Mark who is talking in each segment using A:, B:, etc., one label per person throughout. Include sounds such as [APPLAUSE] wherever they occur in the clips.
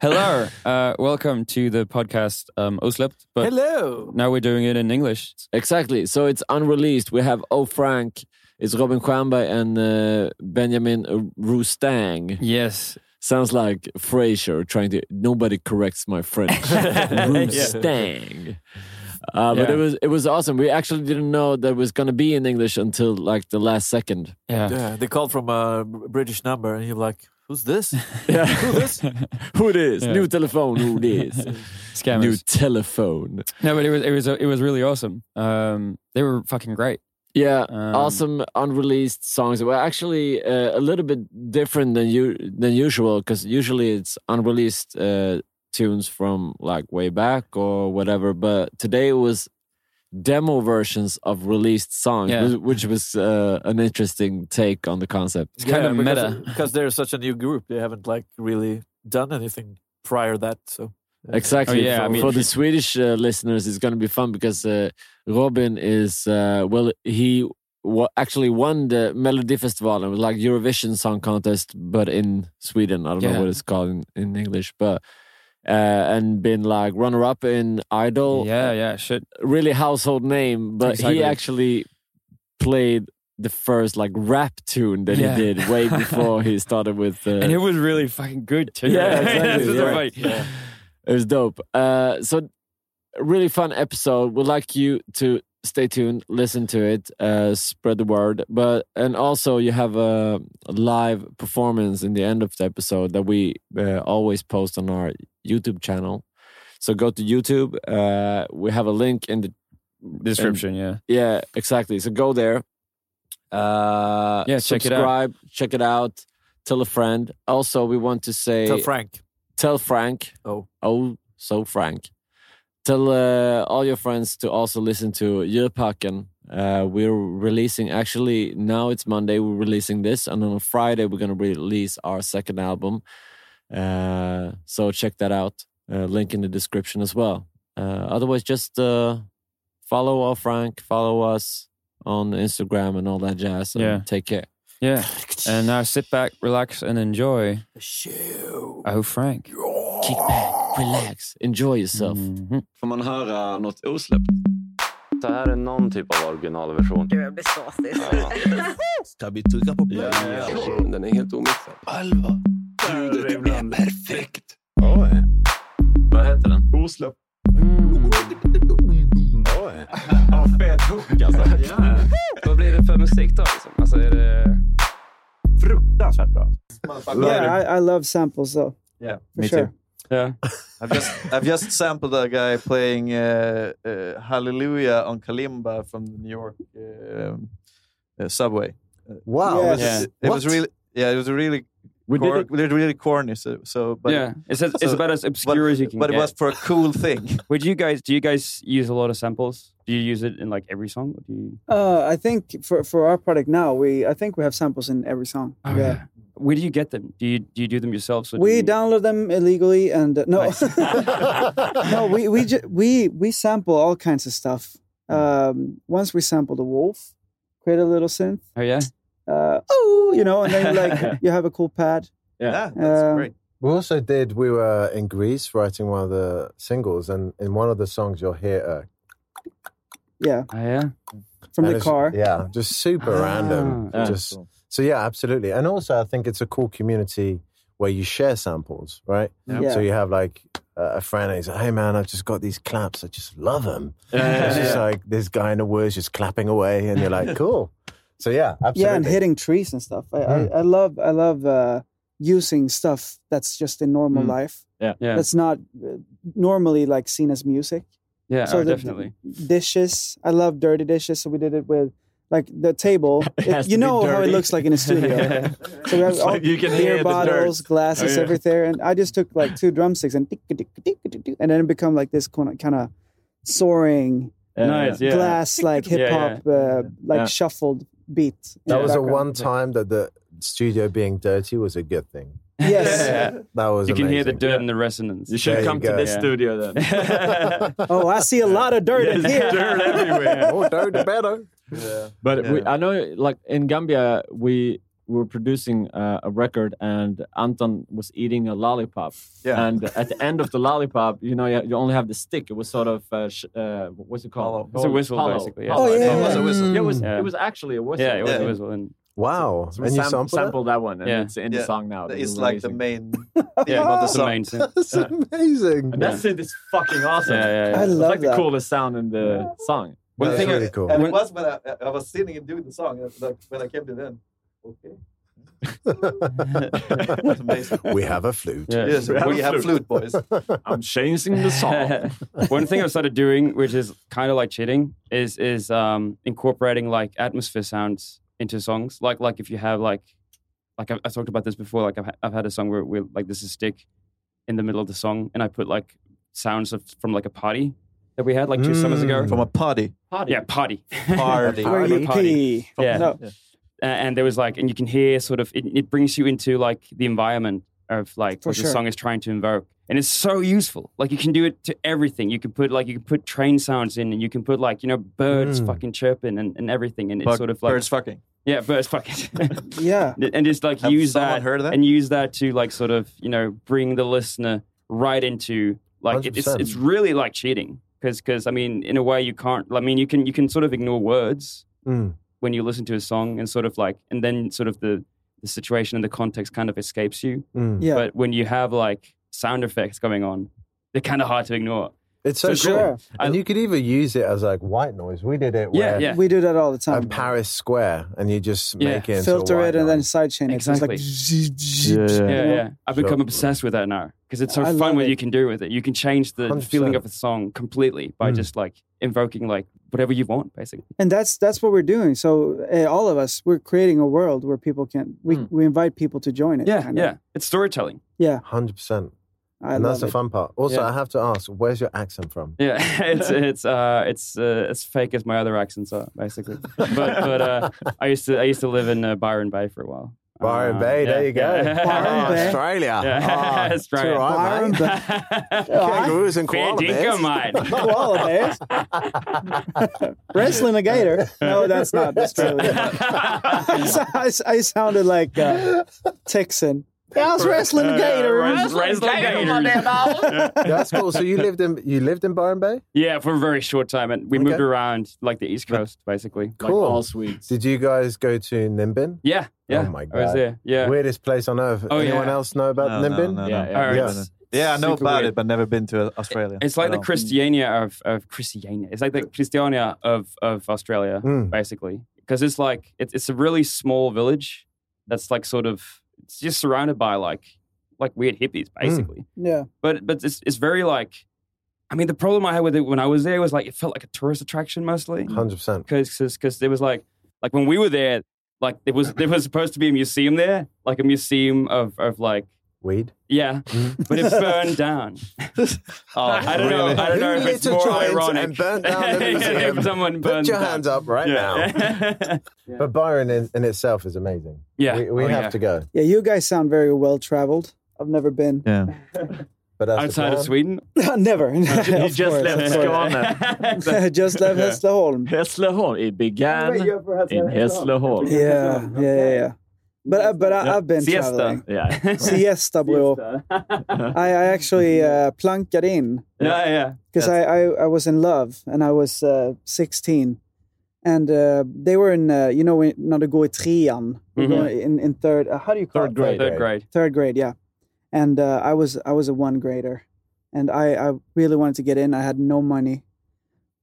A: Hello. Uh, welcome to the podcast um, Oslept, but
B: Hello.
A: now we're doing it in English.
C: Exactly. So it's unreleased. We have O Frank, it's Robin Stjernberg and uh, Benjamin Roustang.
A: Yes.
C: Sounds like Frasier trying to. Nobody corrects my French.
A: [LAUGHS]
C: Roustang. Uh, but
A: Yeah.
C: it was it was awesome. We actually didn't know that it was going to be in English until like the last second.
A: Yeah.
B: Yeah, they called from a British number, and you're like, "Who's
C: [LAUGHS]
B: this?
C: Yeah.
B: Who this?"
C: [LAUGHS] who it is?
A: Yeah.
C: New telephone. Who it is?
A: [LAUGHS] Scammers.
C: New telephone.
A: No, but it was it was it was really awesome. Um, they were fucking great.
C: Yeah,
A: Um,
C: awesome unreleased songs. Well, actually, uh, a little bit different than you than usual because usually it's unreleased uh, tunes from like way back or whatever. But today it was demo versions of released songs,
A: Yeah.
C: whi- which was uh, an interesting take on the concept.
A: It's kind
B: Yeah,
A: of
B: because-
A: meta.
B: because they're such a new group. They haven't like really done anything prior that. So uh,
C: Exactly.
A: Oh, yeah,
C: for,
A: I mean-
C: for the
A: [LAUGHS]
C: Swedish uh, listeners, it's going to be fun because uh, Robin is uh, well, he wa actually won the Melodifestivalen, like Eurovision Song Contest, but in Sweden. I don't
A: Yeah.
C: know what it's called in, in English, but uh, and been like runner up in Idol.
A: yeah, yeah, shit.
C: really household name, but
A: Exactly.
C: he actually played the first like rap tune that
A: Yeah.
C: he did
A: [LAUGHS]
C: way before he started with. Uh,
A: And it was really fucking good [LAUGHS] too.
C: Yeah, exactly,
A: That's what's so
C: yeah.
A: funny.
B: Yeah.
C: It was dope. Uh, so, really fun episode. We'd like you to stay tuned, listen to it, uh, spread the word. But and also you have a live performance in the end of the episode that we uh, always post on our YouTube channel. So go to YouTube. Uh, we have a link in the
A: Description, yeah.
C: yeah, exactly. So go there. Uh,
A: Yeah, check it out.
C: subscribe, check it out. Tell a friend. Also, we want to say
B: Tell Frank.
C: tell Frank.
B: Oh.
C: oh, so Frank. Tell uh, all your friends to also listen to Djurparken. Uh, we're releasing actually now it's Monday. We're releasing this, and on Friday we're gonna release our second album. Uh, so check that out. Uh, link in the description as well. Uh, otherwise, just uh, follow our Frank. Follow us on Instagram and all that jazz. And
A: Yeah.
C: Take care.
A: Yeah. And now sit back, relax, and enjoy.
B: Shoo.
A: Oh, Frank.
C: Kick back, relax, enjoy yourself.
A: Mhm.
D: Får man höra något osläppt?
E: Så här är någon typ av originalversion.
F: Du, jag blir såsig.
G: Ska vi trycka på play?
E: Den är helt omixad.
G: Alva, ljudet är perfekt.
D: Vad heter den?
G: Osläpp.
A: Mm.
D: Fet hook alltså.
E: Vad blir det för musik då? Liksom? Alltså är det...
G: Fruktansvärt bra.
H: Yeah, I, I love samples though.
G: Yeah.
H: for
A: Me
H: sure.
A: too. Yeah.
G: [LAUGHS] I've just, I've just sampled a guy playing uh, uh, Hallelujah on Kalimba from the New York uh, um, uh, subway.
H: Wow.
G: It was,
A: Yeah.
G: it, was really, yeah, it was really,
C: We
G: cor- really corny. So, so but,
A: yeah. It's, as, it's
G: so-
A: about as
G: but,
A: obscure as you can
G: but
A: get.
G: it was for a cool thing.
A: [LAUGHS] Would you guys, do you guys use a lot of samples? Do you use it in like every song? Or do you...
H: Uh, I think for, for our product now, we I think we have samples in every song.
A: Where do you get them? Do you do, you do them yourselves? or do
H: We
A: you...
H: download them illegally and uh, no,
A: Nice.
H: [LAUGHS] no, we we, ju- we we sample all kinds of stuff. Um, once we sample the wolf, create a little synth.
A: Oh, yeah.
H: Uh, oh, you know, and then you like you have a cool pad.
G: yeah. that's
H: Um,
G: great.
I: We also did. We were in Greece writing one of the singles, and in one of the songs you'll hear uh,
H: Yeah,
A: Oh, yeah.
H: from
I: and
H: the
I: it's-
H: car.
I: Yeah, just super
A: Ah,
I: random.
A: yeah.
I: just so yeah, absolutely. And also, I think it's a cool community where you share samples, right?
H: Yeah.
I: So you have like uh, a friend and he's like, "Hey man, I've just got these claps. I just love them." it's just like this guy in the woods just clapping away, and you're
H: [LAUGHS]
I: like, "Cool." So yeah, absolutely.
H: yeah, and hitting trees and stuff. I, I, I love I love uh, using stuff that's just in normal
A: Mm.
H: life.
C: Yeah.
A: Yeah.
H: that's not uh, normally like seen as music.
A: Yeah,
H: So
A: oh,
H: the-
A: definitely.
H: dishes. I love dirty dishes, so we did it with like the table. It-
C: has
H: you
C: to be
H: know how it
C: dirty.
H: looks like in a studio. so we have all
G: like you can hear
H: beer
G: the
H: bottles, glasses,
G: Oh, yeah.
H: everything. And I just took like two drumsticks and tick, tick, tick, tick, tick, and then it become like this kind of soaring
A: nice, yeah.
H: glass like
A: Yeah,
H: hip hop uh, like
C: Yeah.
H: shuffled beat. in
I: That
H: the
I: was the
H: background.
I: one time that the studio being dirty was a good
H: [LAUGHS]
I: thing.
H: Yes.
I: That was
A: You can hear the
I: amazing.
A: dirt and the resonance.
I: should There you come to go. this
A: Yeah.
D: studio
A: [LAUGHS]
D: then.
H: Oh, I see a lot of dirt in here.
I: [LAUGHS] Oh, The more dirty, the better.
C: But we,
G: Yeah.
C: I know, like in Gambia, we
J: we were producing uh, a record, and Anton was eating a lollipop.
G: Yeah.
J: And at the end of the lollipop, you know, you, you only have the stick. It was sort of uh, sh- uh, what's it called?
G: Hollow.
A: It's a whistle,
J: Hollow.
A: basically, yeah.
J: Hollow.
H: Oh,
J: It was a
H: yeah, yeah.
J: whistle. Yeah, it was.
A: Yeah.
J: It was actually a whistle.
A: yeah, [LAUGHS] it was
G: Mm. Yeah.
A: a whistle. And
I: Wow.
J: So we
I: and you
J: sam-
I: sampled,
J: sampled that one, and
A: Yeah.
J: it's in
G: Yeah.
J: the song now. It
G: It's
J: was
G: like the
J: amazing.
G: main
A: [LAUGHS] yeah,
G: theme of the
A: that's the
G: song.
A: main
J: [LAUGHS]
A: thing.
I: it? That's amazing.
J: And that synth is fucking awesome.
A: Yeah, yeah, yeah.
H: I
J: It's
H: love
J: like the
H: that.
J: coolest sound in the song.
G: One
I: That's
G: thing I-
I: really cool.
G: And it
A: When-
G: was when I, I was singing and doing the song, and like, when I came to them, okay, that's amazing.
I: [LAUGHS] we have a flute.
A: Yeah.
G: yes,
J: We have
G: we
J: a
G: have
J: flute.
G: flute
A: [LAUGHS]
G: boys.
J: I'm changing the song.
A: One thing I've started doing, which is kind of like cheating, is is um, incorporating like atmosphere sounds into songs. Like like if you have like like I've, i talked about this before. Like I've, ha- I've had a song where, where like this is stick in the middle of the song, and I put like sounds of, from like a party that we had like two summers ago.
I: Mm.
G: From a party,
J: Party.
A: yeah, party. [LAUGHS]
G: party.
I: Party.
H: Where you pee.
A: Yeah.
H: No.
A: A- and there was like, and you can hear sort of it, it brings you into like the environment of like
H: For
A: what
H: sure.
A: the song is trying to invoke, and it's so useful. Like you can do it to everything. You can put like you can put train sounds in, and you can put like you know birds
I: Mm.
A: fucking chirping and, and everything, and it's
G: Bug-
A: sort of like
G: birds fucking.
A: yeah, birds
G: [LAUGHS]
A: fucking, [LAUGHS]
H: Yeah.
A: and just like
G: Have
A: use
G: someone
A: that
G: heard of that?
A: and use that to like sort of you know bring the listener right into like it- it's
I: 100%.
A: it's really like cheating because because I mean in a way you can't. I mean you can you can sort of ignore words
I: Mm.
A: when you listen to a song and sort of like and then sort of the the situation and the context kind of escapes you
I: Mm.
H: Yeah.
A: but when you have like sound effects going on they're kind of hard to ignore
I: It's so
H: For
I: cool.
H: sure.
I: And you could even use it as like white noise. We did it
A: yeah
I: where
A: yeah
H: We do that all the time.
I: at Paris Square and you just
A: Yeah.
I: make it into
H: Filter
I: white
H: it and then
I: noise.
H: sidechain it.
A: Exactly.
H: It's like
A: yeah,
H: you know?
A: yeah. I've become
I: So-
A: obsessed with that now because it's so
H: I love
A: fun what
H: it.
A: you can do with it. You can change the the feeling
I: 100%.
A: of a song completely by
I: Mm.
A: just like invoking like whatever you want, basically.
H: [LAUGHS]
A: [LAUGHS]
H: and that's that's what we're doing. So uh, all of us, we're creating a world where people can we,
J: Mm.
H: we invite people to join it.
A: Hmm. Yeah,
H: kind of.
A: yeah. It's storytelling.
H: yeah.
I: 100%.
H: I
I: and that's
H: love
I: the
H: it.
I: fun part. Also,
A: Yeah.
I: I have to ask, where's your accent from?
A: Yeah,
I: [LAUGHS]
A: it's it's uh, it's uh, as fake as my other accents are, basically. But but uh, I used to I used to live in uh, Byron Bay for a while.
I: Byron
A: Uh,
I: Bay, there
A: yeah,
I: you go.
C: [LAUGHS]
A: yeah.
H: Byron
A: [LAUGHS]
I: Oh,
H: Bay.
I: Australia.
A: Yeah, [LAUGHS]
I: Oh,
A: Australia.
I: it's all right,
H: Byron
I: mate.
H: Bay.
A: [LAUGHS]
I: Kangaroos and
A: Fair
I: koala [LAUGHS]
A: dinkum,
I: bears.
A: mate.
H: Koala bears. Wrestling a gator. No, that's not [LAUGHS]
A: [LAUGHS]
H: Australia. I, I sounded like uh, Texan. I was wrestling a gator.
A: Res- Uh, wrestling gators. [LAUGHS]
I: That's cool. So you lived in you lived in Byron Bay?
A: Yeah, for a very short time, and we moved
I: Okay.
A: around like the East Coast, basically.
J: Like
I: Cool.
J: all Swedes.
I: Did you guys go to Nimbin?
A: Yeah, yeah.
I: Oh my
A: I was
I: God.
A: there. Yeah.
I: Weirdest place on earth.
A: Oh,
I: Anyone
A: yeah.
I: else know about
G: No, no,
I: Nimbin?
G: no, no.
J: Yeah, yeah.
A: All right.
I: Yeah.
A: It's-
G: Yeah, I know
A: super
G: about
A: weird.
G: it, but never been to Australia.
A: It's like
G: at
A: the
G: all.
A: Christiania of, of Christiania. It's like the Christiania of, of Australia,
I: Mm.
A: basically, because it's like it's it's a really small village that's like sort of it's just surrounded by like like weird hippies,
I: Hmm.
A: basically.
H: Yeah.
A: But but it's it's very like, I mean, the problem I had with it when I was there was like it felt like a tourist attraction mostly.
I: 100%.
A: because because there was like like when we were there like there was there was supposed to be a museum there like a museum of of like
I: Weed. Mm-hmm.
A: yeah but it burned
I: [LAUGHS]
A: down
G: Oh,
A: I don't know I don't know
I: Who
A: if
I: lit
A: it's
I: a
A: more
I: joint
A: ironic
I: and burnt down the
A: [LAUGHS] Yeah,
I: museum?
A: if someone
I: Put
A: burned
I: your
A: down.
I: hands up right now.
A: yeah. [LAUGHS]
I: But Byron in, in itself is amazing.
A: yeah
I: We, we
A: Oh,
I: have
A: yeah.
I: to go.
H: Yeah, you guys sound very well traveled. I've never been.
G: Yeah.
I: But that's the
A: outside of
I: plan.
A: Sweden
H: [LAUGHS]
A: Oh,
H: never. You
J: just left
A: Let's
J: Let's
A: go
J: go on
A: then.
H: just left Hässleholm.
J: Hässleholm. It began in Hässleholm.
H: Yeah, yeah, yeah, yeah. But I, but I, I've been
A: Siesta.
H: traveling.
J: Yeah.
H: Siesta, bro. I, I actually uh, planked in
A: yeah yeah
H: because I, I, I was in love and I was uh, 16. And uh, they were in, uh, you know, when- när du går i trean,
A: Mhm.
H: in, in third, uh, how do you call
I: Third
H: it?
I: grade.
A: third grade
H: Third grade, yeah. And uh, I was I was a one grader, and I, I really wanted to get in. I had no money,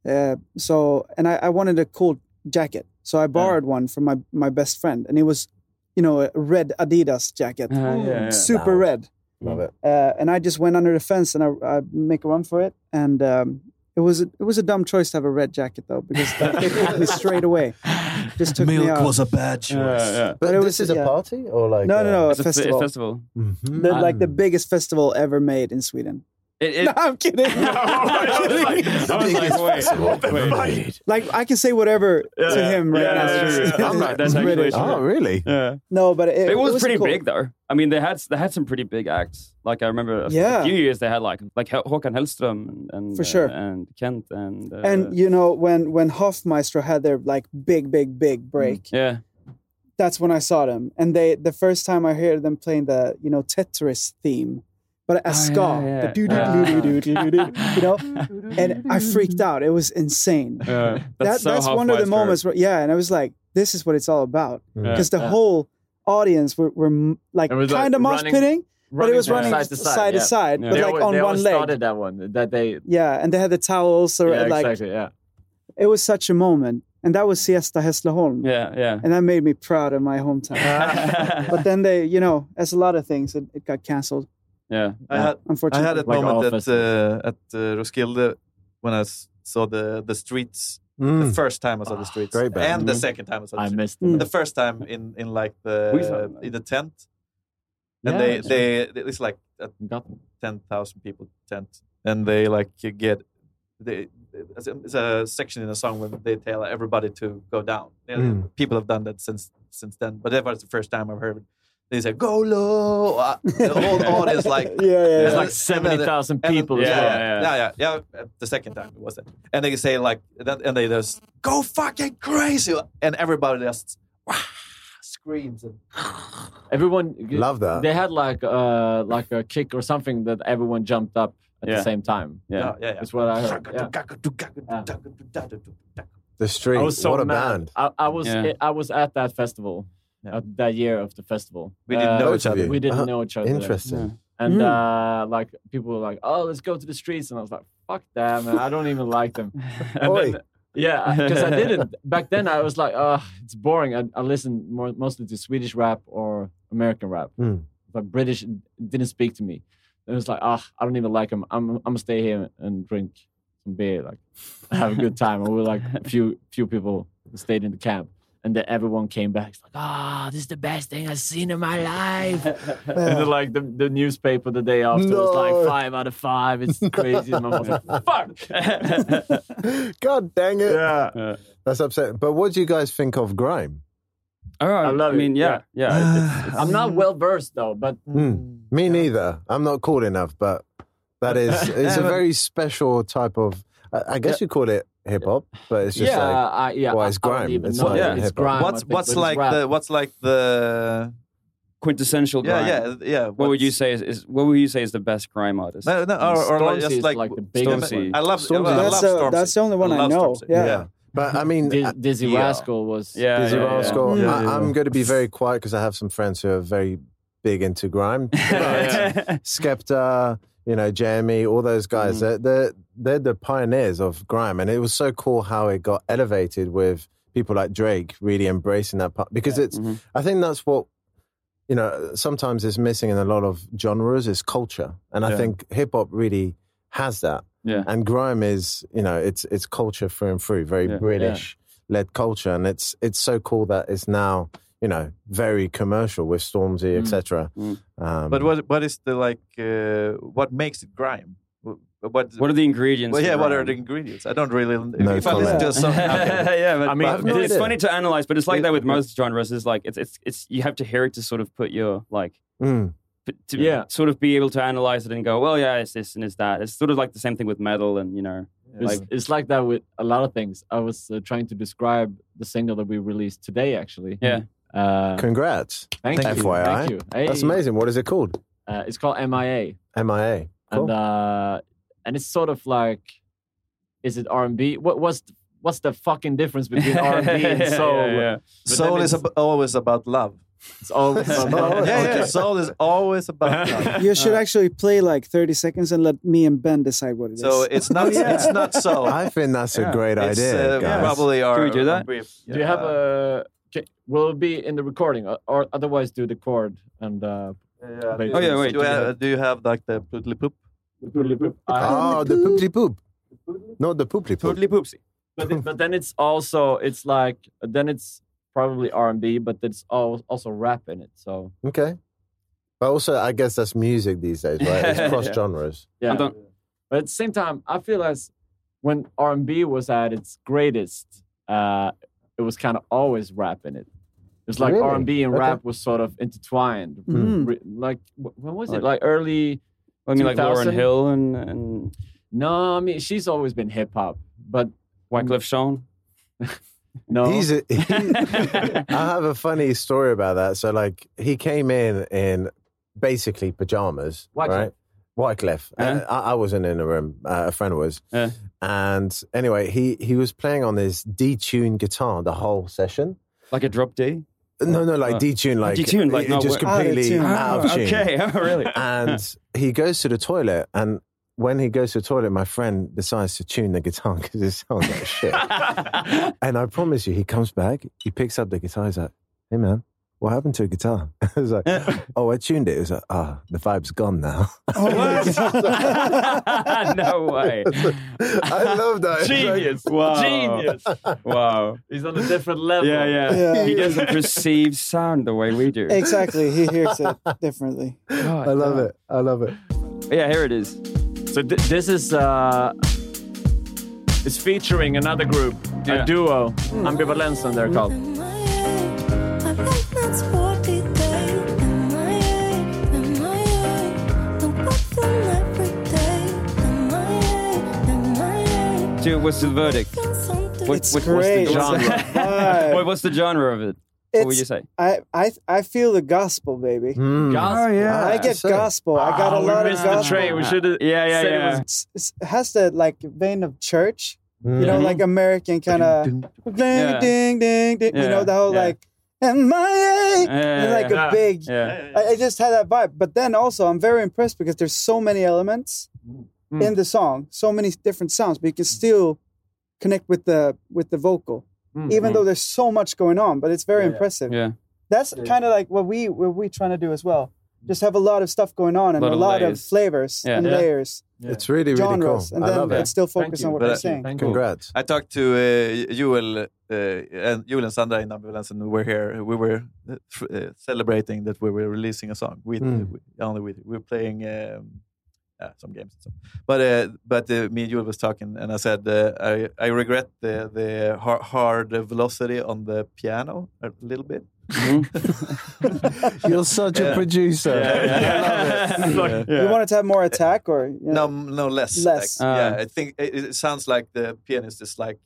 H: uh, so and I, I wanted a cool jacket, so I borrowed one from my my best friend, and it was, you know, a red Adidas jacket,
A: Uh, yeah, yeah.
H: super
I: Wow.
H: red.
I: Love it.
H: Uh, and I just went under the fence and I, I make a run for it, and um, it was it was a dumb choice to have a red jacket though because that kicked
A: [LAUGHS]
H: me straight away, just took me out.
G: a bad choice.
A: Yeah, yeah.
I: But,
H: it
I: this is
H: was-
I: a
H: yeah.
I: party or like uh,
H: no, no, no, a
A: It's a f-
H: festival.
A: festival
I: Mhm.
H: The- like
A: Ah.
H: the biggest festival ever made in Sweden.
A: it, it,
H: No, I'm kidding.
A: I was like, I was like, wait, wait.
H: Like I can say whatever to
A: Yeah.
H: him right
A: Yeah,
H: now.
A: yeah, yeah, yeah. That's right. That's actually
H: British.
A: true.
I: Oh, really?
A: Yeah.
H: No, but it,
A: it was, pretty
H: cool.
A: big though. I mean, they had they had some pretty big acts. Like I remember, a,
H: Yeah.
A: a few years they had like like H- Håkan Hellström and, and
H: For sure.
A: uh, and Kent and uh,
H: And you know when when Hofmeister had their like big big big break,
A: yeah,
H: that's when I saw them. And they the first time I heard them playing the you know Tetris theme, but as
A: Oh,
H: ska,
A: yeah, yeah.
H: the doo doo doo doo doo doo doo, you know. And I freaked out. It was insane.
A: Uh,
H: That-
A: that's so
H: that's one of the
A: halfway
H: moments where yeah, and I was like, this is what it's all about
A: Yeah.
H: because the whole audience were, were m- like
C: Mm. It was, like,
H: kind of mosh
C: running-
H: pitting, but it was running
C: side to side. yeah.
A: Yeah.
H: but like
C: They always-
H: on
C: they
H: one
C: always
H: leg.
C: started that one. That they.
H: Yeah, and they had the towels, or
C: yeah,
H: like
C: exactly. Yeah.
H: it was such a moment, and that was Siesta Hässleholm,
A: through. Yeah, yeah.
H: and that made me proud of my hometown.
G: [LAUGHS]
H: but then they, you know, as a lot of things, it, it got cancelled.
A: yeah.
G: I had I
H: Unfortunately,
G: had a
C: Like all
G: moment at
C: festivals.
G: uh, at uh, Roskilde when I s- saw the the streets the first time I saw the streets
I: great band.
G: and the
A: Mhm.
G: second time I saw the
C: I
G: streets.
C: missed.
H: Mm.
G: the first time in in like
A: We saw
G: the
A: them.
G: in the tent and
C: Yeah,
G: they
C: that's
G: they it's like a
C: Got
G: ten thousand people tent and they like you get they it's a- it's a section in a song where they tell everybody to go down. And
I: Mm.
G: People have done that since since then, but that was the first time I've heard. it. They say go low. Uh, The whole audience
A: [LAUGHS]
G: like
H: yeah, yeah,
G: It's
C: There's
H: yeah.
C: like seventy thousand
G: and-
C: people.
G: Yeah,
C: as well.
G: yeah, yeah, yeah, yeah, The second time it was that, and they say like, that, and they just go fucking crazy, and everybody just "Wah!" screams and
C: Everyone.
I: Love that.
C: They had like uh like a kick or something that everyone jumped up at the
A: Yeah.
C: same time.
A: Yeah.
G: yeah, yeah.
C: That's what I heard. Yeah.
I: The street.
C: I was so
I: what a
C: mad.
I: band.
C: I, I was
A: Yeah.
C: I was at that festival,
G: Yeah.
C: at that year of the festival. Uh,
G: We didn't know
I: Both
G: each
I: of
G: other.
I: you.
C: We didn't
I: Uh-huh.
C: know each other.
I: Interesting. Hmm.
C: And
H: Mm.
C: uh, like people were like, "Oh, let's go to the streets," and I was like, "Fuck them! man. I don't even like
G: [LAUGHS]
C: them." And
I: Oi.
C: then- yeah, because I
A: [LAUGHS]
C: didn't back then. I was like, "Oh, it's boring." I, I listened more, mostly to Swedish rap or American rap,
I: Mm.
C: but British didn't speak to me. It was like, "Ah, I don't even like them. I'm I'm gonna stay here and drink some beer, like have a good time." And we were like a few few people stayed in the camp, and then everyone came back. It's like, [LAUGHS] "Ah, this is the best thing I've seen in my
A: [LAUGHS]
C: life." And then, [LAUGHS] like the, the newspaper the day after was
I: No.
C: like five out of five. It's crazy. And I was like, fuck.
I: [LAUGHS] God dang it.
C: yeah.
A: Yeah.
I: That's upsetting. But what do you guys think of grime?
A: Oh, I,
C: love
A: I
C: it.
A: mean, yeah, yeah.
C: I'm not well versed though, but
I: Mm. Me neither. I'm not cool enough, but that
C: [LAUGHS]
I: is it's a very special type of. I, I guess you call it hip hop, but it's just
C: yeah,
I: like
C: I, yeah.
I: why
C: I-
I: it's
C: I don't
I: grime?
C: even
I: It's
C: know.
I: not
C: Yeah,
I: even
C: it's
I: hip-hop.
C: grime. I
G: What's
C: think,
G: what's
C: but it's
G: like
C: rap.
G: the what's like the
A: Quintessential
G: yeah
A: grime.
G: yeah yeah.
A: What would you say is, is what would you say is the best grime artist?
G: No, no, or, or like,
C: Stormzy
G: just
C: is
G: like,
C: like the biggest
A: Stormzy.
G: I love
I: Stormzy.
G: I love
H: that's, the-
G: Stormzy.
H: that's the only one I,
G: love
H: know.
G: Stormzy.
H: Yeah.
I: But I mean,
C: Diz-
I: I-
C: Dizzy
G: yeah.
C: Rascal was.
A: yeah,
I: Dizzy
A: yeah, yeah.
I: Rascal.
H: Yeah,
I: I,
H: yeah.
I: I'm going to be very quiet because I have some friends who are very big into
A: [LAUGHS]
I: grime.
A: yeah.
I: Skepta, you know, Jamie, all those
A: Mm.
I: guys. They're, they're they're the pioneers of grime, and it was so cool how it got elevated with people like Drake really embracing that part because it's.
A: Mhm.
I: I think that's what you know. Sometimes is missing in a lot of genres is culture, and I
A: Yeah.
I: think hip hop really has that.
A: Yeah.
I: And grime is you know it's it's culture through and through, very
A: Yeah.
I: British led culture, and it's it's so cool that it's now. You know, very commercial with Stormzy,
C: Mm.
I: etc.
A: Mm.
I: Um,
G: But what what is the like uh, what makes it grime? What what,
A: What are the ingredients?
G: well,
A: to
G: yeah, what are the
A: grime? [LAUGHS]
G: ingredients? I don't really.
I: No
G: if I listen to a song, okay.
A: yeah, but
C: I mean,
A: but
I: no
A: it's
I: idea.
A: funny to analyze, but it's like
G: It-
A: that with most genres. Is like it's it's it's you have to hear it to sort of put your like
I: Mm.
A: p- to
C: Yeah.
A: sort of be able to analyze it and go, well, yeah, it's this and it's that. It's sort of like the same thing with metal and you know,
C: It's,
A: Like-
C: it's like that with a lot of things. I was uh, trying to describe the single that we released today, actually.
A: Yeah.
C: Uh,
I: Congrats.
C: thank,
I: Thank
C: you.
I: you.
C: Thank you.
I: That's
C: Hey.
I: amazing. What is it called?
C: Uh, it's called MIA.
I: MIA.
C: and
I: Cool.
C: uh and it's sort of like is it r&b what what's what's the fucking difference
A: [LAUGHS]
C: between r&b and soul
A: Yeah, yeah.
C: But
G: soul
C: then
G: is ab- always about love.
C: it's always
G: yeah,
C: about-
G: yeah, soul is always about love. [LAUGHS]
H: You should actually play like 30 seconds and let me and Ben decide what it is.
G: So it's
H: [LAUGHS]
G: not it's not soul.
I: [LAUGHS] I think that's
A: Yeah.
I: a great
G: it's
I: idea,
G: uh,
I: guys.
G: probably our.
A: we do that?
G: our brief-
C: do you have
G: yeah.
C: a ca- will it be in the recording or, or otherwise do the chord and uh
G: Yeah,
C: Wait.
G: do-
A: Oh, yeah, wait.
G: Do you have, do you have like the poodly poop?
C: I-
I: Oh, the pooply poop. No, the pooply poop.
A: totally poopsy.
C: but,
I: [LAUGHS]
C: then- but then it's also it's like then it's probably r&b but it's al- also rap in it so
I: Okay. But also, I guess that's music these days, right?
C: [LAUGHS]
I: It's cross
A: Yeah.
I: genres.
C: yeah
A: I'm done.
C: But at the same time, I feel as when R and B was at its greatest, uh, it was kind of always rap in it. It was like
I: Really?
C: R and B and
I: Okay. Hmm.
C: rap was sort of intertwined.
H: Mm.
C: Re- Like wh- when was it?
A: Like-
C: Like early?
A: I mean, like
C: 2000?
A: Lauren Hill and and
C: No, I mean she's always been hip hop, but
A: Wyclef Jean.
C: [LAUGHS] No.
I: He's a, he, I have a funny story about that. So like he came in in basically pajamas,
C: Wyclef.
I: right? Wycliffe.
A: Uh-huh.
I: I, I wasn't in the room. Uh, a friend was.
A: Yeah.
I: And anyway, he he was playing on this detuned guitar the whole session.
A: Like a drop D?
I: No, no, like
A: Uh,
I: detuned, like
A: detuned, like
I: it-
A: not
I: just
A: wo-
H: Out of
I: completely
H: tune.
I: out of
H: Ah,
I: tune
A: Okay, [LAUGHS] oh, really?
I: and he goes to the toilet and when he goes to the toilet, my friend decides to tune the guitar [LAUGHS] because it sounds like shit.
A: [LAUGHS]
I: and I promise you, he comes back, he picks up the guitar, he's like, hey man, what happened to a guitar? [LAUGHS] I was
A: [LAUGHS]
I: like, oh, I tuned it. It was like, ah, the vibe's gone now. [LAUGHS]
D: [LAUGHS]
A: What? no way.
I: I love that. It's like,
C: Genius.
A: Wow.
I: [LAUGHS]
C: Genius.
A: Wow.
C: He's on a different [LAUGHS] level.
A: [LAUGHS] Yeah, yeah,
H: Yeah.
A: He
H: [LAUGHS]
A: doesn't perceive sound the way we do.
H: Exactly. He hears
G: [LAUGHS]
H: it differently.
A: God,
I: I love
A: no.
I: it. I love it.
A: [LAUGHS] Yeah, here it is.
C: So th- this is uh, it's featuring another group,
A: Yeah.
C: a duo, Ambivalensen they're called.
A: Dude, what's the verdict? What-
H: It's
A: what's
H: great.
A: the
G: [LAUGHS]
A: genre?
H: Wow.
A: [LAUGHS] Wait, what's the genre of it? what would
H: It's-
A: you say?
H: I, I I feel the gospel, baby.
A: Oh yeah,
H: I get
I: so-
H: gospel. I got a
C: Ah, we
H: lot of
C: missed the
H: gospel.
C: train. We should have.
A: yeah, yeah,
C: said
A: yeah.
C: it was-
H: It's- it's- it has that like vein of church,
I: Mm.
H: you know, like American kind of
A: Yeah.
H: Mm-hmm. ding ding ding ding. You
A: Yeah,
H: know the whole
A: yeah.
H: like and my
A: Yeah,
H: and like
A: yeah,
H: a big.
A: yeah.
H: I, I just had that vibe. But then also, I'm very impressed because there's so many elements
A: Mm.
H: in the song, so many different sounds, but you can still connect with the with the vocal,
A: Mm.
H: even though there's so much going on. But it's very impressive.
A: Yeah.
H: That's kind of like what we what we trying to do as well. Just have a lot of stuff going on and
A: Lot
H: a
A: of
H: lot of,
A: layers.
H: flavors
A: Yeah.
H: and
A: Yeah.
H: layers,
I: It's really, really
H: genres,
I: cool.
H: and
I: I
H: then
I: love
H: but
I: it.
H: still focus on what
G: But
H: we're
G: I-
H: saying.
C: Thank you.
I: Congrats.
G: I talked to uh, Joel, uh, and Joel and Sandra in Ambulance, and we were here. We were uh, tr- uh, celebrating that we were releasing a song. We,
H: Hmm.
I: Mm.
G: we only we, we were playing um, uh, some games and stuff. But uh, but uh, me and Joel was talking, and I said uh, I I regret the the har- hard velocity on the piano a little bit.
I: [LAUGHS] You're such a
G: Yeah.
I: producer. [LAUGHS]
G: [LAUGHS]
A: yeah. [LAUGHS]
C: Yeah.
H: You wanted to have more attack, or you
G: No,
H: know,
G: m- no less.
H: Less.
G: Like,
A: Ah.
G: yeah, I think it, it sounds like the pianist is like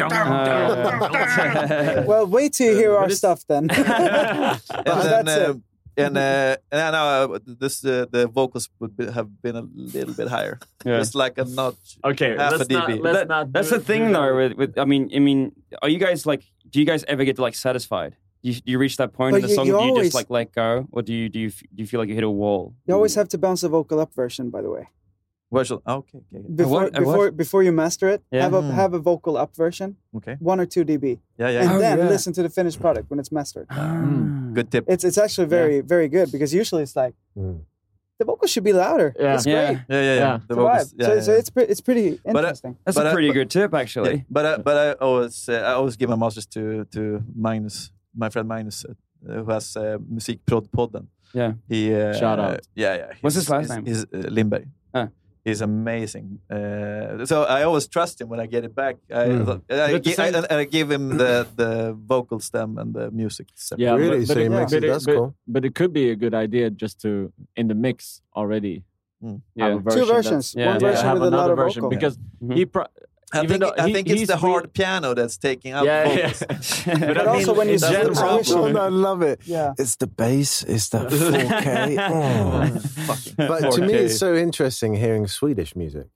A: Ah, Uh,
H: well, wait till you hear our stuff
A: [LAUGHS]
H: then. [LAUGHS]
G: [LAUGHS] and then,
H: Ah, that's it.
G: uh, and uh, and now uh, this uh, the vocals would be, have been a little bit higher.
A: Yeah.
G: It's like a notch.
C: Okay,
G: Half a
C: let's not.
G: dB.
C: Let's
A: That-
C: not
A: That's
C: do-
A: the thing,
C: do
A: though.
C: that.
A: With, with I mean, I mean, are you guys like? Do you guys ever get like satisfied? Do you, do you reach that point
H: But
A: in the
H: you-
A: song?
H: you
A: do you
H: always-
A: just like let go, or do you do you f- do you feel like you hit a wall?
H: you always have to bounce a vocal up version, by the way.
G: Virtual. Okay, okay,
H: Before
A: what- a
H: before before you master it,
A: Yeah.
H: have a
G: Mm.
H: have a vocal up version,
G: okay.
H: one or two dB,
G: Yeah, yeah.
H: and
A: Oh,
H: then
A: yeah.
H: listen to the finished product when it's mastered.
I: Ah.
A: Ah,
G: Good tip.
H: It's it's actually very very good because usually it's like
I: Mm.
H: the vocal should be louder.
C: Yeah.
H: It's
A: Yeah.
H: great.
G: Yeah, yeah, yeah.
C: Yeah.
G: The
H: It's a
G: vocals.
H: vibe.
G: Yeah,
H: so,
G: yeah,
H: so
G: yeah.
H: it's pre- it's pretty
G: uh,
H: interesting.
A: That's
G: But
A: a
G: I-
A: pretty
G: but-
A: good tip, actually.
G: Yeah, but I, but I always uh, I always give my masters to to Magnus, my friend Magnus, uh, who has uh, Musikprodpodden.
A: Yeah.
G: He uh,
C: Shout out.
G: Yeah, yeah.
A: What's
G: He's-
A: his last
G: he's-
A: name?
G: He's uh, Lindberg.
A: Ah.
G: He's amazing. Uh, so I always trust him when I get it back. I,
C: Hmm.
I: Mm.
G: I,
A: But the
G: gi- I,
A: same-
G: and I give him the the vocal stem and the music. separate.
C: Yeah,
I: really?
C: but-
I: so
C: but
I: he
C: it-
I: makes
C: but
I: it,
C: it-
I: that's
C: but-
I: cool.
C: But it could be a good idea just to in the mix already.
G: Mm.
C: have a
A: Yeah.
C: version
H: Two
C: that's-
H: versions.
A: yeah,
H: one
A: yeah.
H: version
C: have
H: with a lot
C: another
H: of
C: version
H: vocal.
C: because
I: Mm-hmm.
A: Mhm.
C: he. Pro-
G: I
C: even
G: think,
C: though
G: I
C: he-
G: think it's
C: he's
G: the hard
C: re-
G: piano that's taking out
C: yeah, yeah.
G: vocals.
C: [LAUGHS]
G: [LAUGHS]
C: but
H: But
C: I
H: also
C: mean,
H: when you
C: it's
H: see
C: just
H: the
C: a
H: problem.
C: problem.
I: I love it.
H: yeah.
I: It's the bass, it's the 4K.
A: [LAUGHS]
I: Oh.
G: Fucking
I: But to me,
G: 4K.
I: it's so interesting hearing Swedish music.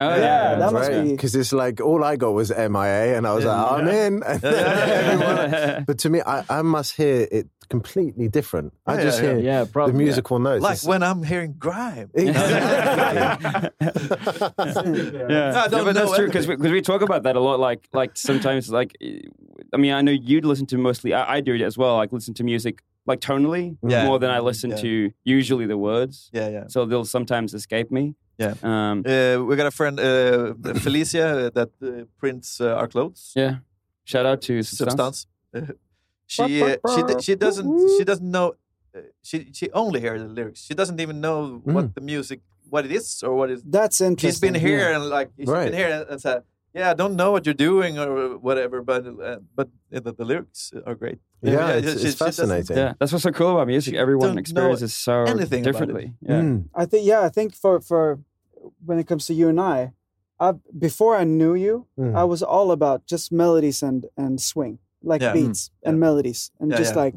A: Oh, yeah.
H: Yeah, that must
I: Right?
H: be-
I: Because it's like all I got was MIA, and I was like, I'm
A: [LAUGHS]
I: in. [LAUGHS] And then everyone- but to me, I, I must hear it completely different. I
G: Yeah,
I: just
G: yeah,
I: hear
C: yeah,
I: the
C: probably.
I: musical notes.
G: like
I: It's- [LAUGHS]
G: when I'm hearing grime. [LAUGHS]
I: Exactly. [LAUGHS]
A: Yeah,
G: No, I don't
A: but
G: know
A: that's true
G: anything.
A: because we, 'cause we talk about that a lot. Like, like sometimes, like, e, I mean, I know you'd listen to mostly. I, I do it as well. Like, listen to music like tonally
G: Yeah.
A: more than I listen
G: Yeah.
A: to usually the words.
G: Yeah, yeah.
A: So they'll sometimes escape me.
G: Yeah.
A: Um,
G: Uh, we got a friend, uh, Felicia, uh, that uh, prints uh, our clothes.
A: yeah. Shout out to Substance.
G: Substance. [LAUGHS] she uh, she d- she doesn't she doesn't know. Uh, she she only hears the lyrics. She doesn't even know
A: Mm.
G: what the music, what it is, or what it.
H: That's interesting.
G: She's been here and like she's
I: Right.
G: been here and, and said, "Yeah, I don't know what you're doing or whatever," but uh, but uh, the, the lyrics are great.
I: yeah,
G: Yeah,
I: it's,
G: she-
I: it's
G: she doesn't-
I: fascinating.
A: Yeah, that's what's so cool about music.
G: She
A: Everyone
G: don't
A: experiences so
G: anything about it.
A: differently. Yeah.
I: Mm.
H: I think yeah, I think for for when it comes to you and I, I, before I knew you,
I: Mm.
H: I was all about just melodies and and swing, like
G: Yeah.
H: beats and melodies, and
G: Yeah,
H: just
G: yeah.
H: like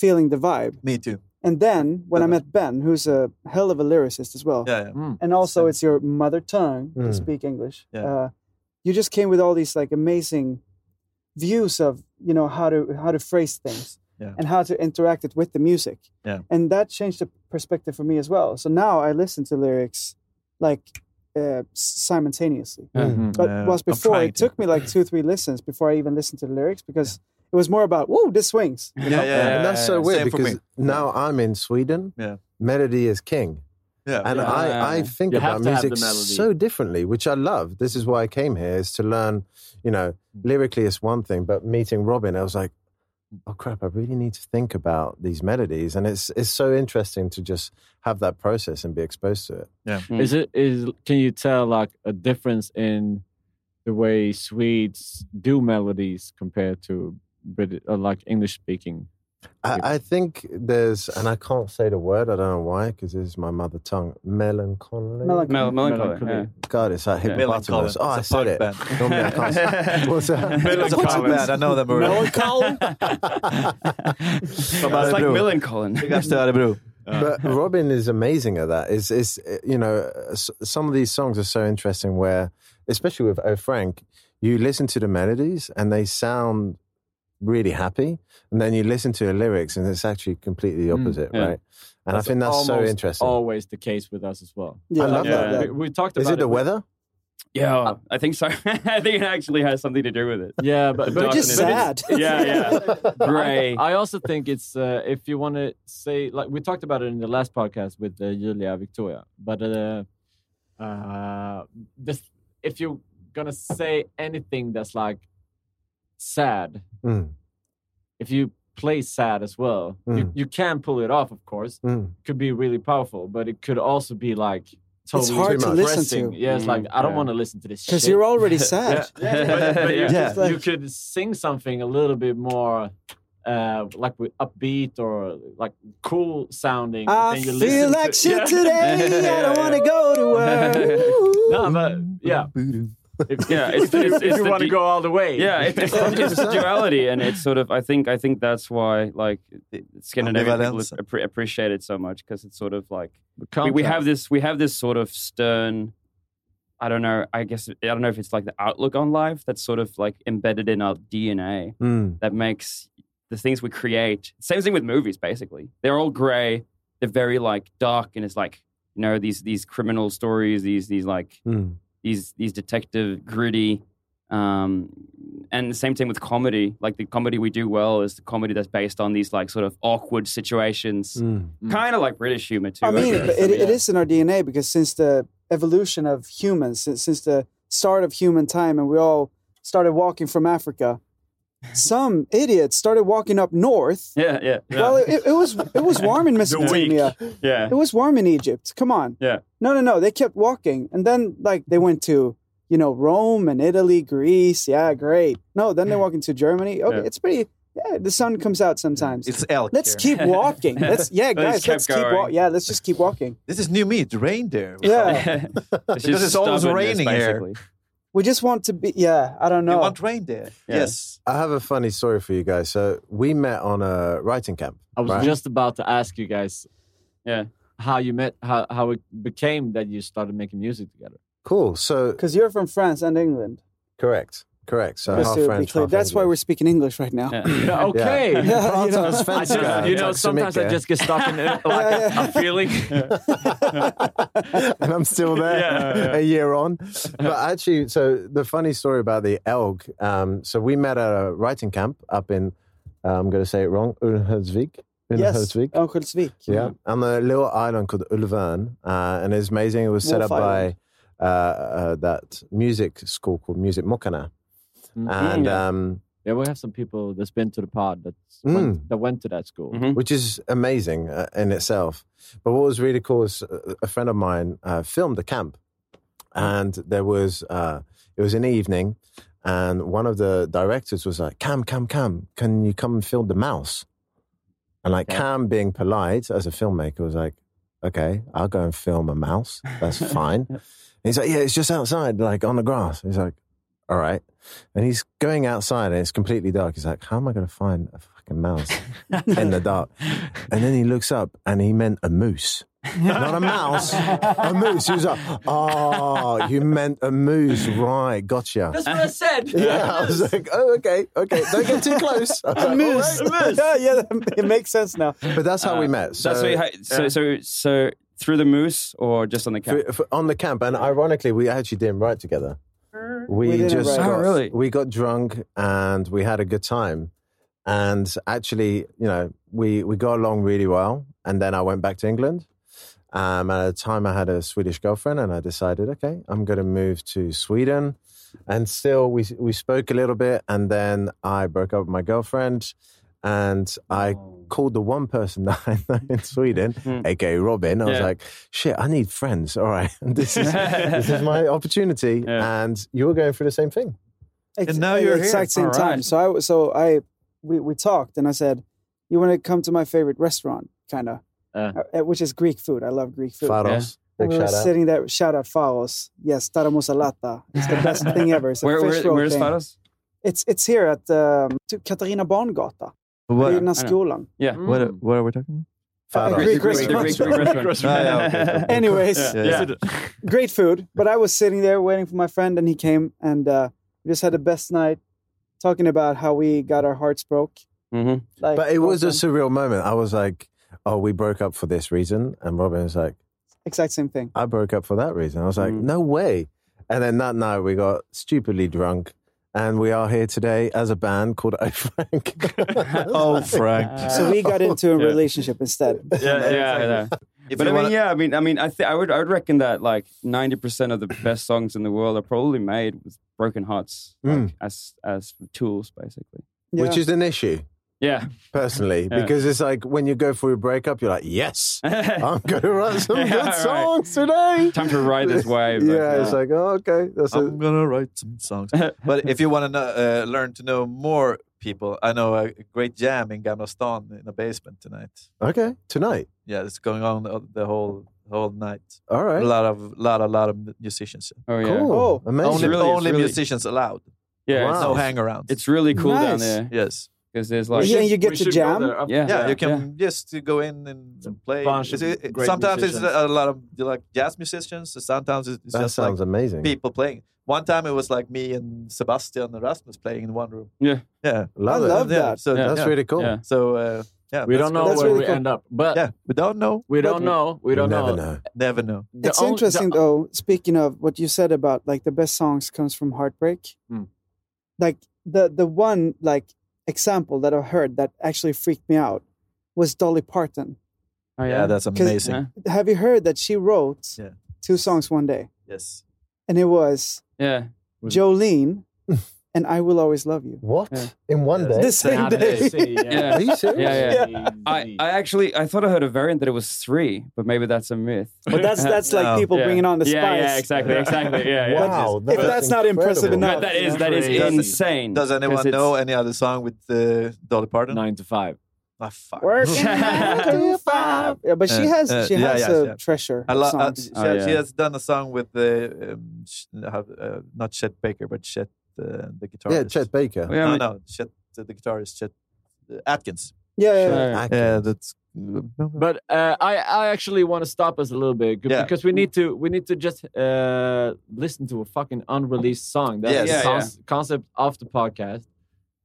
H: feeling the vibe.
G: Me too.
H: And then when I
G: Yeah.
H: met Ben, who's a hell of a lyricist as well,
G: Uh-huh. Yeah, yeah.
H: and also it's your mother tongue to
I: Mm.
H: speak English.
G: Yeah.
H: Uh, you just came with all these like amazing views of you know how to how to phrase things
G: Yeah.
H: and how to interact it with the music.
G: Yeah.
H: And that changed the perspective for me as well. So now I listen to lyrics like uh, simultaneously. But
G: Uh,
H: was
G: I'm
H: before
G: trying
H: it
G: to.
H: took me like two three listens before I even listened to the lyrics because it was more about whoa this swings.
G: Yeah, yeah, yeah.
I: and that's so
G: yeah.
I: weird
G: Same for
I: because
G: me.
I: now I'm in Sweden.
G: Yeah.
I: Melody is king.
G: Yeah.
I: And
A: Yeah.
I: I, I
A: You
I: think
C: have
I: about
C: to have the
I: music
C: melody.
I: so differently, which I love. This is why I came here, is to learn, you know,
G: Mm.
I: lyrically it's one thing, but meeting Robin, I was like, oh crap, I really need to think about these melodies. And it's it's so interesting to just have that process and be exposed to it.
A: Mm.
C: Is it is can you tell like a difference in the way Swedes do melodies compared to Brit or like English speaking? Yeah.
I: I, I think there's, and I can't say the word, I don't know why, because this is my mother tongue, melancholy.
H: Melancholy.
A: Mel- melancholy.
C: Melancholy.
I: God, it's like
A: Yeah.
I: hippopotamus. Oh, I
G: It's a
I: said it.
G: punk
I: Normally I can't say-
A: yeah.
I: What's that?
G: It's a punk band. I know them already. [LAUGHS]
K: [LAUGHS]
A: Melancholy. it's like
G: Örebro.
A: melancholy.
G: Big ups to Örebro.
I: but Robin is amazing at that. It's, it's uh, you know, uh, s- some of these songs are so interesting where, especially with O Frank, you listen to the melodies and they sound really happy, and then you listen to the lyrics and it's actually completely the
C: Mm,
I: opposite,
A: yeah.
I: right? And I think that's so
C: almost
I: interesting.
C: Always the case with us as well.
H: Yeah,
I: I love
H: yeah,
I: that.
H: yeah.
C: We, we talked about
I: Is it the
C: with-
I: weather?
A: Yeah, I think so. [LAUGHS] I think it actually has something to do with it. [LAUGHS]
C: Yeah, but, but
A: It's
H: just
C: but it's-
H: sad.
A: Yeah,
D: [LAUGHS]
A: yeah. Gray.
C: I also think it's uh, if you want to say like we talked about it in the last podcast with uh, Julia Victoria, but uh, uh, this if you're gonna say anything that's like sad,
I: Mm,
C: if you play sad as well, you,
I: Mm.
C: you can pull it off. Of course,
I: mm.
C: could be really powerful, but it could also be like totally
H: hard
I: to
H: listen
C: depressing.
H: to.
C: Yeah, it's like
A: Mm,
C: I don't
A: yeah.
C: want to listen to this
H: Because
C: shit.
H: you're
C: [LAUGHS]
H: already sad.
C: but, but you,
A: Yeah.
C: just-
H: Yeah.
C: you could sing something a little bit more uh, like with upbeat or like cool sounding. and
H: I
C: then you
H: feel
C: listen
H: like
C: to-
H: shit
C: Yeah.
H: today. I
C: [LAUGHS]
H: don't want to go to work.
C: No, but yeah, if,
A: Yeah,
C: if, if
A: it's- [LAUGHS]
C: you,
A: it's- it's the
C: want to
A: de-
C: go all the way,
A: Yeah,
H: [LAUGHS]
C: [LAUGHS]
A: it, it's, it's the duality, and it's sort of. I think. I think that's why, like, Scandinavian people
G: Ambivalence.
A: appre- appreciate it so much because it's sort of like we,
C: Contrast.
A: we have this. We have this sort of stern. I don't know. I guess I don't know if it's like the outlook on life that's sort of like embedded in our DNA
C: Hmm.
I: Mm.
A: that makes the things we create. Same thing with movies. Basically, they're all gray. They're very like dark, and it's like you know these these criminal stories. These these like
I: Mm.
A: these these detective gritty um and the same thing with comedy like the comedy we do well is the comedy that's based on these like sort of awkward situations
I: Mm.
A: kind of like british humor too
H: Hmm. I mean,
A: guess.
H: it, it, it is in our DNA because since the evolution of humans, since, since the start of human time, and we all started walking from Africa, some idiots started walking up north.
A: yeah yeah
H: [LAUGHS]
A: yeah
H: Well, it, it was it was warm
G: [LAUGHS]
H: in Mesopotamia.
A: yeah
H: uh, It was warm in Egypt. Come on.
A: Yeah.
H: No, no, no. They kept walking, and then like they went to you know Rome and Italy, Greece. Yeah, great. No, then they
A: [LAUGHS]
H: walk into Germany. Okay,
A: Yeah.
H: it's pretty. Yeah, the sun comes out sometimes.
G: It's elk.
H: Let's
G: here.
H: keep
A: [LAUGHS]
H: walking.
G: [LAUGHS]
H: Let's yeah,
A: Let's
H: guys.
A: keep
H: Let's keep, walking.
A: going.
H: Yeah, let's just keep walking.
G: This is new meat, reindeer.
H: Yeah,
G: [LAUGHS]
A: it's
G: Because it's always
A: stubbornness,
G: raining here.
A: basically.
H: we just want to be. Yeah, I don't
G: You
H: know.
G: want reindeer?
A: Yeah.
G: Yes.
I: I have a funny story for you guys. So we met on a writing camp.
C: I was
I: right?
C: just about to ask you guys,
A: Yeah.
C: how you met, how how it became that you started making music together.
I: cool. So
H: Because you're from France and England.
I: correct, correct. So
H: Just
I: half
H: to be
I: French,
H: clear.
I: half
H: That's why
I: English.
H: we're speaking English right now. [LAUGHS]
A: Yeah.
C: Yeah, okay.
H: Yeah, you
I: Pratar
H: know. uh,
C: I
I: svenska.
C: just, you know,
I: Tack så
C: sometimes I
I: mycket.
C: just get stuck [LAUGHS] in it, like
H: Yeah,
C: a, a feeling.
I: [LAUGHS] and I'm still there
A: Yeah, yeah.
I: [LAUGHS] a year on. But actually, so the funny story about the elk. Um, so we met at a writing camp up in, uh, I'm going to say it wrong, Ulhösvik.
H: Yes,
C: [LAUGHS]
H: Örnsköldsvik.
I: Yeah, on a little island called Ulvön, uh, and it's amazing. It was set
H: Wolf
I: up
H: Island.
I: by uh, uh, that music school called Music Mokana,
C: Mhm.
I: and
A: Yeah.
I: um,
C: Yeah, we have some people that's been to the pod that's
I: Mm.
C: went, that went to that school.
A: Mhm.
I: which is amazing uh, in itself. But what was really cool is uh, a friend of mine uh, filmed the camp, and there was uh, it was an evening, and one of the directors was like, "Cam, Cam, Cam, can you come and film the mouse?" And like Cam, being polite as a filmmaker, was like, okay, I'll go and film a mouse.
C: [LAUGHS]
I: That's fine. And he's like, yeah, it's just outside, like on the grass. He's like, all right. And he's going outside and it's completely dark. He's like, how am I going to find a fucking mouse in the dark? And then he looks up and he meant a moose. Not a
C: [LAUGHS]
I: mouse, a moose. He was like, oh, you meant a moose. Right, gotcha.
C: That's what I said.
I: [LAUGHS] Yeah, I was like, oh, okay, okay. Don't get too
C: [LAUGHS]
I: close. I was like, all right.
H: [LAUGHS] yeah, yeah, that- it makes sense now.
I: But that's how we
C: Uh,
I: met. So,
A: Uh, That's what you ha- so so so through the moose or just on the camp?
I: f- f- on the camp, and ironically, we actually didn't write together. We,
H: We didn't
I: just
H: write.
I: got,
A: Oh, really?
I: we got drunk and we had a good time, and actually, you know, we we got along really well. And then I went back to England. Um, and at the time, I had a Swedish girlfriend, and I decided, okay, I'm going to move to Sweden. And still, we we spoke a little bit, and then I broke up with my girlfriend, and I
A: Oh.
I: called the one person [LAUGHS] that I know in Sweden, aka Robin. I was
A: Hmm. Yeah.
I: like, shit, I need friends. All right, [LAUGHS] [LAUGHS] this is this
A: [LAUGHS]
I: is my opportunity,
A: Yeah.
I: and you were going through the same thing.
H: Ex-
G: And now you're here.
H: exact same
A: All
H: time.
A: right.
H: So I w- so I we we talked and I said, "You want to come to my favorite restaurant, kind of,
C: Uh.
H: which is Greek food. I love Greek food."
I: Faros,
H: And
I: big
H: we were
I: shout out.
H: sitting there. Shout out Faros. Yes, Taramusalata. It's the best thing ever. It's a
A: Where,
H: fish
A: where,
H: roll
A: where's
H: thing.
A: Faros?
H: It's it's here at um, to Katarina Barngata.
G: What,
H: Vid
A: I know.
H: Naskolan.
A: Yeah.
G: what, what are we talking
H: Uh,
I: Faros.
H: Mm. Greek
A: The Mm. Greek- the
H: restaurant.
A: Greek- the Greek
G: [LAUGHS]
A: restaurant.
G: Ah, yeah, okay, okay.
H: [LAUGHS] Anyways,
A: Yeah.
G: about?
A: Yeah.
H: [LAUGHS] great food. But I was sitting there waiting for my friend, and he came, and uh, we just had the best night talking about how we got our hearts broke.
A: Mhm.
H: Like,
I: But it was a
H: girlfriend.
I: surreal moment. I was like, oh, we broke up for this reason, and Robin was like.
H: exact same thing.
I: I broke up for that reason. I was like,
A: Mm.
I: no way. And then that night we got stupidly drunk. And we are here today as a band called [LAUGHS] Oh Frank. [LAUGHS]
H: [LAUGHS]
G: Oh, Frank.
H: So we got into a
A: [LAUGHS] Yeah.
H: relationship instead.
A: Yeah, yeah, yeah.
G: If
A: But
G: you
A: I mean,
G: wanna-
A: yeah, I mean, I mean, I think I would, I would reckon that like ninety percent of the best songs in the world are probably made with broken hearts, like,
I: Mm.
A: as as tools, basically.
H: Hmm. Yeah.
I: Which is an issue,
A: Yeah,
I: personally,
A: Yeah.
I: because it's like when you go through a breakup, you're like,
D: [LAUGHS]
I: yes, I'm going to write some
A: Yeah,
I: good
A: right.
I: songs today.
A: time to ride this wave.
I: yeah,
A: like,
I: it's like, oh, okay. That's
G: I'm
I: it.
G: gonna write some songs. [LAUGHS] but if you want to uh, learn to know more people, I know a great jam in Gamla Stan in the basement tonight.
I: Okay, tonight.
G: Yeah, it's going on the- the whole whole night.
I: All right.
G: A lot of lot a lot of musicians.
A: oh yeah,
I: Cool.
H: Oh,
I: Amazing.
G: Only
A: really- it's
G: only
A: really-
G: musicians allowed.
A: yeah.
I: Wow.
A: It's,
G: No hangarounds.
A: it's really cool down
H: Nice.
A: there
G: yes.
A: because there's
H: Yeah,
A: like
H: and you get
C: We
H: to
C: should go
H: jam.
C: there.
A: Yeah.
G: Yeah, you can just go in and
C: a
G: play.
C: bunch of
G: It's- it-
C: great
G: sometimes it's
C: musicians.
G: a lot of like jazz musicians. Sometimes it's it's
I: That
G: just like
I: sounds amazing.
G: people playing. One time it was like me and Sebastian and Rasmus playing in one room.
A: Yeah.
G: Yeah.
I: Love
H: I
I: it.
H: love
G: yeah,
H: that.
G: So,
A: Yeah.
I: That's
G: yeah.
I: really cool.
A: Yeah.
G: So, uh, yeah.
C: We
G: that's
C: don't know
G: cool.
H: That's
C: where
H: really
C: we
H: cool.
C: end up, but
G: Yeah. We don't know.
C: we
H: But
C: don't know. We don't
I: you never
C: know.
I: know.
G: Never know.
C: The
H: It's
C: only- the-
H: interesting though. Speaking of what you said about like the best songs comes from heartbreak,
D: Oh,
C: Mm.
H: like the the one like example that I heard that actually freaked me out was Dolly Parton.
A: oh,
G: Yeah, that's amazing.
A: Yeah.
H: Have you heard that she wrote
G: Yeah.
H: two songs one day,
G: Yes.
H: and it was
A: yeah.
C: Was-
H: Jolene and I Will Always Love You.
I: What?
A: Yeah.
I: In one
G: Yeah.
I: day?
H: The same day. [LAUGHS]
A: Yeah.
I: Are you serious?
A: Yeah, yeah. I, I actually I thought I heard a variant that it was three, but maybe that's a myth.
H: But that's that's
A: [LAUGHS]
G: No.
H: like people
A: Oh. Yeah.
H: bringing on the
A: yeah,
H: spice.
A: yeah, exactly, exactly. Yeah, yeah.
I: Wow.
H: If that's not impressive
I: incredible.
H: enough.
A: But that is that is
G: Does-
A: insane.
G: Does anyone
A: 'cause it's-
G: know any other song with uh, Dolly Parton?
C: Nine to five.
G: Ah, fuck.
H: Working nine to five. Yeah, but she
G: Uh,
H: has
G: uh,
H: she
G: yeah,
H: has
G: yes,
H: a
G: yeah.
H: treasure.
G: I
H: of
G: love. Uh,
H: songs.
G: she,
A: Oh,
G: she
A: yeah.
G: has done a song with uh, um, sh- uh, uh, not Chet Baker, but Chet uh, the guitarist.
I: Yeah, Chet Baker.
A: Yeah,
G: no,
A: but-
G: no, Chet uh, the guitarist, Chet uh, Atkins.
H: yeah, yeah, yeah.
A: Sure.
I: Atkins.
G: Yeah, that's.
C: But uh, I, I actually want to stop us a little bit
G: Yeah.
C: because we need to we need to just uh, listen to a fucking unreleased song. That's
G: Yes.
C: the
A: Yeah,
C: cons- concept of the podcast.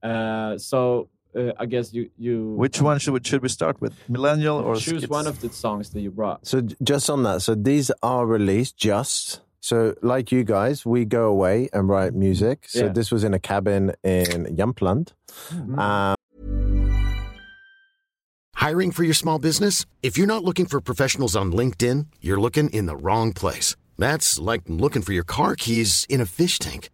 C: Uh, so uh, I guess you you
G: Which one should we, should we start with? Millennial or
C: choose
G: Skits?
C: one of the songs that you brought.
I: So j- just on that, so these are released just. So like you guys, we go away and write music. So
C: Yeah.
I: this was in a cabin in Jämtland. Um,
L: Hiring for your small business? If you're not looking for professionals on LinkedIn, you're looking in the wrong place. That's like looking for your car keys in a fish tank.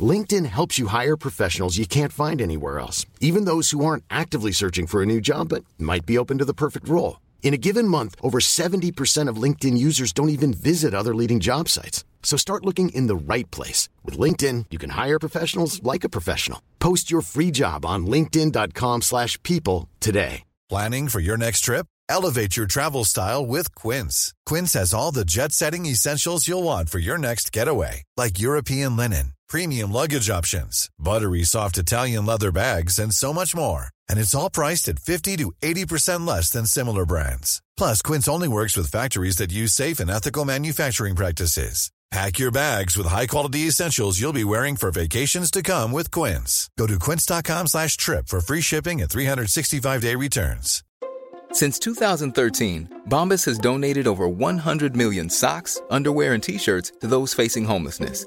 L: LinkedIn helps you hire professionals you can't find anywhere else, even those who aren't actively searching for a new job but might be open to the perfect role. In a given month, over 70% of LinkedIn users don't even visit other leading job sites. So start looking in the right place. With LinkedIn, you can hire professionals like a professional. Post your free job on linkedin.com/people slash people today.
M: Planning for your next trip? Elevate your travel style with Quince. Quince has all the jet setting essentials you'll want for your next getaway, like European linen, premium luggage options, buttery soft Italian leather bags, and so much more. And it's all priced at 50 to 80% less than similar brands. Plus, Quince only works with factories that use safe and ethical manufacturing practices. Pack your bags with high-quality essentials you'll be wearing for vacations to come with Quince. Go to quince.com slash trip for free shipping and 365-day returns.
N: Since 2013, Bombas has donated over 100 million socks, underwear, and t-shirts to those facing homelessness.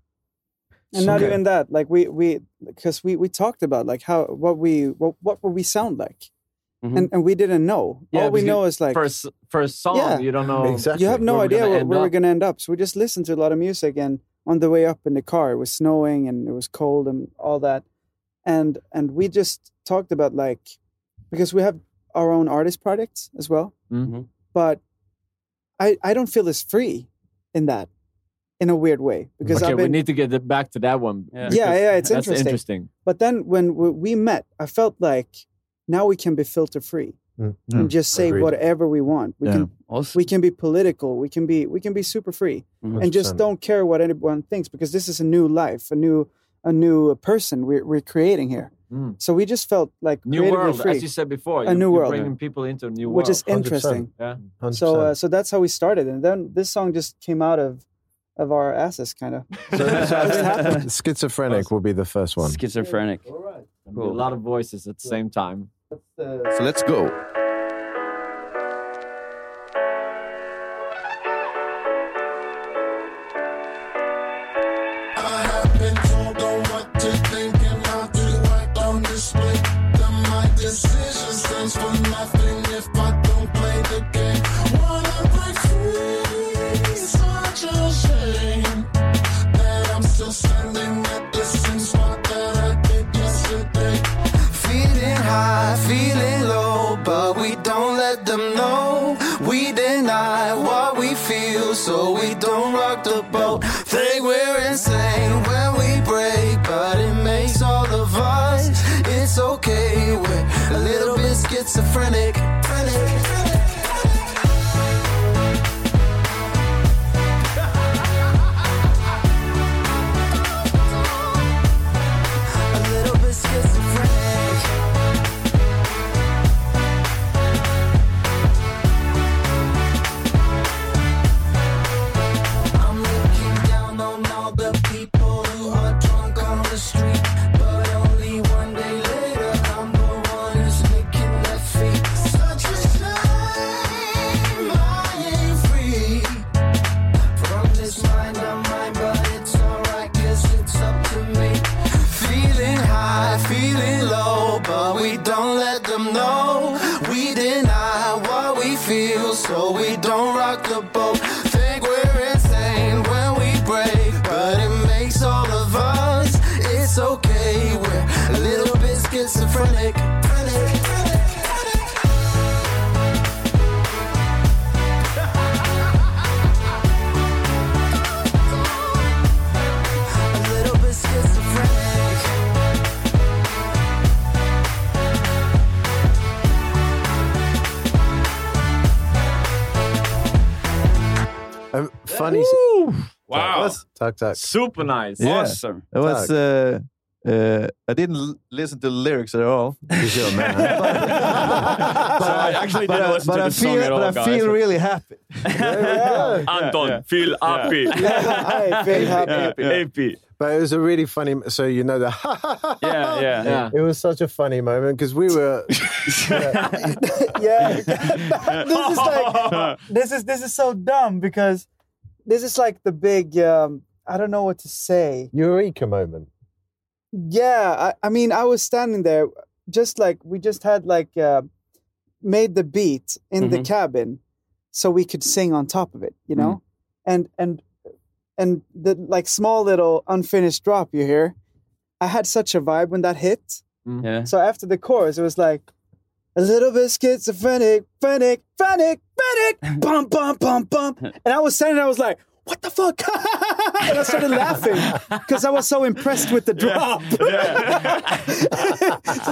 H: and not
I: Okay.
H: even that like we we because we we talked about like how what we what, what would we sound like and and we didn't know all we
C: Mm-hmm. because
H: know is like
C: first first song.
H: Yeah.
C: You don't know
H: you have no
C: where we're
H: idea
C: gonna
H: where,
C: end
H: where we're
C: up.
H: going to end up so we just listened to a lot of music and on the way up in the car it was snowing and it was cold and all that and and we just talked about like because we have our own artist projects as well
J: Mm-hmm.
H: but i i don't feel as free in that in a weird way because
C: okay,
H: i've been
C: we need to get the- back to that one.
H: yeah,
C: because
H: yeah, it's
C: that's
H: interesting. But then when we, we met, I felt like now we can be filter free and just say
C: Agreed.
H: whatever we want. We
C: Yeah.
H: can we can be political. We can be we can be super free and just
C: 100%.
H: don't care what anyone thinks because this is a new life, a new a new person we're we're creating here.
C: Mm.
H: So we just felt like
C: New
H: creatively
C: world,
H: free.
C: as you said before.
H: A
C: you're,
H: new
C: you're
H: world.
C: bringing people into a new world,
H: Which is 100%. interesting.
C: Yeah.
H: So uh, so that's how we started, and then this song just came out of of our asses, kind of.
I: [LAUGHS] Schizophrenic will be the first one.
A: Schizophrenic.
C: A lot of voices at the same time.
H: uh,
I: So let's go.
A: Oh,
D: Feeling high, feeling low, but we don't let them know. We deny what we feel, so we don't rock the boat. Think we're insane when we break, but it makes all of us. It's okay, we're a little bit schizophrenic. A little bit schizophrenic. I'm looking down on all the people who are drunk on the street. But only one day later, I'm the one who's licking their feet. Such a shame I ain't free. From this mind, I'm mine, but it's alright, cause it's up to me.
O: Feeling
D: high, feeling low, but we don't let them know. We deny what we feel, so we don't rock the boat. Think we're insane when we break, but it makes all of us. It's okay, we're a little bit schizophrenic. A little bit schizophrenic.
I: Um, funny.
C: Wow.
I: Tuck, tuck.
C: Super nice.
G: It was.
I: Tuck.
G: Uh, uh, I didn't l- listen to the lyrics at
A: [LAUGHS]
G: all. [LAUGHS]
A: so I actually didn't listen
G: but I
A: to the song
G: feel,
A: at all,
G: but I
A: guys.
G: feel really happy.
I: Anton, feel happy.
H: I feel happy.
I: But it was a really funny. So you know the [LAUGHS] ha ha ha.
A: Yeah,
C: [LAUGHS]
A: yeah. Yeah.
I: It was such a funny moment because we were.
H: yeah. [LAUGHS] this is like this is this is so dumb because this is like the big um I don't know what to say.
I: Eureka moment.
H: Yeah, I, I mean I was standing there just like we just had like uh made the beat in the
I: Mhm.
H: cabin so we could sing on top of it, you know, and and and the like small little unfinished drop you hear. I had such a vibe when that hit.
A: Yeah.
H: So after the chorus, it was like a little bit schizophrenic, panic, panic, panic, bump, bump, bump, bump. And I was standing there, I was like, what the fuck? [LAUGHS] and I started laughing because I was so impressed with the drop. [LAUGHS] so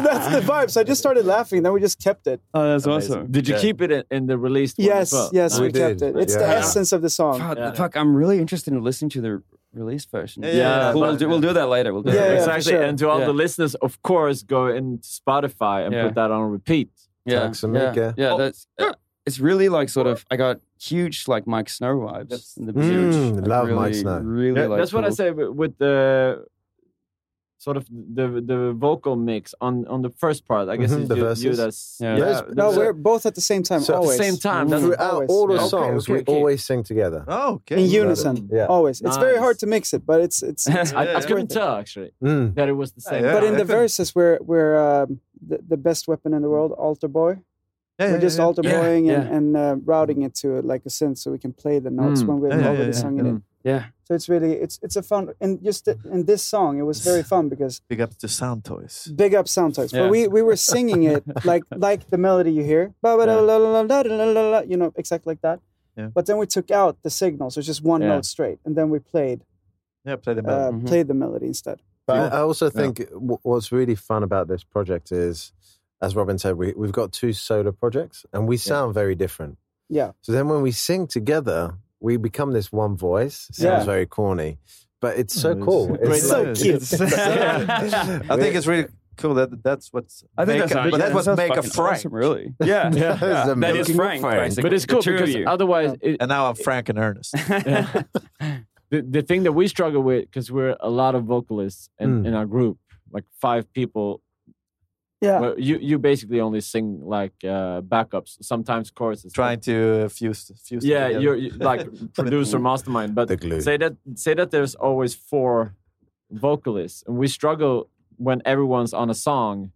H: that's the vibe. So I just started laughing. Then we just kept it.
A: Oh, that's
C: Amazing.
A: awesome.
C: Did you
A: Yeah.
C: keep it in- in the released one
H: Yes,
C: as well?
H: yes, we, kept it. It's the
A: Yeah.
H: essence of the song.
A: Fuck, fuck, I'm really interested in listening to the release version.
C: Yeah, yeah,
A: Cool,
C: yeah.
A: we'll, do, we'll do that later. We'll do that later.
C: exactly. And to all
A: Yeah.
C: the listeners, of course, go into Spotify and
A: Yeah.
C: put that on repeat.
A: Yeah, yeah, yeah. That's uh, it's really like sort of. I got huge like Mike Snow vibes. in
I: Mm,
A: the huge,
C: Mm,
A: like, really, Really,
C: Yeah,
A: like
C: that's what I
A: cool.
C: say with, with the sort of the the vocal mix on on the first part. I guess
I: Mhm,
C: it's
I: the
C: you, you
I: verses.
C: that's
I: Yeah.
C: yeah,
I: Those-
H: No,
C: so-
H: we're both at the same time.
I: So-
H: always.
C: Same time, that's-
I: Throughout all the
C: Yeah. Okay,
I: songs,
C: okay,
I: we
C: okay.
I: always sing together.
G: Oh,
C: okay.
H: In unison,
I: Yeah.
H: always. It's very
C: Nice.
H: hard to mix it, but it's [LAUGHS] it's. it's
C: [LAUGHS] I, I
H: it's
C: couldn't
H: worth it.
C: tell actually
I: Mm.
C: that it was the same.
H: but in the
C: verse.
H: verses, we're we're um, the, the best weapon in the world, altar boy.
G: Yeah,
H: we're
G: yeah,
H: just
G: yeah.
H: altar
G: Yeah,
H: boying
G: yeah.
H: and, and uh, routing it to like a synth, so we can play the notes
A: Mm.
H: when we're
A: Yeah, yeah,
H: already
A: yeah,
H: sung
A: yeah.
H: it
I: Mm.
H: in.
A: Yeah.
H: So it's really it's it's a fun and just th- in this song, it was
I: [LAUGHS]
H: very fun because
G: Big up to Sound Toys.
H: big up sound toys,
G: Yeah.
H: but we we were singing
I: [LAUGHS]
H: it like like the melody you hear, Ba-ba-da-la-la-la-la-la-la-la, you know, exactly like that.
G: Yeah.
H: But then we took out the signals, so it's just one
I: Yeah.
H: note straight, and then we played
G: Yeah, play the
H: uh,
I: melody. Mhm.
H: played the melody instead.
I: But I also think w- what's really fun about this project is, as Robin said, we, we've got two solo projects and we sound very different.
H: Yeah.
I: So then when we sing together, we become this one voice. Sounds
H: Yeah.
I: very corny, but it's so cool.
G: Great idea.
I: [LAUGHS]
G: [LAUGHS] I think
A: [LAUGHS]
G: it's really cool that that's what's.
I: I think
G: make,
I: that's
G: but
I: actually-
G: that's what
I: that's
G: make a
I: fucking
G: Frank.
I: awesome, really.
G: [LAUGHS]
A: Yeah.
G: yeah.
A: That is That is amazing. Frank, basically,
C: But it's
A: the
C: cool
A: two of
C: because
A: you.
C: otherwise,
G: and now I'm Frank
C: [LAUGHS]
G: in earnest.
C: the, the thing that we struggle with because we're a lot of vocalists in,
H: Hmm.
G: Mm.
C: in our group, like five people.
H: Yeah,
C: well, you you basically only sing like uh, backups, sometimes choruses.
G: Trying to uh, fuse, fuse.
C: yeah,
G: together.
C: you're you-
G: [LAUGHS]
C: like producer mastermind, but say that say that there's always four vocalists, and we struggle when everyone's on a song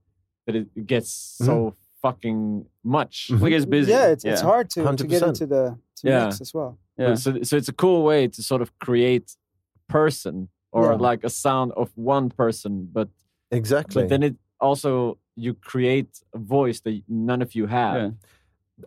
C: that it gets so fucking much.
H: Mm-hmm.
I: Mm-hmm.
H: Yeah, it's, it's hard to, to get
C: 100%.
H: into the to mix as well.
C: But So, so it's a cool way to sort of create a person or
H: Yeah.
C: like a sound of one person, but
I: exactly.
C: But then it also you create a voice that none of you have.
H: Um,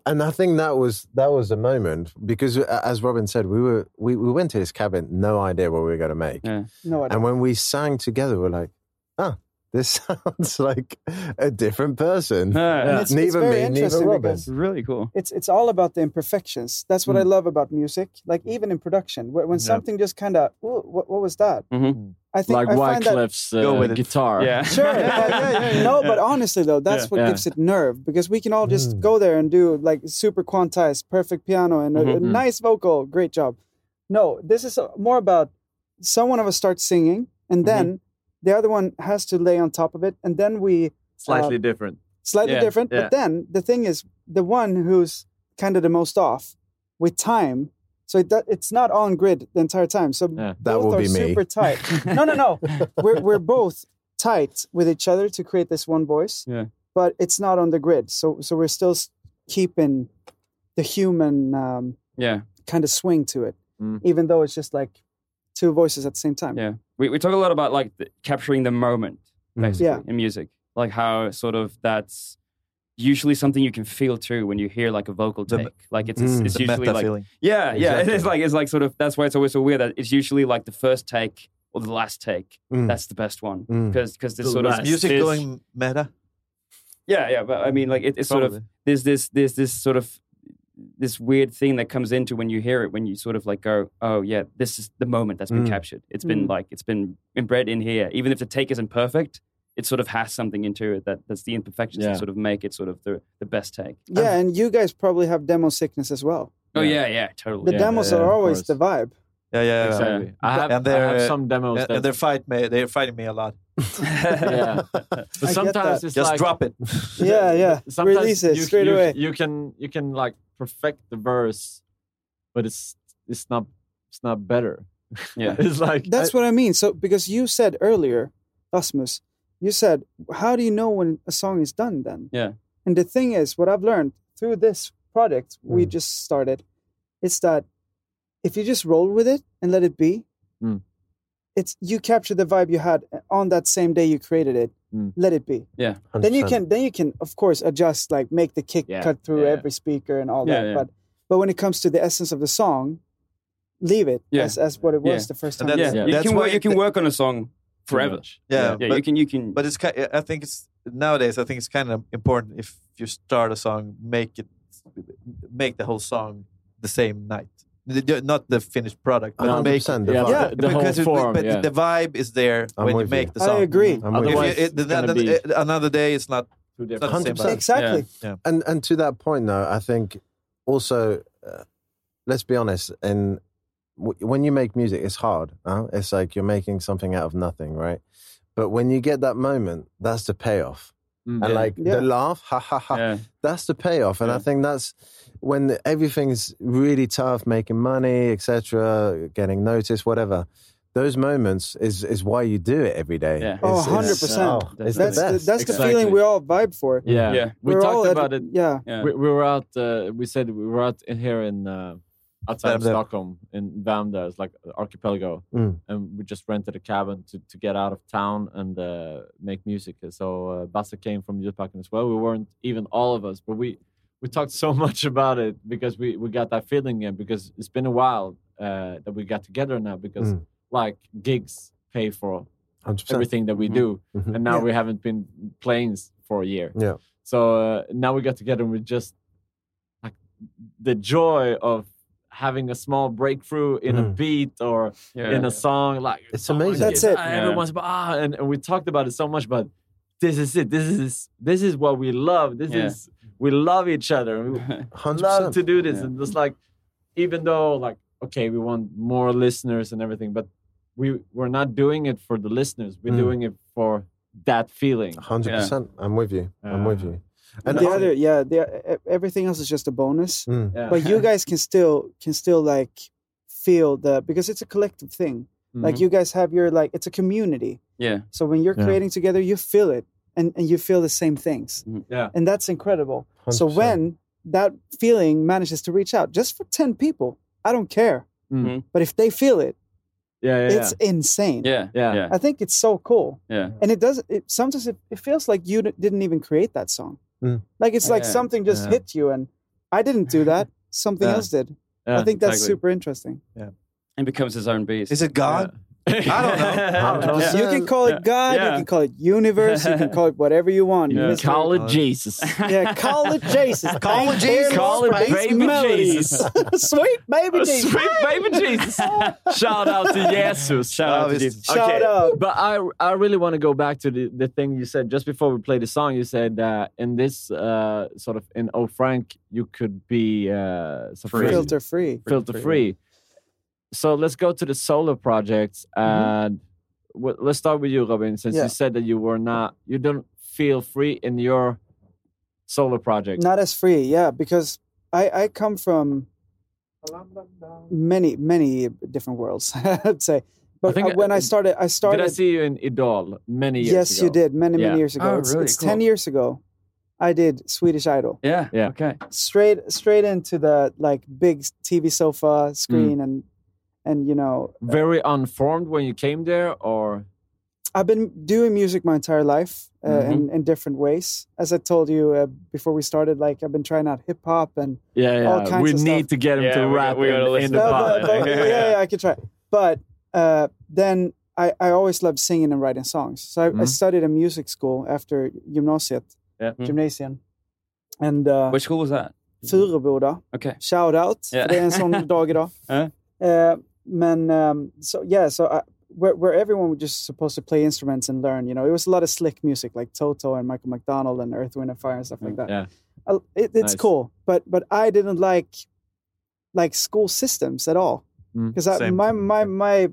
I: and I think that was that was a moment because, uh, as Robin said, we were we, we went to this cabin, no idea what we were going to make.
H: No, I
I: And when we sang together, we're like, ah, this [LAUGHS] sounds like a different person.
H: And it's, it's
I: neither
H: very
I: me, neither
H: interesting
I: Robin.
H: because
A: really cool.
H: It's it's all about the imperfections. That's
I: Mm.
H: what I love about music. Like even in production, when, when something just kind of, what, what was that?
A: Mm-hmm.
H: I think
C: like
H: I find that-
C: Wyclef's uh, guitar.
H: Sure. but-
C: [LAUGHS]
H: No, but honestly though, that's
C: Yeah.
H: what
C: Yeah.
H: gives it nerve because we can all just go there and do like super quantized, perfect piano and a, a
A: Mhm.
C: Mm-hmm.
H: nice vocal, great job. No, this is uh, more about someone of us starts singing and
C: Mm-hmm.
H: then the other one has to lay on top of it and then we
C: slightly
H: uh,
C: different.
H: slightly
C: Yeah,
H: different.
C: yeah.
H: But then the thing is, the one who's kind of the most off with time, so it, do- it's not on grid the entire time. So
I: That
H: both
I: will
H: are
I: be me.
H: super tight. no, no,
I: [LAUGHS]
H: no. We're we're both tight with each other to create this one voice.
A: Yeah.
H: But it's not on the grid, so so we're still s- keeping the human um,
A: Yeah.
H: kind of swing to it,
A: Mm.
H: even though it's just like two voices at the same time.
A: Yeah. We, we talk a lot about like the, capturing the moment,
G: Mm-hmm.
H: Mm.
A: basically,
H: Yeah.
A: in music. Like how sort of that's usually something you can feel too when you hear like a vocal
G: The
A: take.
G: me-
A: like it's, it's,
G: Mm.
A: it's
G: The
A: usually
G: meta
A: like,
G: feeling.
A: yeah, yeah.
G: Exactly.
A: It's like, it's like sort of, that's why it's always so weird that it's usually like the first take or the last take.
G: Mm.
A: That's the best one.
G: Mm.
A: Because because there's
G: The
A: sort
G: last.
A: of
G: music
A: there's-
G: going meta.
A: yeah, yeah, but I mean, like it, it's sort of
G: Probably.
A: there's this there's this sort of this weird thing that comes into when you hear it when you sort of like go, oh yeah, this is the moment that's been
I: Mm.
A: captured. It's been
I: Mm.
A: like it's been inbred in here. Even if the take isn't perfect, it sort of has something into it that that's the imperfections
H: Yeah.
A: that sort of make it sort of the the best take.
H: Yeah, and you guys probably have demo sickness as well.
A: Oh yeah, yeah, totally.
H: The demos are always the vibe.
G: Yeah, yeah, yeah.
A: Exactly.
C: I have- I
G: they're,
C: have
G: uh,
C: some demos
G: And,
C: that-
G: and they're fight me. They're fighting me a lot.
C: yeah. But
G: I get
C: sometimes
G: that.
C: it's
G: Just
C: like,
G: drop it.
H: [LAUGHS] Yeah, yeah.
C: [LAUGHS] Sometimes
H: Release it
C: you,
H: straight
C: you, [LAUGHS]
H: away.
C: You can you can like perfect the verse, but it's it's not it's not better.
A: Yeah,
C: [LAUGHS] it's like
H: that's what I mean. So because you said earlier, Osmus, you said, how do you know when a song is done? Then,
A: Yeah.
H: and the thing is, what I've learned through this project we
C: Mm.
H: just started, it's that if you just roll with it and let it be,
C: Mm.
H: it's you capture the vibe you had on that same day you created it.
C: Mm.
H: Let it be.
A: Yeah.
H: Then you can then you can of course adjust like make the kick
A: Yeah,
H: cut through
A: yeah, yeah.
H: every speaker and all
A: Yeah,
H: that.
A: yeah.
H: But but when it comes to the essence of the song, leave it
A: Yeah.
H: as as what it was the first time.
A: And that's-
H: you
A: you can work, you can
H: work.
A: work on a song forever.
G: Yeah,
A: yeah,
G: but-
A: you can you can.
G: But it's ki- I think it's nowadays. I think it's kind of important if you start a song, make it, make the whole song the same night. The- the- Not the finished product, but make
I: 100% the Yeah, vibe.
G: yeah,
I: the- the whole
G: because it-
I: form,
G: but
I: yeah.
G: the vibe is there
I: I'm
G: when you
I: with you.
G: make the
I: I
G: song.
I: agree. I'm with you.
G: If you, it,
I: Otherwise,
G: then,
I: it's gonna
G: then- another day, it's not. it's not the same
I: Hundred
G: vibe.
I: percent, And and to that point, though, I think also, uh, let's be honest. And w- when you make music, it's hard. Huh? It's like you're making something out of nothing, right? But when you get that moment, that's the payoff.
C: Mm.
I: and
C: Yeah.
I: like
C: Yeah.
I: the laugh, ha ha ha. That's the payoff, and I think that's when everything's really tough, making money, etc., getting noticed, whatever. Those moments is is why you do it every day.
H: Yeah.
I: It's-
H: Oh,
I: it's-
H: 100%.
I: oh, it's
H: that's
I: the
H: the,
I: best.
H: that's the feeling we all vibe for.
C: Yeah, We
H: We're all
C: talked
H: at-
C: about it.
H: Yeah.
C: we, we were out. Uh, we said we were out in here in uh, outside of
I: Värmdö.
C: Stockholm in Värmdö. It's like an archipelago,
I: Mm.
C: and we just rented a cabin to, to get out of town and uh, make music. And So uh, Basse came from Jutpacken as well. We weren't even all of us, but we we talked so [LAUGHS] much about it because we we got that feeling again. Because it's been a while uh, that we got together now. Because
I: Mm.
C: like gigs pay for
I: 100%.
C: everything that we
I: Mhm.
C: do,
I: Mhm.
C: and now
I: Yeah.
C: we haven't been playing s- for a year.
I: Yeah.
C: So uh, now we got together and we just like the joy of having a small breakthrough in a
I: Mm.
C: beat or
I: Yeah.
C: in a song. Like
I: It's
C: oh my
I: amazing. That's it.
C: God, Everyone's ah, and, and we talked about it so much, but this is it. This is this is what we love. This
I: Yeah.
C: is we love each other. We love
I: 100%.
C: to do this, and just like even though like okay, we want more listeners and everything, but we we're not doing it for the listeners. We're
I: Mm.
C: doing it for that feeling.
I: Hundred percent. I'm with you. I'm with you.
H: And the other, yeah, the, e- everything else is just a bonus.
I: Mm. Yeah.
H: But you guys can still can still like feel the because it's a collective thing. Like
A: Mhm.
H: you guys have your like it's a community.
A: yeah.
H: So when you're
A: Yeah.
H: creating together, you feel it and, and you feel the same things.
C: Yeah.
H: And that's incredible. So when that feeling manages to reach out just for 10 people, I don't care.
A: Mm-hmm.
C: Mhm.
H: But if they feel it,
C: Yeah, yeah,
H: it's
C: yeah.
H: insane.
A: Yeah, yeah, yeah.
H: I think it's so cool.
A: Yeah.
H: And it does it sometimes it, it feels like you d- didn't even create that song.
C: [LAUGHS]
I: Mm.
H: Like it's like
A: Yeah.
H: something just
A: Yeah.
H: hit you and I didn't do
A: [LAUGHS]
H: that. Something
A: Yeah.
H: else did.
A: Yeah,
H: I think that's
A: exactly.
H: super interesting.
G: Yeah.
A: And becomes his own beast.
G: Is it God?
A: I don't [LAUGHS]
H: You can call it God, you can call it universe, you
A: [LAUGHS]
H: can call it whatever you want.
A: Yeah.
H: Mr.
A: Call it [LAUGHS]
C: Jesus.
H: Yeah, call it Jesus.
A: Call it Jesus.
C: Call it baby Jesus.
H: [LAUGHS] Sweet baby Jesus.
C: [LAUGHS] Sweet baby
H: [LAUGHS]
C: Jesus. Shout out
G: [LAUGHS]
C: to Jesus. Shout
A: out to Jesus.
H: Shout out.
C: But I, I really want to go back to the, the thing you said just before we played the song. You said uh, in this uh, sort of in Oh Frank, you could be uh, so
H: Free. Filter free.
C: filter
H: Free.
C: free. So let's go to the solo projects and w- let's start with you, Robin, since
H: Mm-hmm. Yeah.
C: you said that you were not, you don't feel free in your solo project.
H: Not as free, yeah, because I, I come from many, many different worlds, [LAUGHS] I'd say. But
C: think
H: uh, when I started, I started.
C: Did I see you in Idol many years
H: yes,
C: ago?
H: you did many, many
C: Yeah.
H: years
A: Oh,
H: ago. it's it's 10 years ago. I did Swedish Idol.
A: Yeah.
C: Yeah.
A: Okay.
H: Straight straight into the like big TV sofa screen and and you know
C: Mm. Very unformed when you came there, or
H: I've been doing music my entire life uh, in,
C: Mhm.
H: in different ways. As I told you uh, before we started, like I've been trying out hip hop and all kinds
C: We
H: of stuff.
C: need to get him
A: Yeah,
C: to
A: we
C: rap
A: got- we
C: in,
A: gotta
C: in
A: listen
C: the
A: to
C: pod.
A: that. [LAUGHS]
H: yeah, Oh, yeah,
C: [LAUGHS]
H: yeah, I could try. But uh, then I, I always loved singing and writing songs. So I, I
A: Mhm.
H: studied in music school after gymnasiet,
A: Yeah. Mm-hmm.
H: gymnasium. And uh,
A: Which school was that?
H: Furuboda.
A: Okay.
H: Shout out.
A: Yeah.
H: för Det är en
A: [LAUGHS]
H: sån dag idag.
A: Ja.
H: Uh, men um, so yeah, so I, where, where everyone was just supposed to play instruments and learn, you know, it was a lot of slick music like Toto and Michael McDonald and Earth, Wind and Fire and stuff like
A: Mm-hmm.
H: that.
C: Yeah.
H: I- it, it's
C: Nice.
H: cool, but but I didn't like like school systems at all
C: Mm.
H: because I
C: Same.
H: my my my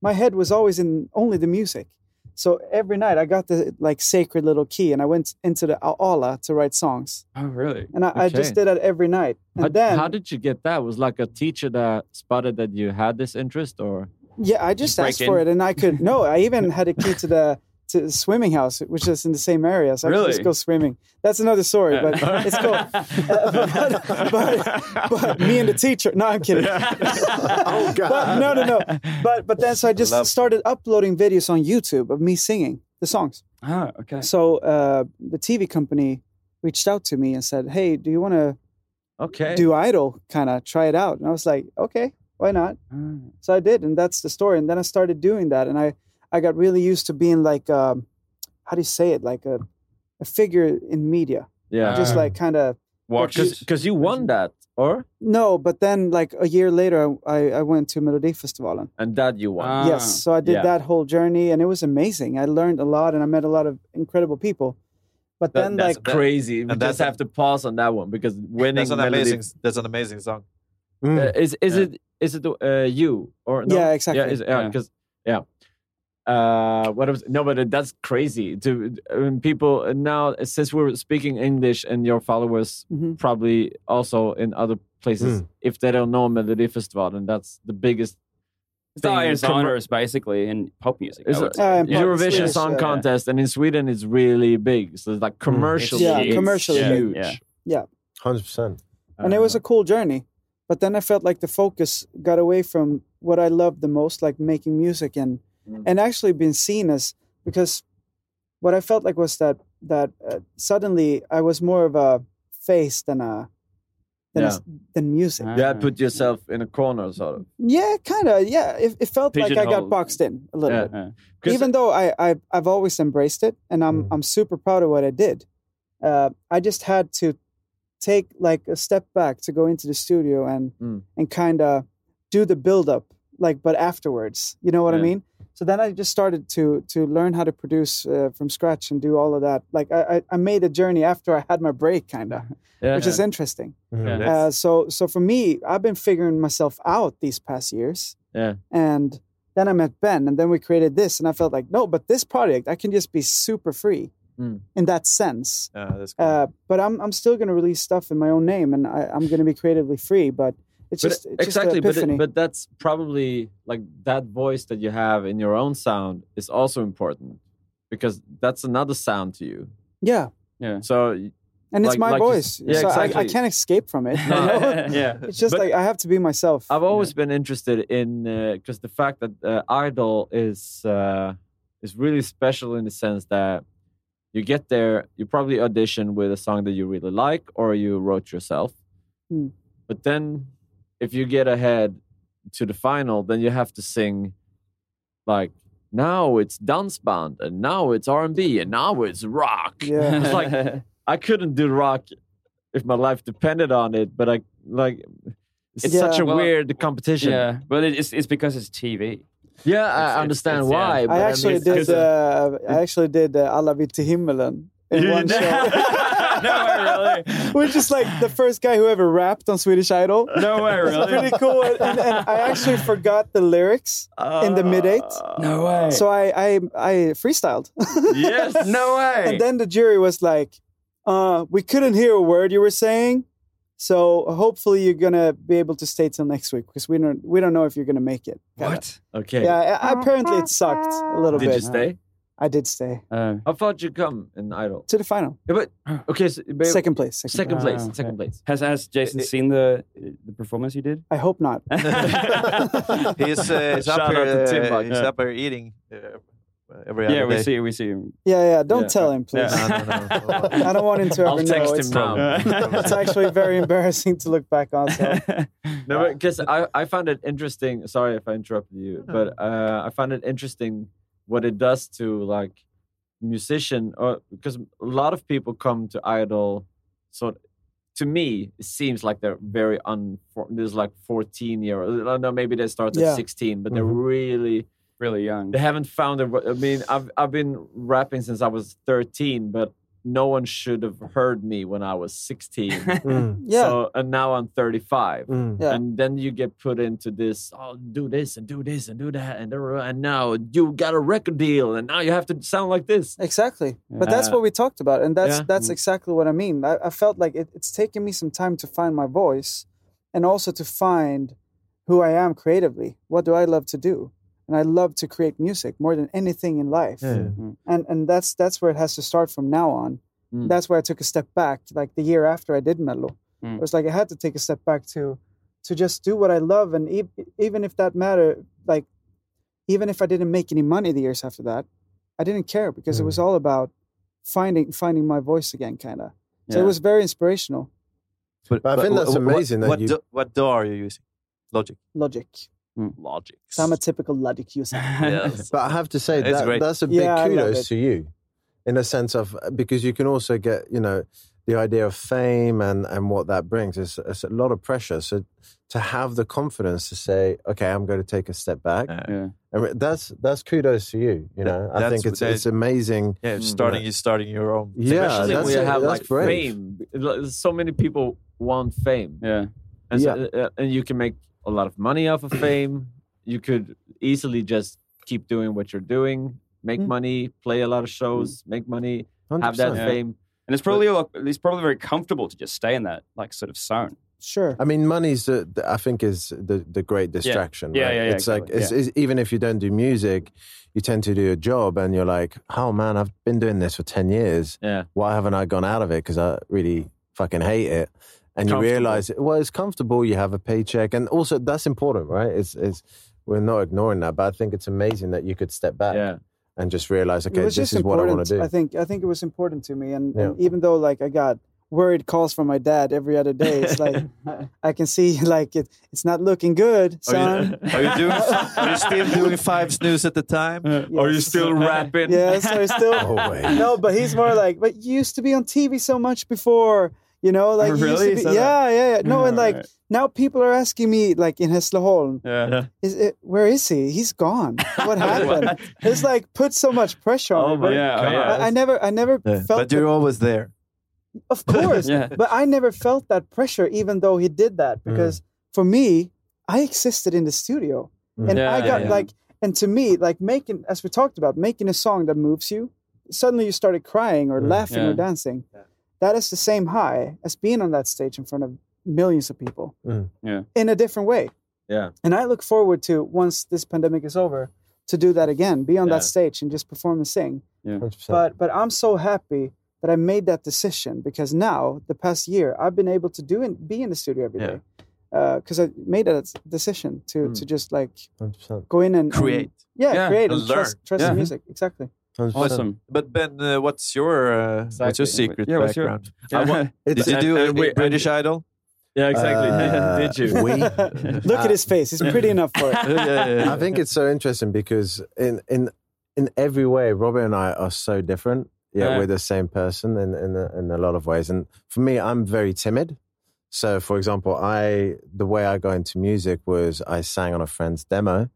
H: my head was always in only the music. So every night I got the like sacred little key and I went into the a- aula to write songs.
A: Oh, really?
H: And I, I just
C: Okay.
H: did that every night. And
C: How,
H: then
C: how did you get that? Was like a teacher that spotted that you had this interest, or
H: Yeah, I just
C: break
H: asked for
C: in?
H: it, and I could no. I even had a key to the to a swimming house, which is in the same area. So I
A: Really?
H: could just go swimming. That's another story,
C: [LAUGHS]
A: Yeah.
H: but it's
A: [LAUGHS]
H: cool. Uh, but, but, but me and the teacher. No, I'm kidding.
I: oh God.
H: But no, no, no. But but then so I just
A: Love.
H: started uploading videos on YouTube of me singing the songs.
A: Ah, okay.
H: So uh, the TV company reached out to me and said, "Hey, do you want to
A: Okay.
H: do Idol? Kind of try it out?" And I was like, "Okay, why not?"
A: Ah.
H: So I did, and that's the story. And then I started doing that, and I I got really used to being like, um, how do you say it, like a a figure in media.
C: Yeah.
H: Just like
A: Ah.
H: kind of
C: because you won that, or
H: no, but then like a year later, I, I went to Melodifestivalen.
C: and that you won.
H: Yes, so I did
C: Ah, Yeah.
H: that whole journey, and it was amazing. I learned a lot, and I met a lot of incredible people. But
C: That-
H: then,
C: that's
H: like
G: Hmm,
C: crazy.
H: and
C: We just
H: that's-
C: have to pause on that one because winning
G: That's an
C: Melody-
G: amazing. That's an amazing song.
C: Uh, is is it is it uh, you or no?
G: Yeah, exactly.
C: Yeah, is- yeah,
G: Yeah.
C: 'cause- yeah. Uh, what was no, but that's crazy. To um, people uh, now, since we're speaking English and your followers probably also in other places,
A: Mm.
C: if they don't know Melody Festival, then that's the biggest.
A: It's the highest
C: commer-
A: honors, basically, in pop music. I
C: It's
A: would
C: a,
A: say.
C: Eurovision Song Contest, and in Sweden it's really big. So it's like commercially,
H: yeah,
C: it's
H: commercially,
C: huge. Ah.
H: yeah,
I: hundred percent.
H: and it was a cool journey. But then I felt like the focus got away from what I loved the most, like making music and
C: Mm.
H: and actually being seen as because what I felt like was that that uh, suddenly I was more of a face than a than a,
C: Yeah. Ah.
H: than music.
C: Yeah,
A: Uh-huh.
C: put yourself in a corner, sort of.
H: Yeah, kind of. Yeah, it, it felt like I got
C: Pigeonholed.
H: boxed in a little
C: Yeah.
H: bit. Even though I, I I've always embraced it, and I'm
C: Mm.
H: I'm super proud of what I did. Uh, I just had to take like a step back to go into the studio and
C: Mm.
H: and kind of do the build up, like but afterwards. You know what I
C: Yeah.
H: mean? So then I just started to to learn how to produce uh, from scratch and do all of that. Like I I- I made a journey after I had my break, kind of,
C: Yeah. Mm,
H: which is interesting.
C: Yeah.
H: Uh, so so for me, I've been figuring myself out these past years,
C: Yeah.
H: and then I met Ben, and then we created this, and I felt like no, but this project I can just be super free
C: Mm.
H: in that sense.
G: Yeah, that's
H: Uh, but I'm I'm still going to release stuff in my own name, and I, I'm going to be creatively free. But it's
C: But
H: just it's
C: exactly,
H: just an
C: but,
H: epiphany.
C: it, but that's probably like that voice that you have in your own sound is also important because that's another sound to you.
H: yeah,
A: Yeah.
C: So,
H: and it's
C: like-
H: my
C: like you
H: voice,
C: s- Yeah,
H: so
C: exactly.
H: I, I
C: [LAUGHS]
H: [LAUGHS] can't escape from it. you know?
C: Yeah.
H: it's just
C: But-
H: like I have to be myself.
C: I've always been interested in because the fact that uh, Idol is uh, is really special in the sense that you get there, you probably audition with a song that you really like or you wrote yourself,
H: Hmm.
C: but then if you get ahead to the final, then you have to sing like now it's dance band and now it's R and B and now it's rock.
H: Yeah.
C: [LAUGHS] it's like I couldn't do rock if my life depended on it, but I like it's such a
A: Well,
C: weird competition.
A: Yeah, but it- it's it's because it's TV.
C: Yeah,
A: It's-
C: I
A: it's-
C: understand
A: it's- yeah.
C: why. But
H: I actually
C: mean,
H: did. Uh, I actually did uh, "Alla vill till himmelen" in one show.
A: [LAUGHS]
H: [LAUGHS] Which is like the first guy who ever rapped on Swedish Idol.
A: No way,
H: It's
A: really?
H: pretty cool. And, and, and I actually forgot the lyrics in the mid eight.
A: No way.
H: So I, I I freestyled.
A: Yes.
H: [LAUGHS]
A: No way.
H: And then the jury was like, uh, "We couldn't hear a word you were saying." So hopefully you're gonna be able to stay till next week because we don't we don't know if you're gonna make it.
C: What? Okay.
H: Yeah. a- Apparently it sucked a little
C: Did
H: bit.
C: you stay?
H: I did stay
C: How far did you come in Idol?
H: to the final.
C: Yeah, but okay, so, but-
H: Second place, second
C: second
H: place.
C: place,
H: Ah,
C: second place.
A: Has has Jason seen the the performance you did?
H: I hope
A: [LAUGHS]
H: not.
G: He's, uh, he's up
A: Shout
G: here.
A: out to Tim
G: Uh,
A: Buck.
G: he's
A: Yeah.
G: up here eating uh, every other
A: Yeah, we
G: day.
A: see we see him.
H: Yeah, yeah. Don't tell him, please.
A: [LAUGHS]
H: I
A: Yeah.
H: don't want him to ever
A: I'll text
H: know.
A: him
H: it's, [LAUGHS]
A: now.
H: it's actually very embarrassing to look back on. So.
C: No, because I, I found it interesting. Sorry if I interrupted you, but uh, I found it interesting what it does to like musician or because a lot of people come to Idol. So to me, it seems like they're very unformed. There's like 14 year old. I don't know. Maybe they start at
A: Yeah.
C: 16, but they're
A: Mhm.
C: really
A: really young.
C: they haven't found a. I mean, I've I've been rapping since I was 13, but no one should have heard me when I was 16.
A: [LAUGHS]
H: Yeah.
C: So Uh, and now I'm 35,
I: Mm.
H: Yeah.
C: and then you get put into this. Oh, do this and do this and do that and da- da- da, and now you got a record deal, and now you have to sound like this.
H: Exactly. But that's
C: Uh,
H: what we talked about, and that's
C: yeah.
H: that's exactly what I mean. I, I felt like it, it's taken me some time to find my voice, and also to find who I am creatively. What do I love to do? and I love to create music more than anything in life.
I: Yeah, yeah.
H: And and that's that's where it has to start from now on.
I: Mm.
H: That's where I took a step back. Like the year after I did Mello,
O: Mm.
H: it was like I had to take a step back to to just do what I love, and e- even if that matter, like even if I didn't make any money the years after that, I didn't care because it
I: Mm.
H: was all about finding finding my voice again, kind of. So
G: Yeah.
H: it was very inspirational.
G: But,
H: But I think that's
G: wh- wh-
H: amazing that
G: What,
H: you-
G: do- what DAW are you using? Logic.
H: Logic.
A: Hmm.
G: Logic.
H: So I'm a typical logic
I: [LAUGHS]
H: user.
I: But I have to say
H: It's
I: that
H: great.
I: that's a big
H: Yeah, I love it.
I: kudos to you, in a sense of because you can also get you know the idea of fame and and what that brings is, is a lot of pressure. So to have the confidence to say, okay, I'm going to take a step back. I mean, that's that's kudos to you. You know, I
G: that's
I: think
G: what
I: it's
G: they-
I: it's amazing.
G: Yeah,
A: Hmm.
G: if starting you starting your own.
I: Yeah,
G: Especially
I: that's
G: when you
I: it.
G: have,
I: that's
G: like,
I: brave.
C: fame. Like, So many people want fame.
A: Yeah.
C: And, so-
I: Yeah.
C: uh, and you can make a lot of money off of fame. You could easily just keep doing what you're doing, make
H: Mm.
C: money, play a lot of shows, make money, have that
A: 100%. Yeah.
C: fame.
A: And it's probably like it's probably very comfortable to just stay in that like sort of zone.
H: Sure.
I: I mean, money's the, the- I think is the, the great distraction.
A: Yeah,
I: right?
A: yeah, yeah,
I: It's
A: exactly.
I: like it's,
A: Yeah.
I: it's, even if you don't do music, you tend to do a job, and you're like, oh man, I've been doing this for ten years.
C: Yeah.
I: Why haven't I gone out of it? Because I really fucking hate it. And you
C: Comfortable.
I: realize, well, it's comfortable. You have a paycheck, and also that's important, right? It's it's we're not ignoring that, but I think it's amazing that you could step back and just realize, okay,
H: it was
I: this
H: just
I: is what I
H: important.
I: want to do.
H: I think I think it was important to me, and, and
I: Yeah.
H: even though like I got worried calls from my dad every other day, it's
I: [LAUGHS]
H: like I can see [LAUGHS] like it, it's not looking good,
I: Oh,
G: Are you,
H: son.
G: are you doing? Are you
H: [LAUGHS]
G: still doing five snooze at the
A: [LAUGHS]
G: time? Are you still
H: [LAUGHS]
G: rapping?
H: Yeah, so it's still
G: [LAUGHS]
H: [LAUGHS] no, but he's more like, but you used to be on TV so much before, you know, like you
G: Really?
H: used
G: Is
H: to
G: that
H: be, yeah,
G: a-
H: yeah, yeah. No, and like
G: Alright.
H: now people are asking me, like in Hässleholm,
A: Yeah.
H: is it, where is he? He's
G: [LAUGHS]
H: gone. What happened? it's like put so much pressure on
G: Oh
H: me.
G: my
H: but
G: Yeah, God.
H: I, I never, I never felt.
G: But you're always there.
H: Of course.
G: Yeah.
H: But I never felt that pressure, even though he did that, because for me, I existed in the studio.
O: Mm.
H: And
O: Yeah,
H: I
O: yeah,
H: got
O: yeah.
H: like, and to me, like making, as we talked about, making a song that moves you, suddenly you started crying or laughing
O: Yeah.
H: or dancing. That is the same high as being on that stage in front of millions of people
A: Yeah.
H: in a different way.
C: Yeah.
H: And I look forward to once this pandemic is over to do that again, be on
A: Yeah.
H: that stage and just perform and sing.
A: Yeah.
H: But but I'm so happy that I made that decision because now the past year I've been able to do and be in the studio every day because I made that decision to to just like
I: 100%.
H: go in and and-
G: Create.
H: yeah,
G: Yeah.
H: create and
G: And learn.
H: trust, trust
G: Yeah.
H: the music exactly.
A: Awesome.
G: But Ben, uh, what's your uh, what's your secret
A: Yeah, what's your-
G: background?
A: Yeah.
G: Uh, what-
A: It's-
G: did you
A: and-
G: do
A: and
G: a-
A: we-
G: a British Idol?
C: Yeah,
I: exactly. Uh, Did you? we-
G: [LAUGHS]
H: Look at his face; he's pretty enough for it.
I: I think it's so interesting because in in in every way, Robert and I are so different. Yeah,
O: Yeah.
I: we're the same person in in a, in a lot of ways. And for me, I'm very timid. So, for example, I the way I got into music was I sang on a friend's demo,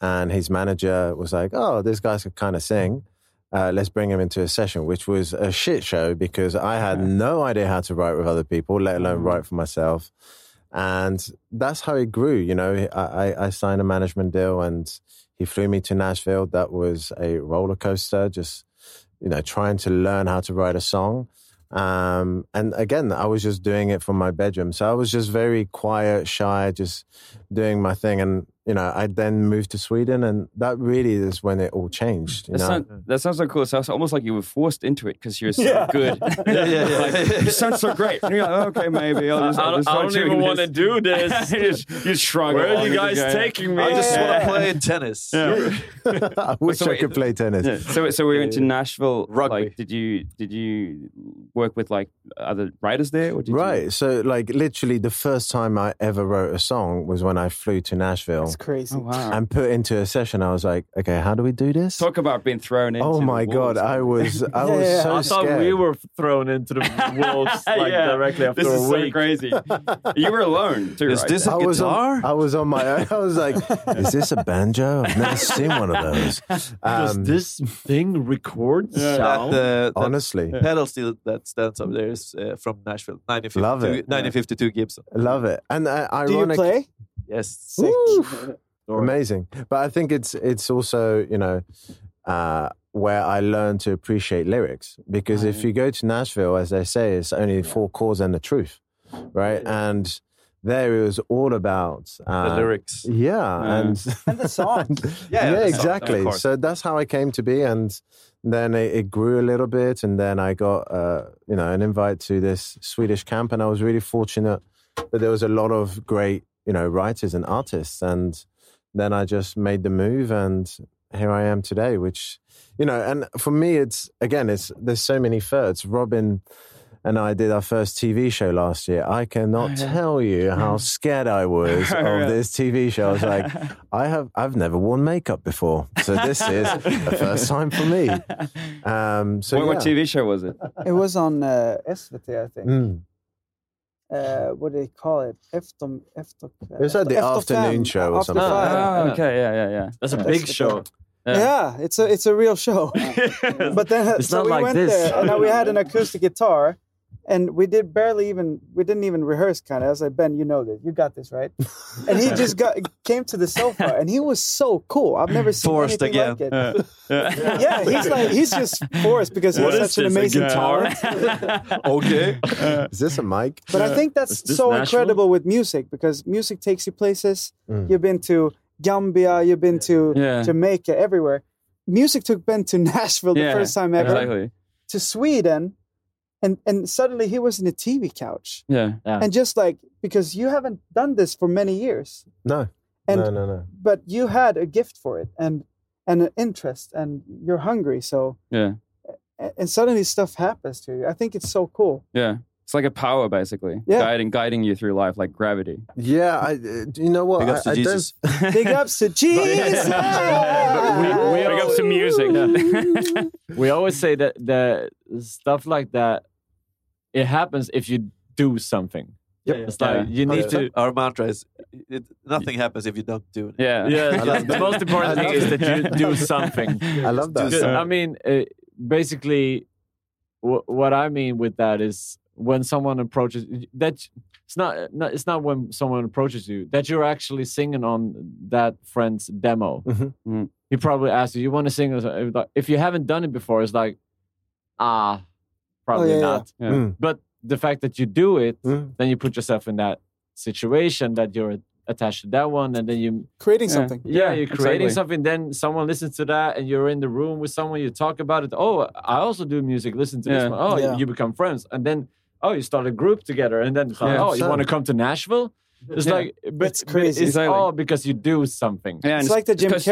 I: and his manager was like, "Oh, this guy's kind of sing. Uh, let's bring him into a session," which was a shit show because I had no idea how to write with other people, let alone
A: Mm.
I: write for myself. And that's how it grew. You know, I, I- I signed a management deal, and he flew me to Nashville. That was a roller coaster. Just you know, trying to learn how to write a song. Um, and again, I was just doing it from my bedroom. So I was just very quiet, shy, just doing my thing. And, you know, I then moved to Sweden and that really is when it all changed. You
A: That,
I: know?
A: sound, that sounds so cool. It sounds almost like you were forced into it because you're so
I: Yeah.
A: good.
I: Yeah, yeah, yeah.
A: [LAUGHS] Like, you sound so great. And you're like, okay, maybe. I'll just,
C: I- I
A: I'll
C: don't- [LAUGHS]
A: just
C: I
A: start
C: don't
A: doing
C: even
A: this.
C: wanna
A: [LAUGHS]
C: do this.
A: you, just, you shrug
C: Where are
A: along
C: you
A: and
C: guys
A: go,
C: taking me?
G: I just
A: Yeah.
G: want to play
C: [LAUGHS]
G: tennis.
A: Yeah.
I: I wish
A: So
I: I
A: wait,
I: could play tennis.
A: Yeah. So, so we went to Nashville. Like, did you did you work with like other writers there? Or did
I: right. So, like, literally, the first time I ever wrote a song was when I flew to Nashville. That's
H: crazy. [LAUGHS]
A: wow.
I: And put into a session, I was like, okay, how do we do
A: You
I: this?
A: talk about being thrown into.
I: Oh
A: the
I: my
A: wolves.
I: god, I
A: [LAUGHS]
I: was I was
A: Yeah.
I: so
A: I thought
I: scared.
A: we
C: were thrown into the
A: [LAUGHS]
C: wolves like
A: Yeah.
C: directly after
A: This
C: a
A: is so
C: week. [LAUGHS]
A: crazy. You were alone too. right?
I: I was on, I was on my own. [LAUGHS] I was like, is this a banjo? I've never seen one of those.
C: [LAUGHS]
I: Um,
C: Does this thing record
G: Yeah.
C: sound?
G: That, uh, that
I: Honestly.
G: pedal steel that stands up there is uh, from Nashville, 1952,
I: Love it.
G: 1952 Gibson.
I: Love it. And uh,
G: Do you
I: ironic.
G: play? Yes.
I: Woo. Amazing. But I think it's it's also, you know, uh, where I learned to appreciate lyrics because
G: Mm-hmm.
I: if you go to Nashville, as they say, it's only four chords and the truth, right? And there it was all about uh,
G: lyrics.
I: Yeah, [LAUGHS]
G: Yeah.
I: and
H: and the song.
G: Yeah, the song, of
I: exactly.
G: course.
I: So that's how I came to be, and then it, it grew a little bit, and then I got uh, you know an invite to this Swedish camp, and I was really fortunate that there was a lot of great you know writers and artists, and then I just made the move, and here I am today. Which you know, and for me, it's again, it's there's so many thirds. Robin and I did our first TV show last year. I cannot
G: Oh, yeah.
I: tell you how scared I was
G: [LAUGHS] Oh,
I: of
G: yeah.
I: this TV show. I was like,
G: [LAUGHS]
I: I have I've never worn makeup before, so this is [LAUGHS] the first time for me. Um, so
A: what,
I: yeah.
A: what TV show was it?
H: It was on uh, SVT, I think.
I: Mm.
H: Uh, what do they call it? Efter, efter,
I: It was like the afternoon show or something.
A: Ah, okay, yeah, yeah, yeah.
H: That's a
I: Yeah.
H: big show. Yeah. it's a it's a real show. [LAUGHS] but [LAUGHS] then
J: It's
H: so
J: not
H: we
J: like
H: went
J: this.
H: there and then we [LAUGHS]
D: [LAUGHS]
H: had an acoustic guitar and we did barely even we didn't even rehearse kind of. I was like, Ben, you know this. You got this, right? And he just got came to the sofa and he was so cool. I've never seen
G: Forced
H: anything
G: again.
H: like it.
A: Yeah.
H: [LAUGHS] Yeah, he's like he's just forced because he's
G: What
H: such
G: is
H: an
G: this, a
H: amazing
G: guitar? [LAUGHS]
H: talent.
I: [LAUGHS] okay. [LAUGHS] Is this a mic?
H: But I think
I: Is
H: that's
I: this
H: so
I: Nashville?
H: incredible with music because music takes you places.
I: Mm.
H: You've been to Gambia, you've been to
A: Yeah.
H: Jamaica, everywhere. Music took Ben to [LAUGHS] Nashville the first time ever,
A: Exactly.
H: to Sweden, and and suddenly he was in a TV couch.
A: Yeah.
H: And just like because you haven't done this for many years,
I: No.
H: And-
I: no, no, no.
H: but you had a gift for it and and an interest, and you're hungry. So
A: Yeah.
H: a- and suddenly stuff happens to you. I think it's so
I: [LAUGHS]
H: cool.
A: Yeah. It's like a power basically.
H: Yeah.
A: Guiding guiding you through life like gravity.
I: Yeah, I, uh, do you know what?
A: Big ups
I: I,
A: to
I: I don't- [LAUGHS]
A: Jesus. [LAUGHS]
H: Big ups to Jesus.
C: we
A: Big
C: all-
A: ups to music.
C: [LAUGHS] we always say that the stuff like that it happens if you do something. It's like you
G: Oh,
C: need to.
G: Our mantra is it, nothing happens if you don't do it.
A: Yeah.
C: Yeah,
G: [LAUGHS] I love
C: the
G: that.
C: most important
G: I
C: thing
G: love
C: is that you
G: it. [LAUGHS]
C: do something.
I: I love that.
C: Do something. I mean, uh, basically, wh- what I mean with that is when someone approaches that it's not, not it's not when someone approaches you that you're actually singing on that friend's demo. He probably asks you, "You want to sing?" this?" If like- If you haven't done it before, it's like, ah, probably
J: yeah, yeah.
C: not.
J: Yeah. Mm.
C: But the fact that you do it, then you put yourself in that situation that you're attached to that one, and then you
H: Creating something.
C: Yeah,
H: Yeah,
C: you're creating
H: exactly.
C: something. Then someone listens to that, and you're in the room with someone. You talk about it. Oh, I also do music. Listen to this
A: Yeah.
C: one. Oh,
A: Yeah.
C: you become friends, and then oh, you start a group together, and then
A: Yeah.
C: oh, you want to come to Nashville? It's
A: Yeah.
C: like, but
A: It's
C: it's,
A: crazy.
C: it's
A: Exactly.
C: all because you do something.
A: Yeah, and because-
H: Yes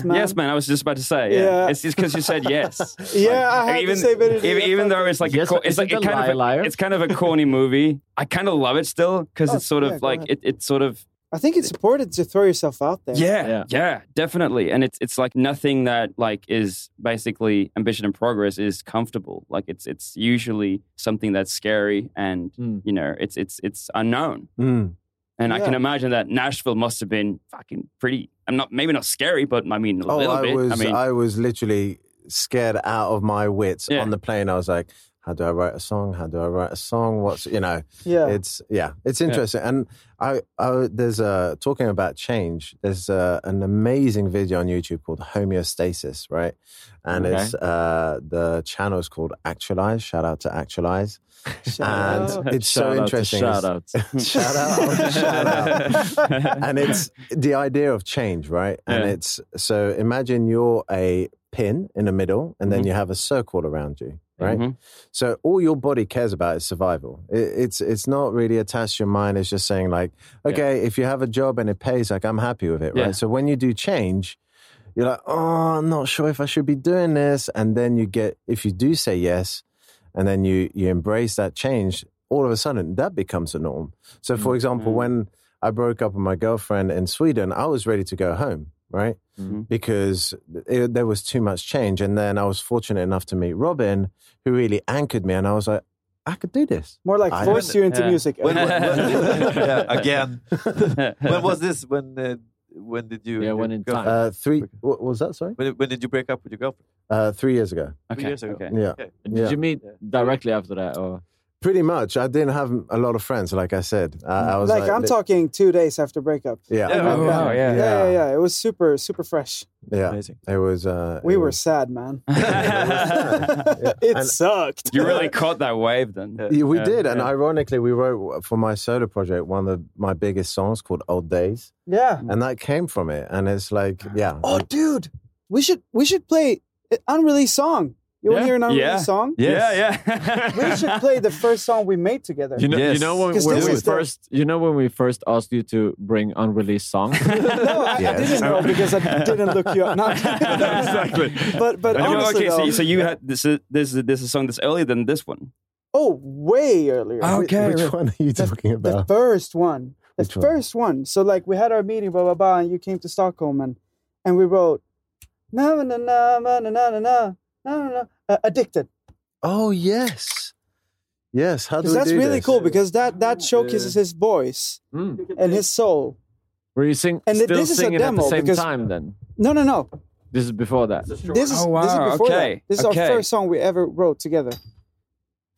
A: yeah,
H: Man.
A: Yes Man. I was just about to say. Yeah,
H: Yeah.
A: it's just because you said
I: [LAUGHS]
A: yes.
H: Yeah, I had the
A: even,
H: same energy
A: even,
H: I
A: even though it's like a
C: Yes,
A: co-
C: but
A: it's like
C: isn't
A: a
C: it
A: kind
C: Liar
A: of a, it's kind of a corny movie. I kind of love it still because
H: Oh,
A: it's sort
H: yeah,
A: of
H: go
A: like
H: ahead.
A: it, it's sort of
H: I think it's important to throw yourself out there.
A: yeah, yeah, definitely. And it's it's like nothing that like is basically ambition and progress is comfortable. Like it's it's usually something that's scary and
H: Hmm.
A: you know it's it's it's unknown.
H: [LAUGHS]
I: Mm.
A: And I can
I: Yeah.
A: imagine that Nashville must have been fucking pretty. I'm not maybe not scary, but I mean
H: Oh,
A: a little
I: Oh, I
A: bit.
I: was
A: I mean,
I: was literally scared out of my wits
A: Yeah.
I: on the plane. I was like, how do I write a song? How do I write a song? What's you know?
H: Yeah.
I: it's yeah, it's interesting. And I, I there's a talking about change. There's a, an amazing video on YouTube called Homeostasis, right? And it's
G: Okay.
I: uh, the channel is called Actualize. Shout out to Actualize. and
G: out.
I: it's
G: Shout
I: so
G: out to
I: interesting.
G: shout
I: It's- [LAUGHS]
G: outs.
I: shout
H: [LAUGHS]
I: out. shout out. [LAUGHS] and it's the idea of change, right? And
G: Yeah.
I: it's so imagine you're a pin in the middle, and then
G: Mhm.
I: you have a circle around you, right?
G: Mhm.
I: So all your body cares about is survival. It, it's it's not really attached to your mind. It's just saying like, okay, if you have a job and it pays, like I'm happy with it, right?
G: Yeah.
I: So when you do change. You're like, oh, I'm not sure if I should be doing this. And then you get, if you do say yes, and then you you embrace that change all of a sudden that becomes a norm so
G: Mm-hmm.
I: for example when i broke up with my girlfriend in sweden i was ready to go home right
G: Mm-hmm.
I: because it, there was too much change and then i was fortunate enough to meet robin who really anchored me and i was like i could do this
H: more like
I: I,
H: force you into music.
G: When,
I: [LAUGHS]
G: [LAUGHS] when,
H: [LAUGHS]
G: yeah, again. when was this? When uh, when did you? Yeah, when in
I: time. Uh, three. What was that? Sorry.
G: When, when did you break up with your girlfriend?
I: uh, three years ago
G: Three years ago.
I: yeah,
G: Okay.
C: Did you meet directly after that, or
I: pretty much. I didn't have a lot of friends, like I said. I, I was
H: like,
I: like,
H: I'm talking two days after breakup.
I: Yeah.
H: I
I: Oh,
H: went
I: wow,
H: down.
I: yeah.
H: yeah, yeah, yeah. It was super, super fresh.
I: Yeah, it was. Uh,
H: We were sad, man. it sucked.
A: You really caught that wave then.
I: Yeah, we did, and ironically, we wrote for my solo project one of my biggest songs called "Old Days."
H: Yeah.
C: Mm.
I: and that came from it. And it's like,
C: Ah.
I: yeah,
H: Oh, dude, we should we should play an unreleased song. You want to hear an unreleased song?
A: yeah.
H: we should play the first song we made together.
C: You know, you know when,
H: 'Cause
C: when
H: this
C: we
H: is the-
C: first, you know when we first asked you to bring unreleased songs.
H: [LAUGHS] no, I, I didn't know because I didn't look you up. No, I'm kidding.
A: exactly.
H: But but
A: No,
H: honestly,
A: okay, so,
H: though-
A: so you had this is this is this is a song that's earlier than this one.
H: oh, way earlier.
I: Which one are you talking
H: The
I: about?
H: first one. The
I: Which one?
H: first one. So like we had our meeting, blah blah blah, and you came to Stockholm and and we wrote na na na na na na na na na na uh, addicted.
I: Oh yes, yes. How do we
H: Because that's
I: do
H: really
I: this?
H: cool because that that showcases his voice and his soul.
C: [LAUGHS] Were you sing,
H: And
C: still
H: this is a
C: singing at
H: demo
C: the same
H: because-
C: time then?
H: No no no.
C: This is before that.
H: This is Oh,
C: Oh,
H: this is before that. This is our first song we ever wrote together.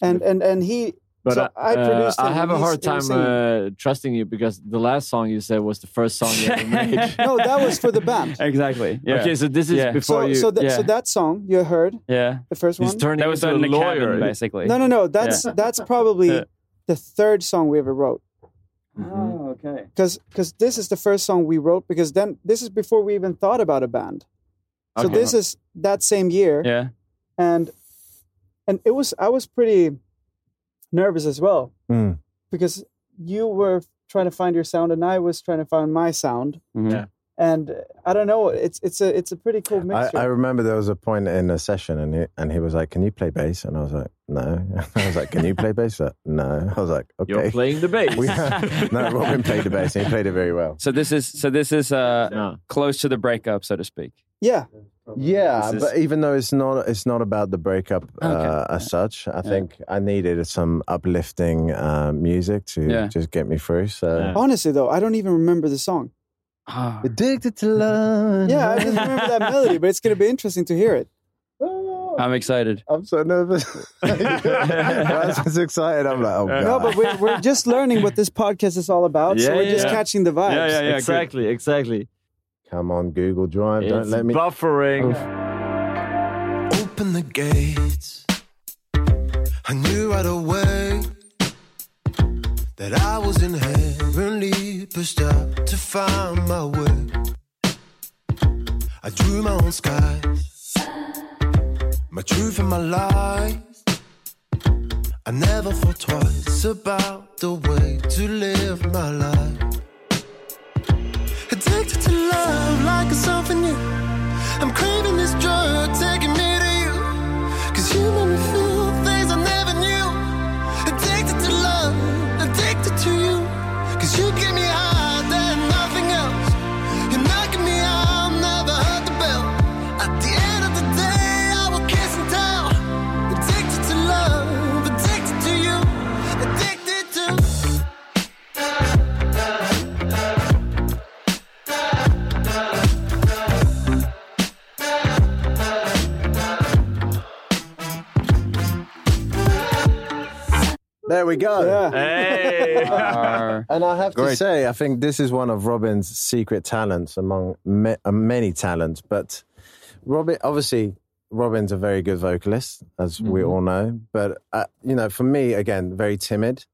H: And and and he
C: But
H: so
C: uh,
H: I produced
C: uh,
H: it
C: I have
H: and he's-
C: a hard
H: he was
C: time
H: singing.
C: uh, trusting you because the last song you said was the first song you ever made.
H: no, that was for the band.
A: Exactly.
C: yeah. Okay, so this is Yeah. before
H: so,
C: you-
H: So, that
C: Yeah.
H: so that song you heard,
A: Yeah.
H: the first
C: He's
H: one.
C: turning That was into done a in a cabin, lawyer.
A: basically.
H: No, no, no. That's
A: Yeah.
H: that's probably
A: Yeah.
H: the third song we ever wrote.
A: Oh, okay.
H: Because this is the first song we wrote. Because then this is before we even thought about a band. So
A: Okay.
H: this is that same year,
A: Yeah.
H: and and it was I was pretty nervous as well
I: Mm.
H: because you were trying to find your sound and I was trying to find my sound.
C: Mm-hmm.
I: Yeah.
H: And uh, I don't know. It's it's a it's a pretty cool
I: I,
H: mixture.
I: I remember there was a point in a session, and he, and he was like, "Can you play bass?" And I was like, "No." [LAUGHS] I was like, "Can you play bass?" He's like, no. [LAUGHS] I was like, "Okay."
C: You're
I: [LAUGHS]
C: playing the bass.
I: no, Robin played the bass. And he played it very well.
A: So this is so this is uh close to the breakup, so to speak.
H: Yeah.
I: Yeah,
A: This is-
I: but even though it's not it's not about the breakup uh, as such, I think I needed some uplifting uh, music to
H: Yeah.
I: just get me through. So
H: Honestly, though, I don't even remember the song.
I: Ah. Addicted to love.
H: Yeah, I just remember that melody, but it's going to be interesting to hear it.
I: [LAUGHS]
A: I'm excited.
I: I'm so nervous. I was excited. I'm like, oh god.
H: No, but
I: [LAUGHS]
H: we're, we're just learning what this podcast is all about, so
I: Yeah,
H: we're
I: yeah,
H: just
I: yeah.
H: catching the vibes.
C: Exactly, exactly.
I: Come on, Google Drive. Don't
C: It's
I: let me
C: buffering.
D: Open the gates. I knew right away that I was inherently pushed up to find my way. I drew my own skies, my truth and my lies. I never thought twice about the way to live my life. Addicted to love like it's something new. I'm craving this drug, taking me to you. Cause you made me feel things I never knew. Addicted to love, addicted to you. Cause you get me high, then nothing else. You're knocking me out, never heard the bell. At the end of the day, I will kiss and tell. Addicted to love, addicted to you. Addicted to.
I: There we go.
C: Hey.
I: and I have to
C: Great.
I: say, I think this is one of Robin's secret talents among ma- uh, many talents. But Robin, obviously, Robin's a very good vocalist, as we all know. But uh, you know, for me, again, very timid.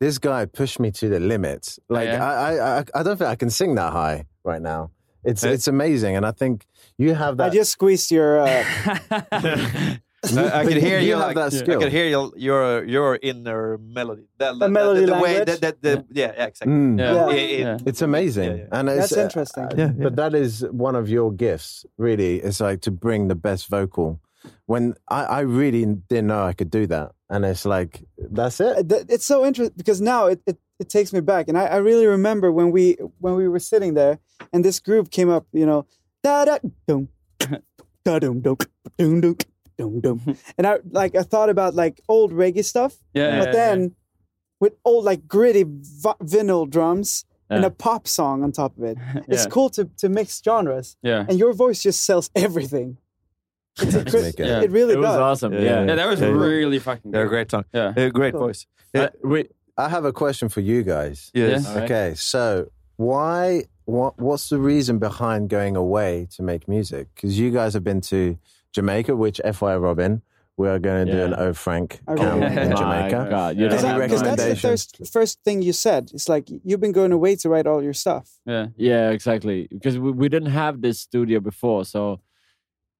I: This guy pushed me to the limit. Like
A: Yeah.
I: I, I, I, I don't think I can sing that high right now. It's it's amazing, and I think you have that.
H: I just squeezed your. Uh,
G: I,
H: [LAUGHS]
G: I can hear
I: you
G: you.
I: have
G: like,
I: that
G: I
I: skill.
G: can hear your your, your inner melody. That,
H: The melody
G: the, way
H: language?
G: that, that the, yeah. yeah, exactly.
I: Mm.
G: Yeah.
I: Yeah.
G: It- it-
I: It's amazing, and it's,
H: That's interesting.
I: yeah, But that is one of your gifts, really. It's like to bring the best vocal. When I, I really didn't know I could do that, and it's like that's it.
H: Uh, th- it's so interesting because now it, it, it takes me back, and I, I really remember when we when we were sitting there, and this groove came up, you know, da da dum [COUGHS] da dum dum dum dum dum
A: [LAUGHS]
H: dum, and I like I thought about like old reggae stuff,
A: Yeah,
H: but
A: yeah,
H: then with old like gritty vi- vinyl drums and
A: Yeah.
H: a pop song
A: [LAUGHS]
H: on top of it, it's
A: Yeah.
H: cool to to mix genres,
A: Yeah.
H: and your voice just sells everything. It's a great- It really does.
A: fucking.
G: They're a great song. Yeah, great voice.
I: Uh, I have a question for you guys.
G: Yes. Yeah.
I: Okay. So why? What, what's the reason behind going away to make music? Because you guys have been to Jamaica, which FY Robin, we are going to do an O Frank
H: I
I: camp
H: really-
I: in
H: My
I: Jamaica.
C: God,
I: Any
H: Because that's the
I: recommendations?
H: first, first thing you said. It's like you've been going away to write all your stuff.
A: Yeah.
C: Yeah, exactly. Because we, we didn't have this studio before. So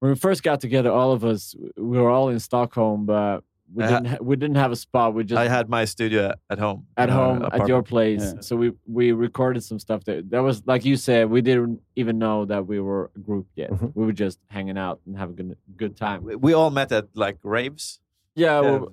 C: when we first got together, all of us, we were all in Stockholm, but we,
G: I ha-
C: didn't, ha- we didn't have a spot. We just
G: I had my studio at home.
C: at
G: uh,
C: home at your
G: apartment.
C: place.
G: Yeah.
C: So we, we recorded some stuff there. That was, like you said, we didn't even know that we were a group yet. We were just hanging out and having a good, good time.
G: We all met at like raves.
C: Yeah,
G: well,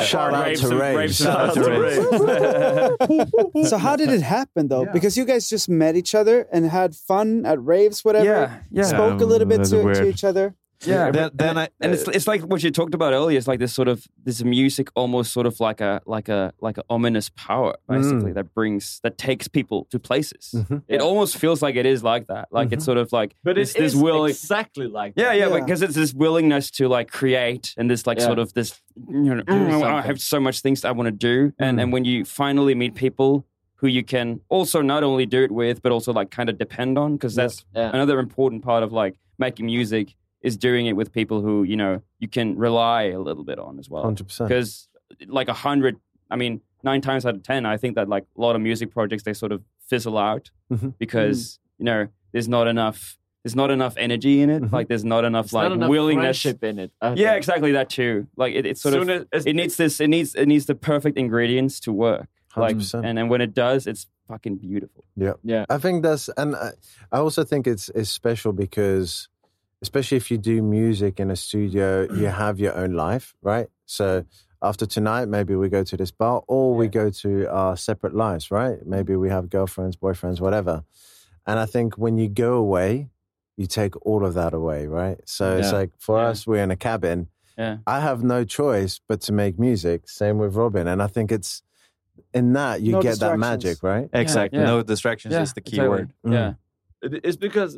H: Shout out
G: Raves
H: to
G: and-
H: raves.
G: raves. Shout out to
H: [LAUGHS]
G: raves.
H: so how did it happen though? Because you guys just met each other and had fun at raves, whatever.
A: Yeah, yeah.
H: Spoke a
A: Um,
H: little bit
A: that's
H: to,
A: weird.
H: to each other.
A: Yeah,
G: Then-
A: and-
G: then
A: and,
G: I-
A: it's it's like what you talked about earlier. It's like this sort of this music, almost sort of like a like a like an ominous power, basically
E: Mm.
A: that brings that takes people to places.
I: Mm-hmm.
A: It almost feels like it is like that. Like it's
C: Mhm.
A: sort of like
C: But
A: it's
C: it's
A: this willing,
C: exactly like
A: yeah,
C: that.
A: yeah, because it's this willingness to like create and this like
C: Yeah.
A: sort of this you know
C: Do
A: "Mm, I
C: something."
A: have so much things that I want to do, and and when you finally meet people who you can also not only do it with but also like kind of depend on because that's
C: Yeah.
A: another important part of like making music is doing it with people who you know you can rely a little bit on as well
I: 100%.
A: because like a hundred i mean nine times out of ten i think that like a lot of music projects they sort of fizzle out
H: Mm-hmm.
I: Mhm.
A: because you know there's not enough there's not enough energy in it
H: Mm-hmm.
A: like there's not enough like willingness
C: friendship in it. Uh, I
A: yeah
C: think.
A: exactly that too like it, it's sort
C: Soon
A: of
C: as-
A: it needs this it needs it needs the perfect ingredients to work like
I: 100%.
A: and then when it does it's fucking beautiful
I: Yeah,
C: yeah.
I: I think that's, and I, I also think it's it's special because, especially if you do music in a studio,
A: [CLEARS THROAT]
I: you have your own life, right? So after tonight, maybe we go to this bar, or we go to our separate lives,
A: Mm.
I: right? Maybe we have girlfriends, boyfriends, whatever. And I think when you go away, you take all of that away, right? So it's
A: Yeah.
I: like for us, we're in a cabin.
A: yeah
I: I have no choice but to make music. Same with Robin, and I think it's in that you
C: No
I: get that
C: distractions.
I: magic, right? Mm.
C: Yeah, Exactly. yeah. No
G: distractions
C: Yeah, is the key exactly. word.
A: yeah
C: It- It's because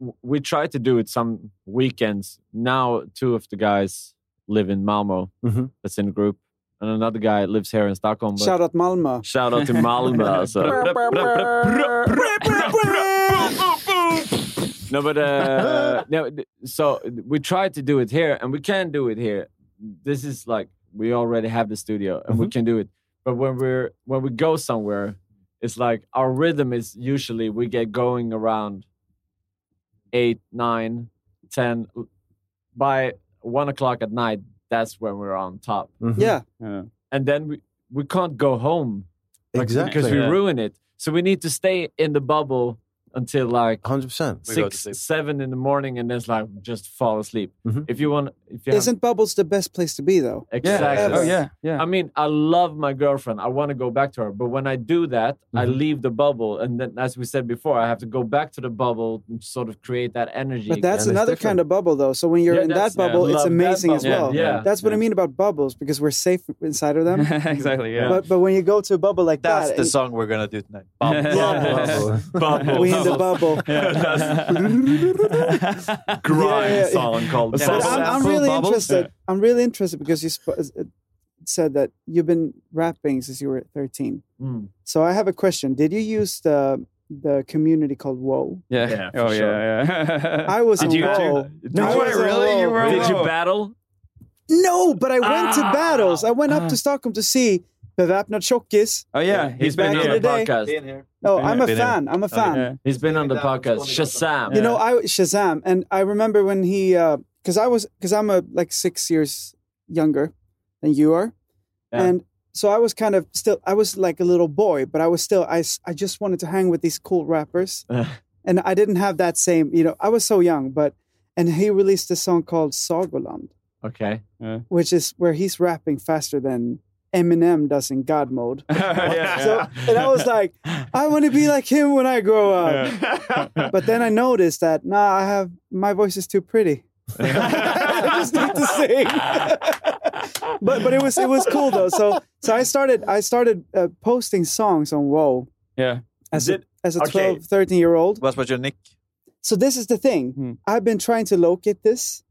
C: w- we try to do it some weekends. Now, two of the guys live in Malmo.
I: Mhm.
C: That's in the group, and another guy lives here in Stockholm. But
H: Shout out Malmo.
C: Shout out to
H: [LAUGHS]
C: Malmo. no, but uh, no. th- So we tried to do it here, and we can do it here. This is like we already have the studio, and we can do it. But when we're when we go somewhere, it's like our rhythm is usually we get going around eight, nine, ten. By one o'clock at night, that's when we're on top.
H: Yeah.
A: yeah
C: And then we we can't go home like, because
I: Exactly.
C: we
I: Yeah.
C: ruin it. So we need to stay in the bubble until like
I: hundred percent
H: We go to
C: six, seven in the morning, and then it's like just fall asleep.
I: Mhm.
C: If you want, if you have-
H: Mm-hmm. Isn't Oh, Bubbles the best place to be though?
C: Exactly. Oh,
H: Ever.
C: I mean, I love my girlfriend. I want to go back to her, but when I do that, I
H: Mhm.
C: leave the bubble, and then, as we said before, I have to go back to the bubble and sort of create that energy.
H: But that's another kind of bubble, though. So when you're
C: Yeah,
H: in that
C: that's- yeah,
H: bubble, it's
C: love that
H: amazing as
C: bubble.
H: well.
C: Yeah, yeah,
H: that's what I mean about bubbles because we're safe inside of them.
A: Exactly, yeah.
H: But but when you go to a bubble like
G: That's
H: that,
G: the
H: and-
G: song we're gonna do tonight.
H: Bubbles. Yeah.
G: Bubbles.
H: We in the bubble.
G: [LAUGHS]
H: [LAUGHS]
G: Grime
H: Yeah, yeah, yeah. [LAUGHS]
G: song called
H: But
G: Bubbles.
H: I'm, I'm really
G: Bubbles?
H: interested.
G: Yeah.
H: I'm really interested because you sp- uh, said that you've been rapping since you were 13.
C: Mm.
H: So I have a question. Did you use the the community called Whoa?
A: Yeah.
C: Yeah, for
A: oh
C: sure.
A: yeah, yeah.
H: [LAUGHS] I was
A: Did
H: in
A: you
H: Whoa.
A: too? No
H: I
A: way,
H: was in
A: really? You
H: Whoa.
A: were
C: Did you battle?
H: No, but I went to
C: Ah.
H: battles. I went up to Stockholm to see Beväpnad Tjockis.
A: Oh yeah,
C: he's been
H: back
C: on
H: in the
C: the
H: day.
C: podcast.
H: No, Oh, I'm a fan.
C: Oh,
H: I'm a fan.
C: He's been on the podcast. Shazam.
H: You know, I Shazam, and I remember when he, because I was, because I'm a like six years younger than you are,
C: Yeah.
H: and so I was kind of still, I was like a little boy, but I was still, I, s- I just wanted to hang with these cool rappers,
C: Uh-huh.
H: and I didn't have that same, you know, I was so young, but, and he released a song called Sagoland,
C: okay.
H: which is where he's rapping faster than Eminem does in God mode.
C: [LAUGHS] Yeah.
H: So, and I
D: [LAUGHS]
H: was like, I want to be like him when I grow up. But then I noticed that nah, I have my voice is too pretty. I just need
C: [LAUGHS]
H: to sing. but but it was it was cool though. So so I started I started uh, posting songs on Whoa
A: Yeah.
H: as a, as a
G: Okay.
H: 12, 13 year old.
G: What was your nick?
H: So this is the thing. I've been trying to locate this.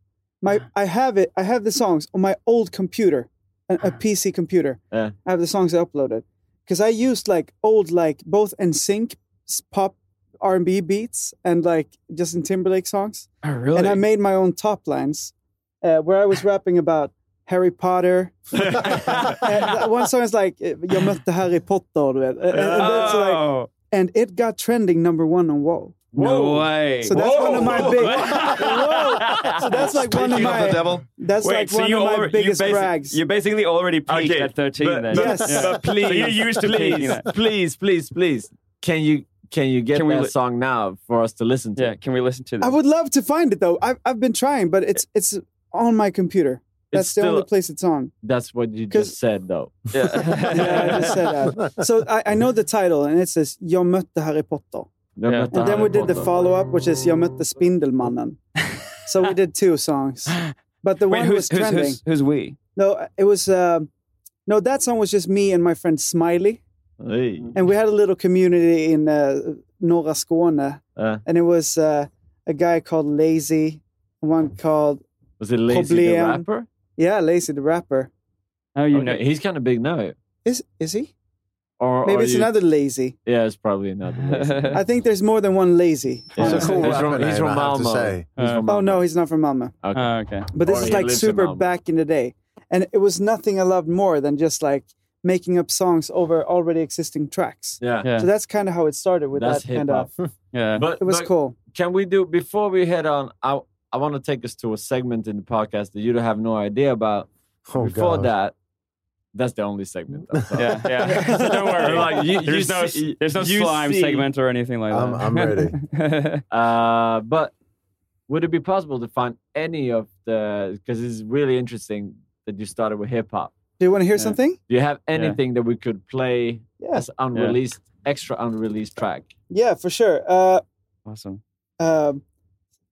H: My I have it. I have the songs on my old computer, a, a PC computer.
C: Yeah.
H: I have the songs I uploaded because I used like old like both NSYNC s- pop R and B beats and like Justin Timberlake songs.
A: Oh, really?
H: And I made my own top lines uh, where I
A: [LAUGHS]
H: was rapping about Harry Potter. [LAUGHS] and uh, one song is like "Eh, "Jag mötte Harry Potter," du vet. and, and that's like,
A: Oh.
H: and it got trending number one on Wall.
A: No way.
H: So that's one of my
A: [LAUGHS]
H: big. Whoa. So that's like one of
A: Speaking of
H: my.
A: the devil.
H: That's
A: Wait,
H: like
A: so
H: one
A: you
H: of my
A: already- you
H: biggest
A: basi-
H: brags.
A: You basically already peaked
C: Okay,
A: at 13
C: but-
A: then.
C: but-
H: [LAUGHS]
A: Yeah. [LAUGHS]
C: but please,
A: So you're used to peaking
C: please,
A: that.
C: please, please, please. Can you can you get
A: Can we
C: that
A: li-
C: song now for us to listen to? Yeah,
A: can we listen to
H: I would love to find it though. I've I've been trying, but it's it's on my computer. That's
C: It's
H: the only
C: still-
H: place it's on.
C: That's what you just said, though. [LAUGHS]
H: Yeah, I just said that. So I, I know the title, and it says "Jag mötte Harry Potter."
C: Jag mötte
H: And then
C: Harry
H: we did the
C: Potter.
H: follow up, which is "Jag mötte Spindelmannen." so we did two songs, but the
A: Wait,
H: one
A: who's-
H: was
A: who's- who's-
H: trending.
A: who's we?
H: No, it was uh, no. That song was just me and my friend Smiley. And we had a little community in uh, Norra Skåne.
C: Uh.
H: And it was uh, a guy called Lazy, one called
C: Was it Lazy the
H: Problem.
C: rapper?
H: Yeah, Lazy the rapper.
A: Oh, you
C: know he's kind of big now.
H: Is is
C: [LAUGHS]
H: he?
C: Or
H: Maybe
C: or
H: it's
C: you-
H: another Lazy.
C: Yeah, it's probably another.
A: [LAUGHS]
C: Lazy.
H: I think there's more than one Lazy.
C: Yeah.
H: on
C: He's from-
H: Cool
C: he's
H: Rapper
C: from- he's
H: name,
C: from
H: I have to
C: Malmö.
H: say.
C: He's from Oh,
H: Oh no, he's not from Malmö.
A: Okay. Oh, okay.
H: But this
A: Or
H: is
A: he
H: like
A: lives in
H: super
A: Malmö.
H: back in the day. And it was nothing I loved more than just like making up songs over already existing tracks.
C: Yeah. Yeah.
H: So that's kind of how it started with
C: That's
H: that kind
C: hip-hop.
H: of.
C: [LAUGHS]
A: yeah,
C: but
H: It was
C: but
H: cool.
C: Can we do before we head on? I I want to take us to a segment in the podcast that you don't have no idea about.
I: Oh,
C: before
I: God.
C: that, that's the only segment. I'm [LAUGHS] sorry.
A: Yeah, yeah. So don't worry.
C: Like, you-
A: there's,
C: you
A: no,
C: see-
A: there's no
C: you
A: slime
C: see-
A: segment or anything like that.
C: [LAUGHS] uh, but would it be possible to find any of the? Because it's really interesting that you started with hip hop.
H: Do you want to hear something?
C: Do you have anything that we could play as unreleased, extra unreleased track?
H: Yeah, for sure. Uh,
A: awesome.
H: Um,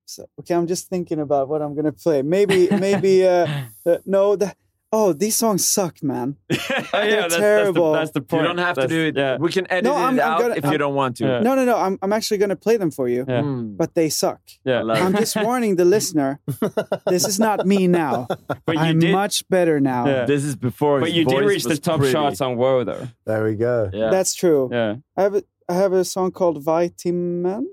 H: so, okay, I'm just thinking about what I'm gonna play. Maybe, maybe. Uh, uh,
A: [LAUGHS]
H: no, that. Oh, these songs suck, man.
C: Oh,
H: yeah, that's- that's the- terrible. that's the
C: You
H: point.
C: don't have to
H: That's-
C: do it. We can edit
H: no,
C: it
H: I'm,
C: out
H: I'm gonna,
C: if
H: I'm-
C: you don't want to.
H: No, no, no. I'm, I'm actually gonna play them for you.
C: Yeah. Mm.
H: But they suck.
A: Yeah,
H: I'm just warning the listener. This is not me
C: [LAUGHS]
H: now.
A: But you
H: I'm
A: did-
H: much better now.
C: This is before.
A: But
C: his
A: you did
C: voice
A: reach the
C: was
A: top
C: pretty.
A: shots on Woe, though.
I: There we go.
C: Yeah.
H: That's true.
A: Yeah.
H: I have a, I have a song called Vitamin.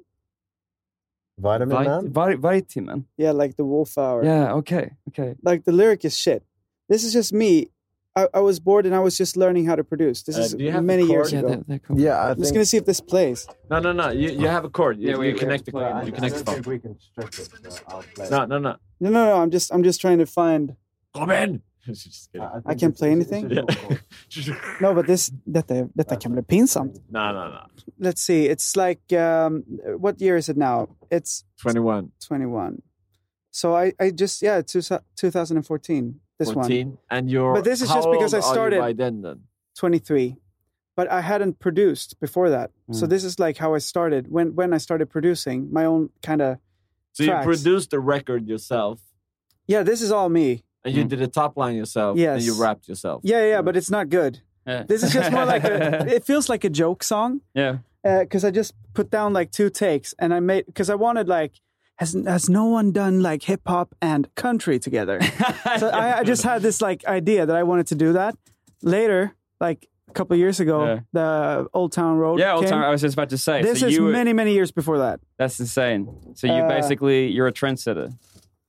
I: Vitamin Man?
A: Vi- vitamin.
H: Yeah, like the Wolf Hour.
A: Yeah, okay, okay.
H: Like the lyric is shit. This is just me. I, I was bored and I was just learning how to produce. This
C: Uh,
H: is
C: do you have the
H: many years
C: chord? Yeah,
H: ago.
C: they're- they're
I: Yeah, I
H: I'm just
I: think-
H: gonna see if this plays.
C: No, no, no. You, you have a chord. You,
H: Yeah, we-
C: you
H: we
C: connect the
H: have to play
C: chord. You connect the phone.
I: we can stretch it. but I'll play.
C: No, no, no.
H: No, no, no. I'm just I'm just trying to
C: [LAUGHS]
H: find.
C: Kom in! Just kidding.
H: I can't play anything. no, but this detta, detta kan bli pinsamt.
C: No, no, no.
H: Let's see. It's like um, what year is it now? It's
C: 21.
H: 21. So I I just yeah, two, 2014. This one.
C: 14. And you're.
H: But this is
C: how
H: just because
C: old
H: I
C: are you
H: started-
C: by then, then.
H: 23 but i hadn't produced before that so this is like how i started when when i started producing my own kind of
C: So you produced the record yourself,
H: yeah this is all me
C: and you did the top line yourself,
H: Yes.
C: and you rapped yourself.
H: yeah yeah but it's not good this is just more like a [LAUGHS]
C: [LAUGHS]
H: it feels like a joke song
A: Yeah.
H: because i just put down like two takes and i made because i wanted like has, has no one done like hip hop and country together? so I, I just had this like idea that I wanted to do that. Later, like a couple of years ago,
A: Yeah.
H: the Old Town Road.
A: Yeah, old
H: came.
A: time. I was just about to say.
H: This
A: so
H: is
A: you were-
H: many, many years before that.
A: That's insane. So you
H: Uh,
A: basically you're a trendsetter.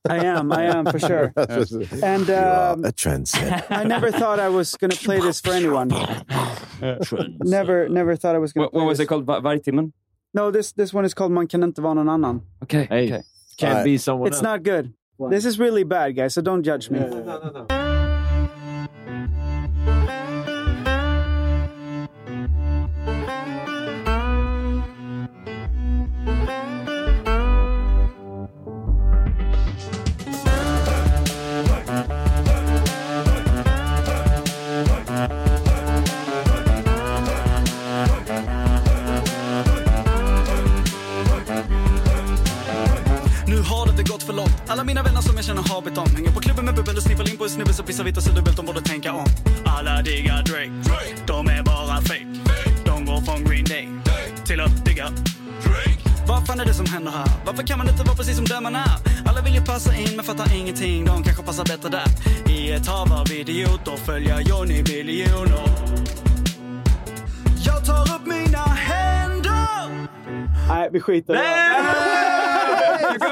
H: I am. I am for
I: [LAUGHS]
H: sure.
A: That's
I: what-
H: and
I: You are
H: um,
I: a trendsetter.
H: [LAUGHS] I never thought I was going to play this for anyone. Never, never thought I was going to.
A: What, what was it called? Va- Vitamin.
H: No, this this one is called "Man kan inte vara någon annan."
A: Okay.
C: okay. Can't
H: Alright.
C: be someone
H: It's
C: else.
H: not good. This is really bad, guys. So don't judge me.
O: Nu har det gått för långt. Alla mina vänner som jag känner har bytt om. Hänger på klubben med bubbel och sniffar in på en snubbe som pissar vitt och så dubbelt. De borde tänka om. Alla diggar Drake. De är bara fake. De går från Green Day till att digga Drake. Vad fan är det som händer här? Varför kan man inte vara precis som där man är? Alla vill ju passa in men fattar ingenting. De kanske passar bättre där. I ett hav av idioter följer Johnny miljoner. Jag tar upp mina händer.
H: Nej, vi skiter i det. [LAUGHS]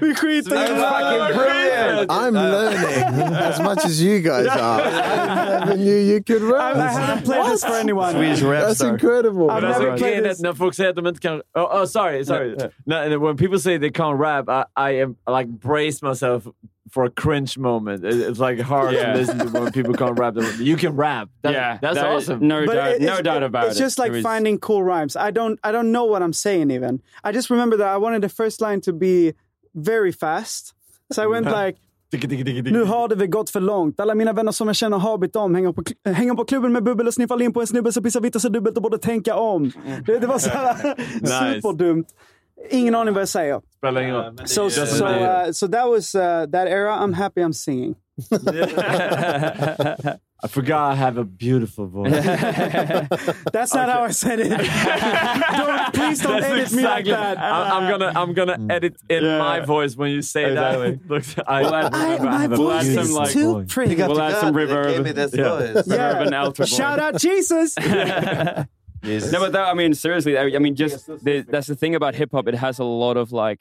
H: Vi skiter i det.
I: [LAUGHS] I'm learning as much as you guys are. I never knew you could rap.
H: I haven't played this for anyone.
I: Swedish rap That's star. incredible.
C: Men
I: I've
C: alltså,
I: never
C: grejen
I: played
C: är
I: this.
C: att När folk säger att de inte kan... Oh, oh sorry, sorry.
I: Yeah.
C: No, when people say they can't rap, I, I am, like brace myself for a cringe moment. It- It's like hard
A: Yeah.
C: to listen to when people can't rap. They're like, You can rap. That,
A: Yeah,
C: that's
A: that is-
C: awesome.
A: no But doubt- it- no it's- doubt about
H: It's just like finding cool rhymes. I don't I don't know what I'm saying even. I just remember that I wanted the first line to be very fast. So I went
A: Uh-huh.
H: like Nu har det väl gått för långt. Alla mina vänner som jag känner har bytt om. Hänger på, kl- hänger på klubben med bubbel och sniffar in på en snubbe som pissar vitt och så dubbelt och borde tänka om. Det, det var så
A: [LAUGHS]
H: här
C: Nice.
H: superdumt. Ingen aning vad jag säger.
C: Spelar ingen roll.
H: So, so, uh, so that was uh, that era. I'm happy I'm singing.
C: uh, [LAUGHS] I forgot I have a beautiful voice.
A: [LAUGHS]
H: That's not how I said it. don't, please don't edit me like that.
C: I'm, I'm gonna, I'm gonna
A: Mm.
C: edit in my voice when you say that. [LAUGHS] Look, I,
A: Well, I-
C: remember
A: my
C: have a
A: voice
C: beautiful
A: is
C: voice.
A: too pretty. Pick up We'll the add some guard that reverb. gave me this Yeah. voice. Reverb and alter voice.
H: Shout out Jesus.
A: No, but that, I mean, seriously, I I mean, just the, that's the thing about hip hop. It has a lot of like,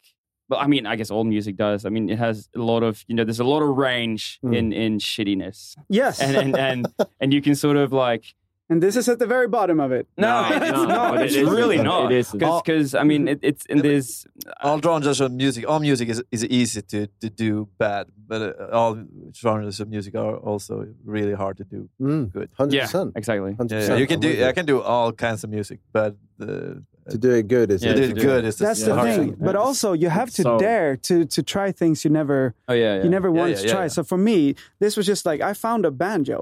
A: well, I mean, I guess all music does. I mean, it has a lot of, you know, there's a lot of range in in shittiness.
H: Yes.
A: and and and, and you can sort of like.
H: and this is at the very bottom of it.
A: No, it's not. It's really not. Because I mean, it, it's in this.
G: All genres of music, all music is, is easy to, to do bad, but uh, all genres of music are also really hard to do
I: Mm,
G: good.
I: 100%.
A: exactly.
G: Yeah, yeah, you can
I: I'm
G: do.
I: with you.
G: I can do all kinds of music, but the,
I: To do it good is
G: to do it good is
H: That's
G: the
H: the
G: hard
H: thing.
G: thing.
H: But also, you have to
G: So-
H: dare to to try things you never
A: Oh, yeah, yeah.
H: you never
A: Yeah,
H: wanted
A: yeah,
H: to
A: yeah,
H: try.
A: yeah.
H: So for me, this was just like I found a banjo.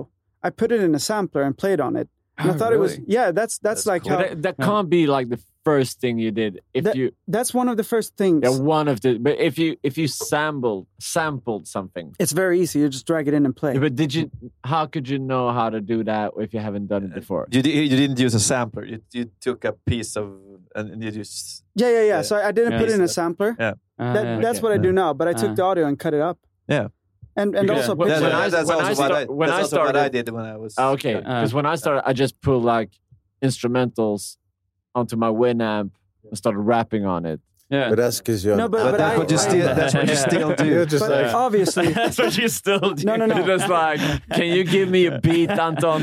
H: I put it in a sampler and played on it. And I
C: Oh,
H: thought it was
C: really?
H: yeah. That's that's, like
C: But
H: how
C: that, that can't be like the first thing you did. If you
H: that's one of the first things.
C: Yeah, one of the. But if you if you sampled sampled something,
H: it's very easy. You just drag it in and play.
C: but did you? How could you know how to do that if you haven't done it before?
G: You, di- you didn't use a sampler. You, you took a piece of and you just
H: Yeah, yeah, yeah. So I didn't
G: Yeah.
H: put it in a sampler.
G: yeah.
A: Uh,
G: Uh,
H: That, that's what I do now. But I took the audio and cut it up.
G: Yeah.
H: And and also
C: when,
H: pictures.
C: when I, when I
G: what I-
C: start- when
G: that's
C: I
G: also what
C: started,
G: I did when I was-
C: Ah, okay. Because when I started, I just put like instrumentals onto my Winamp and started rapping on it.
A: Yeah,
I: but that's because you're
C: No, but- But but that's I- what you I- still- that's
H: [LAUGHS]
C: what you still do.
I: You're just
C: But
I: like,
H: obviously.
C: [LAUGHS] That's what you still do.
H: No, no, no.
C: Just like, can you give me a beat,
H: [LAUGHS]
C: Anton?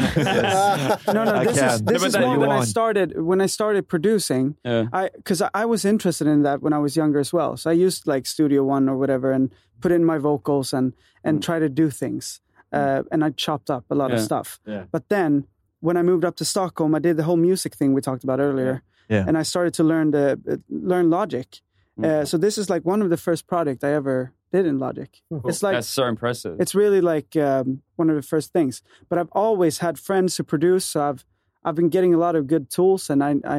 H: no, no. This is this is more when I started when I started producing.
A: Yeah.
H: I because I, I was interested in that when I was younger as well. So I used like Studio One or whatever and put in my vocals and and try to do things. Uh, and I chopped up a lot of
A: Mm. Yeah.
H: stuff.
A: Yeah.
H: But then when I moved up to Stockholm, I did the whole music thing we talked about earlier.
A: Yeah. Mm. Yeah.
H: And I started to learn the uh, learn Logic. Uh, so this is like one of the first product I ever did in Logic. It's like
A: that's so impressive.
H: it's really like um, one of the first things. But I've always had friends who produce, so I've I've been getting a lot of good tools, and I I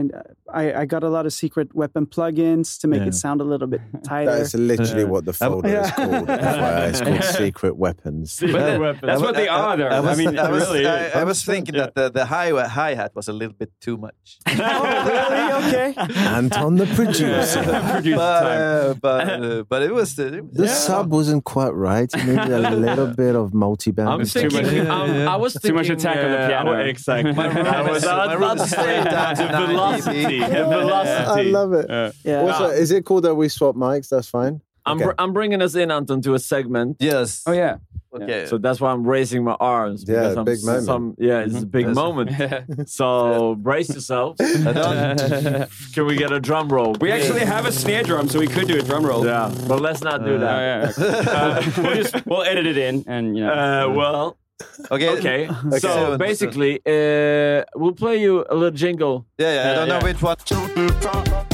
H: I, I got a lot of secret weapon plugins to make
I: Yeah.
H: it sound a little bit tighter.
I: [LAUGHS]
H: Uh,
I: that is literally
H: Yeah.
I: what the folder is
H: Yeah.
I: called. FYI, it's called Secret Weapons.
G: But that-
A: That's what they are, though. I mean, it
G: was,
A: really is.
G: I, I was thinking that the, the hi hi hat was a little bit too
C: [LAUGHS]
G: much.
C: Oh,
G: [LAUGHS]
H: okay.
I: Anton the producer.
G: but, uh,
C: [LAUGHS]
G: but, uh, but it was the, it was-
I: The sub wasn't quite right. Maybe
C: [LAUGHS]
I: a little bit of multi-band.
C: I'm thinking. I'm, I was thinking. uh, I was- exactly. I was about to say that. The velocity. The
I: I
C: velocity.
I: love it.
H: Yeah.
I: Also,
C: Nah.
I: is it cool that we swap mics? That's fine.
C: I'm,
I: Okay.
C: br- I'm bringing us in, Anton, to a segment.
G: Yes.
A: Oh, yeah.
G: Okay.
C: So that's why I'm raising my arms.
I: Yeah,
C: because I'm
I: big moment.
C: yeah, it's
A: Mm-hmm.
C: a big
I: Yes.
A: [LAUGHS]
C: moment. so brace
G: [LAUGHS]
C: yourselves. [LAUGHS] Can we get a drum roll?
A: We actually have a snare drum, so we could do a drum roll.
C: Yeah, but let's not do
G: Uh,
C: that. [LAUGHS]
A: Oh, [LAUGHS] yeah, okay. [LAUGHS] we'll, just, we'll edit it in, and you know.
C: Uh, well,
G: okay,
C: okay.
A: Okay.
C: So
A: So-
C: basically, uh, we'll play you a little jingle. Uh,
G: Yeah, yeah. I don't know which one.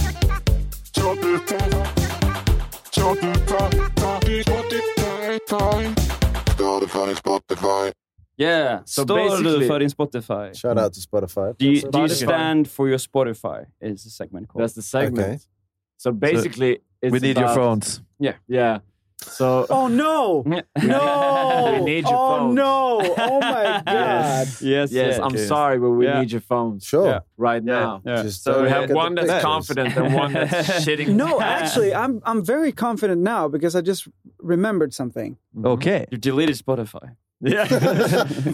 P: Spotify, Spotify.
A: yeah.
P: So
A: Stole
P: basically-
A: the fucking Spotify.
I: Shout out to Spotify.
A: Do you, do you
C: Spotify.
A: stand for your Spotify? Is the segment called?
C: That's the segment. So basically, it's
G: we need your
C: about-
G: phones.
A: Yeah.
C: Yeah. So
H: Oh
C: [LAUGHS]
H: no! No!
C: We need your
H: oh
C: phone.
H: no! Oh
C: [LAUGHS]
H: my god!
C: yes, yes, I'm sorry, but we need your phone.
I: Sure,
C: right now.
I: Just
C: so
I: don't
C: we
I: look
C: have
I: at
C: one
I: the
C: that's
I: pictures.
C: confident and one that's
I: [LAUGHS]
C: shitting.
H: [LAUGHS] No,
C: [LAUGHS]
H: actually, I'm I'm very confident now because I just remembered something.
G: Okay.
A: Mm-hmm. You deleted Spotify. [LAUGHS]
C: Yeah.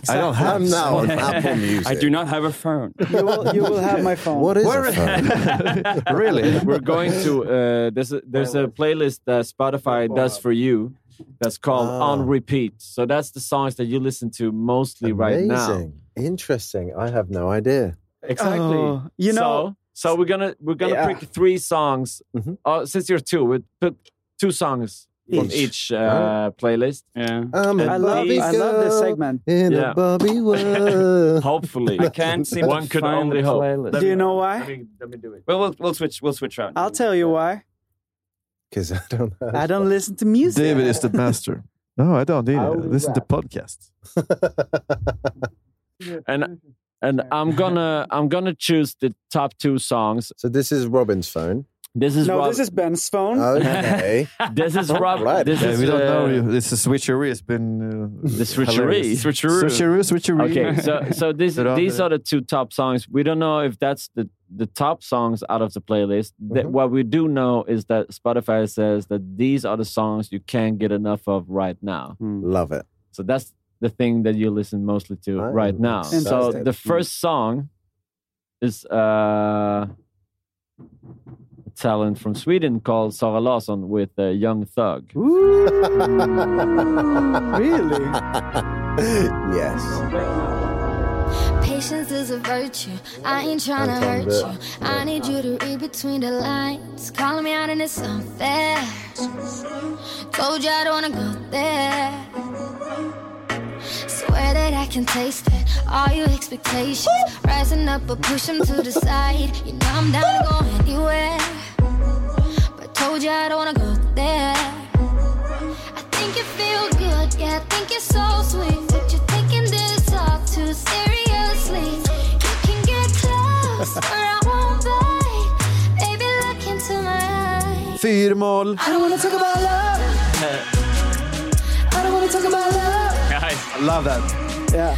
A: I
H: don't have I'm now on Spotify. Apple
A: I
H: Music.
A: do not have a phone.
H: You will, you will have my phone.
I: What is
C: really? [LAUGHS] We're going to uh, there's a, there's a playlist that Spotify does for you that's called
I: Ah.
C: On Repeat. So that's the songs that you listen to mostly right now.
I: Amazing. Interesting. I have no idea.
C: Exactly.
I: Oh, you know-
C: So, so we're gonna we're gonna
I: Yeah. Mm-hmm.
C: pick three songs. Uh, since you're two, we put two songs from
I: Each.
C: each
I: Oh.
C: uh, playlist.
A: Yeah.
I: I'm a
C: And
I: Bobby
C: these-
I: girl In a
C: [LAUGHS]
I: Bobby world.
C: Hopefully,
A: I
I: [LAUGHS]
A: can't seem
C: One
A: to
C: could
A: find
C: only
A: the
C: hope.
A: playlist.
H: Do you know why?
C: Let me do it.
A: Well, we'll we'll switch we'll switch around.
H: I'll tell you why.
I: Because I don't have.
H: I don't listen to music.
G: David is the master. No, I don't either. Listen to podcasts.
C: and and I'm gonna I'm gonna choose the top two songs.
I: So this is Robin's phone.
C: This is
H: no,
C: Rob-
H: this is Ben's phone.
I: Okay.
C: [LAUGHS] this is Rob. This
G: Yeah,
C: is
G: we don't
C: uh,
G: know. you. This is switcheroo. It's been uh,
C: the switcheroo.
G: hilarious. switcheroo, switcheroo.
C: Okay, so
G: [LAUGHS]
C: so this
G: They're all
C: these
G: the-
C: are the two top songs. We don't know if that's the the top songs out of the playlist. That-
G: Mm-hmm.
C: what we do know is that Spotify says that these are the songs you can't get enough of right now.
G: Hmm.
I: Love it.
C: So that's the thing that you listen mostly
G: Ah,
C: to
I: I'm
C: right now. So
I: excited.
C: the
G: Hmm.
C: first song is uh, a talent from Sweden called Sara Larsson with uh, Young Thug.
H: really?
I: yes.
P: Patience is a virtue. I ain't trying to
I: Unfound
P: hurt
I: it.
P: you. I need you to read between the lines. Calling me out and it's unfair. Told you I don't wanna go there. Swear that I can taste it. All your expectations rising up, but push 'em to the side. You know I'm down to go anywhere. But told you I don't wanna go there. I think you feel good, yeah, I think it's so sweet. But you're taking this all too seriously. You can get [LAUGHS] close, or I won't bite. Baby, look into my eyes.
G: Fyrmål.
P: I don't wanna
C: [LAUGHS]
P: talk about love. I don't wanna talk about love.
G: I love that.
H: Yeah.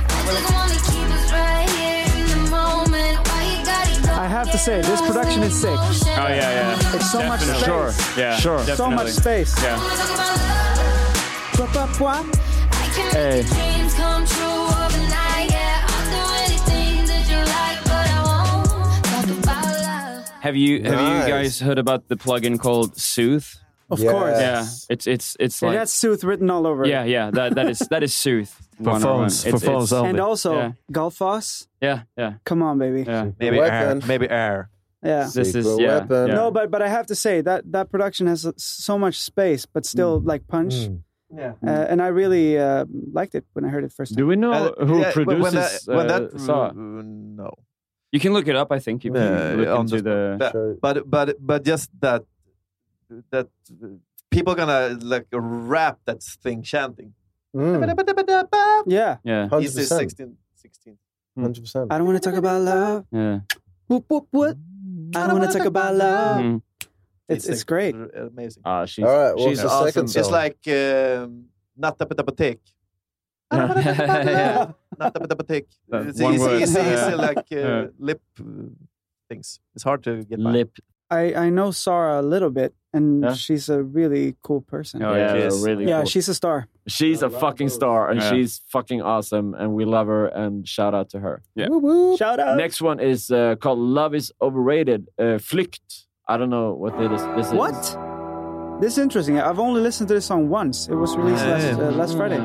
H: I have to say, this production is sick. Oh
A: yeah, yeah.
H: It's so much space.
A: Definitely. Sure. Yeah, Sure.
H: So much
A: definitely.
H: space.
A: Yeah.
H: Pwa, pwa, pwa.
C: Hey.
P: Dreams come true overnight, yeah. I'll do anything that you like, but I won't talk about love.
A: Have you have
H: Nice.
A: you guys heard about the plugin called Sooth?
H: Of Yes. course.
A: Yeah. It's it's it's
H: It
A: like
H: has Sooth written all over it.
A: yeah yeah that that is that is Sooth.
G: For
A: 101.
G: phones- for phones only.
H: And also,
A: yeah
H: Golfos.
A: yeah. yeah.
H: Come on, baby.
A: Yeah.
G: Maybe air.
I: Weapon.
G: Maybe air.
H: Yeah.
A: This is yeah, yeah.
H: No, but but I have to say that that production has so much space, but
G: Mm.
H: still like punch.
G: Yeah.
H: Uh, and I really uh, liked it when I heard it first. Time.
C: Do we know
G: Uh,
C: who
G: yeah, but
C: produces
G: when that- when
C: uh,
G: that-
C: Sara?
G: No.
A: You can look it up. I think you can
G: Yeah,
A: look
G: on
A: into the.
G: That- but but but just that that people gonna like rap that thing chanting. Mm.
H: Yeah.
A: Yeah.
G: Is this 16? 16.
C: Hmm.
I: Hundred percent.
H: I don't want to talk about love.
A: Yeah.
H: Whoop, whoop, what? I don't want to talk about love.
C: Hmm.
A: Mm.
H: It's, it's great.
G: Amazing.
C: Ah, she's
I: All right, what's
C: she's
I: the
C: awesome.
I: second song?
G: It's like um, Natta Petapatek.
A: [LAUGHS] Yeah.
G: Natta Petapatek.
A: That
G: It's
A: one
G: easy,
A: word.
G: easy,
A: [LAUGHS] Yeah.
G: easy, like uh,
A: Yeah.
G: lip uh, things. It's hard to get by.
C: Lip.
H: I, I know Sarah a little bit, and she's a really cool person.
C: Oh, yeah, Yeah, she is. really
H: Yeah,
C: cool.
H: she's a star.
C: She's a fucking star, and
H: Yeah.
C: she's fucking awesome, and we love her. And shout out to her.
A: Yeah.
H: Shout out.
C: Next one is uh, called "Love Is Overrated." Uh, Flicked. I don't know what it is. This is.
H: What? This is interesting. I've only listened to this song once. It was released last, uh, last Friday.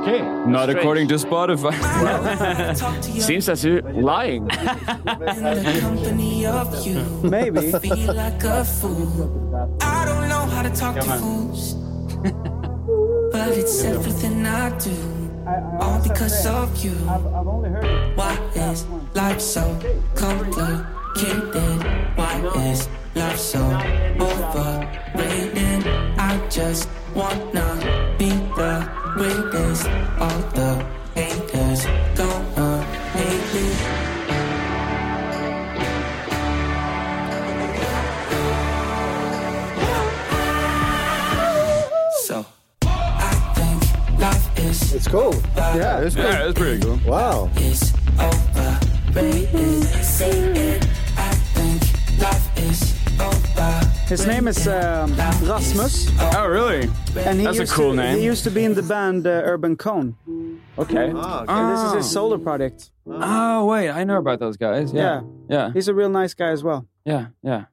C: Okay.
A: Not according to
H: [LAUGHS]
A: [LAUGHS] Spotify.
C: Seems as you're lying.
Q: company of you.
H: Maybe.
Q: Feel like a fool. I don't know how to talk to fools, but it's everything I do. All because of you. Why is life so complicated? Why is life so overrated? I just wanna be the greatest. All the haters gonna hate me. So
I: It's cool. Yeah, it's cool.
A: Yeah, it's pretty cool.
I: Wow.
R: It's over. Rain sing it. I think love is over.
H: His name is um, Rasmus.
A: Oh, really?
H: And he
A: That's a
H: used
A: cool
H: to,
A: name.
H: He used to be in the band uh, Urban Cone.
A: Okay. Ah, okay.
H: And this is his
A: Ah.
H: solo project.
A: Oh wait, I know about those guys. Yeah. Yeah.
H: He's a real nice guy as well.
A: Yeah. Yeah.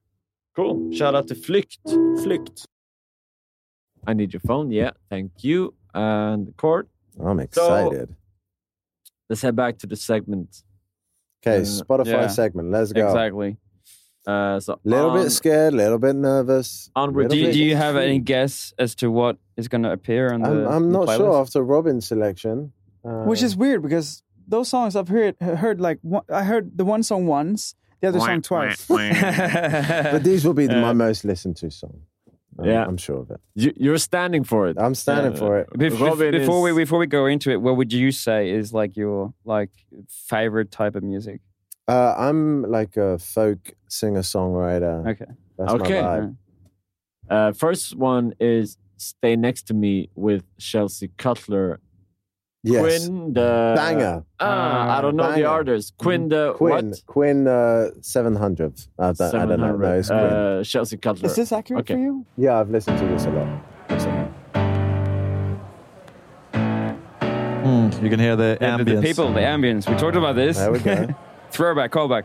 C: Cool. Shout out to Flicked.
H: Flicked.
C: I need your phone. Yeah, thank you. And the cord.
I: I'm excited.
C: let's head back to the segment.
I: Okay,
C: Uh,
I: Spotify
C: yeah.
I: segment. Let's go.
C: Exactly. Uh, so
I: [LAUGHS] Little
C: on-
I: bit scared, little bit nervous.
A: Do,
I: little
A: you-
I: bit-
A: do you have any guess as to what is going to appear on the?
I: I'm, I'm
A: the
I: not
A: playlist?
I: sure after Robin's selection. Uh,
H: Which is weird because those songs I've heard, heard like, one, I heard the one song once, the other song twice. [LAUGHS]
I: but these will be the-
C: Uh,
I: my most listened to song. I'm,
C: Yeah.
I: I'm sure of it.
C: You, you're standing for it.
I: I'm standing for it.
A: Bef- bef-
C: Robin
A: before
C: is-
A: we before we go into it, what would you say is like your like favorite type of music?
I: Uh, I'm like a folk singer songwriter.
A: Okay.
I: That's
C: okay.
I: my vibe.
C: Uh, first one is "Stay Next to Me" with Chelsea Cutler.
I: Yes.
C: Quinn the
I: Banger.
C: Ah, I don't know
I: Banger. Mm-hmm. Mm,
C: the artists. Quinn the
A: [LAUGHS]
I: Quinn,
C: what?
I: Quinn uh, 700. I don't, I don't know. No, it's Quinn.
C: Uh, Chelsea Cutler.
I: Is this
H: accurate
C: okay.
H: for you?
I: yeah, I've listened to this a lot.
G: Hmm,
I: So-
G: You can hear the
A: Yeah, the, the
G: ambience.
A: people, the ambience. We talked about this.
G: There we go.
A: [LAUGHS] Throwback, callback.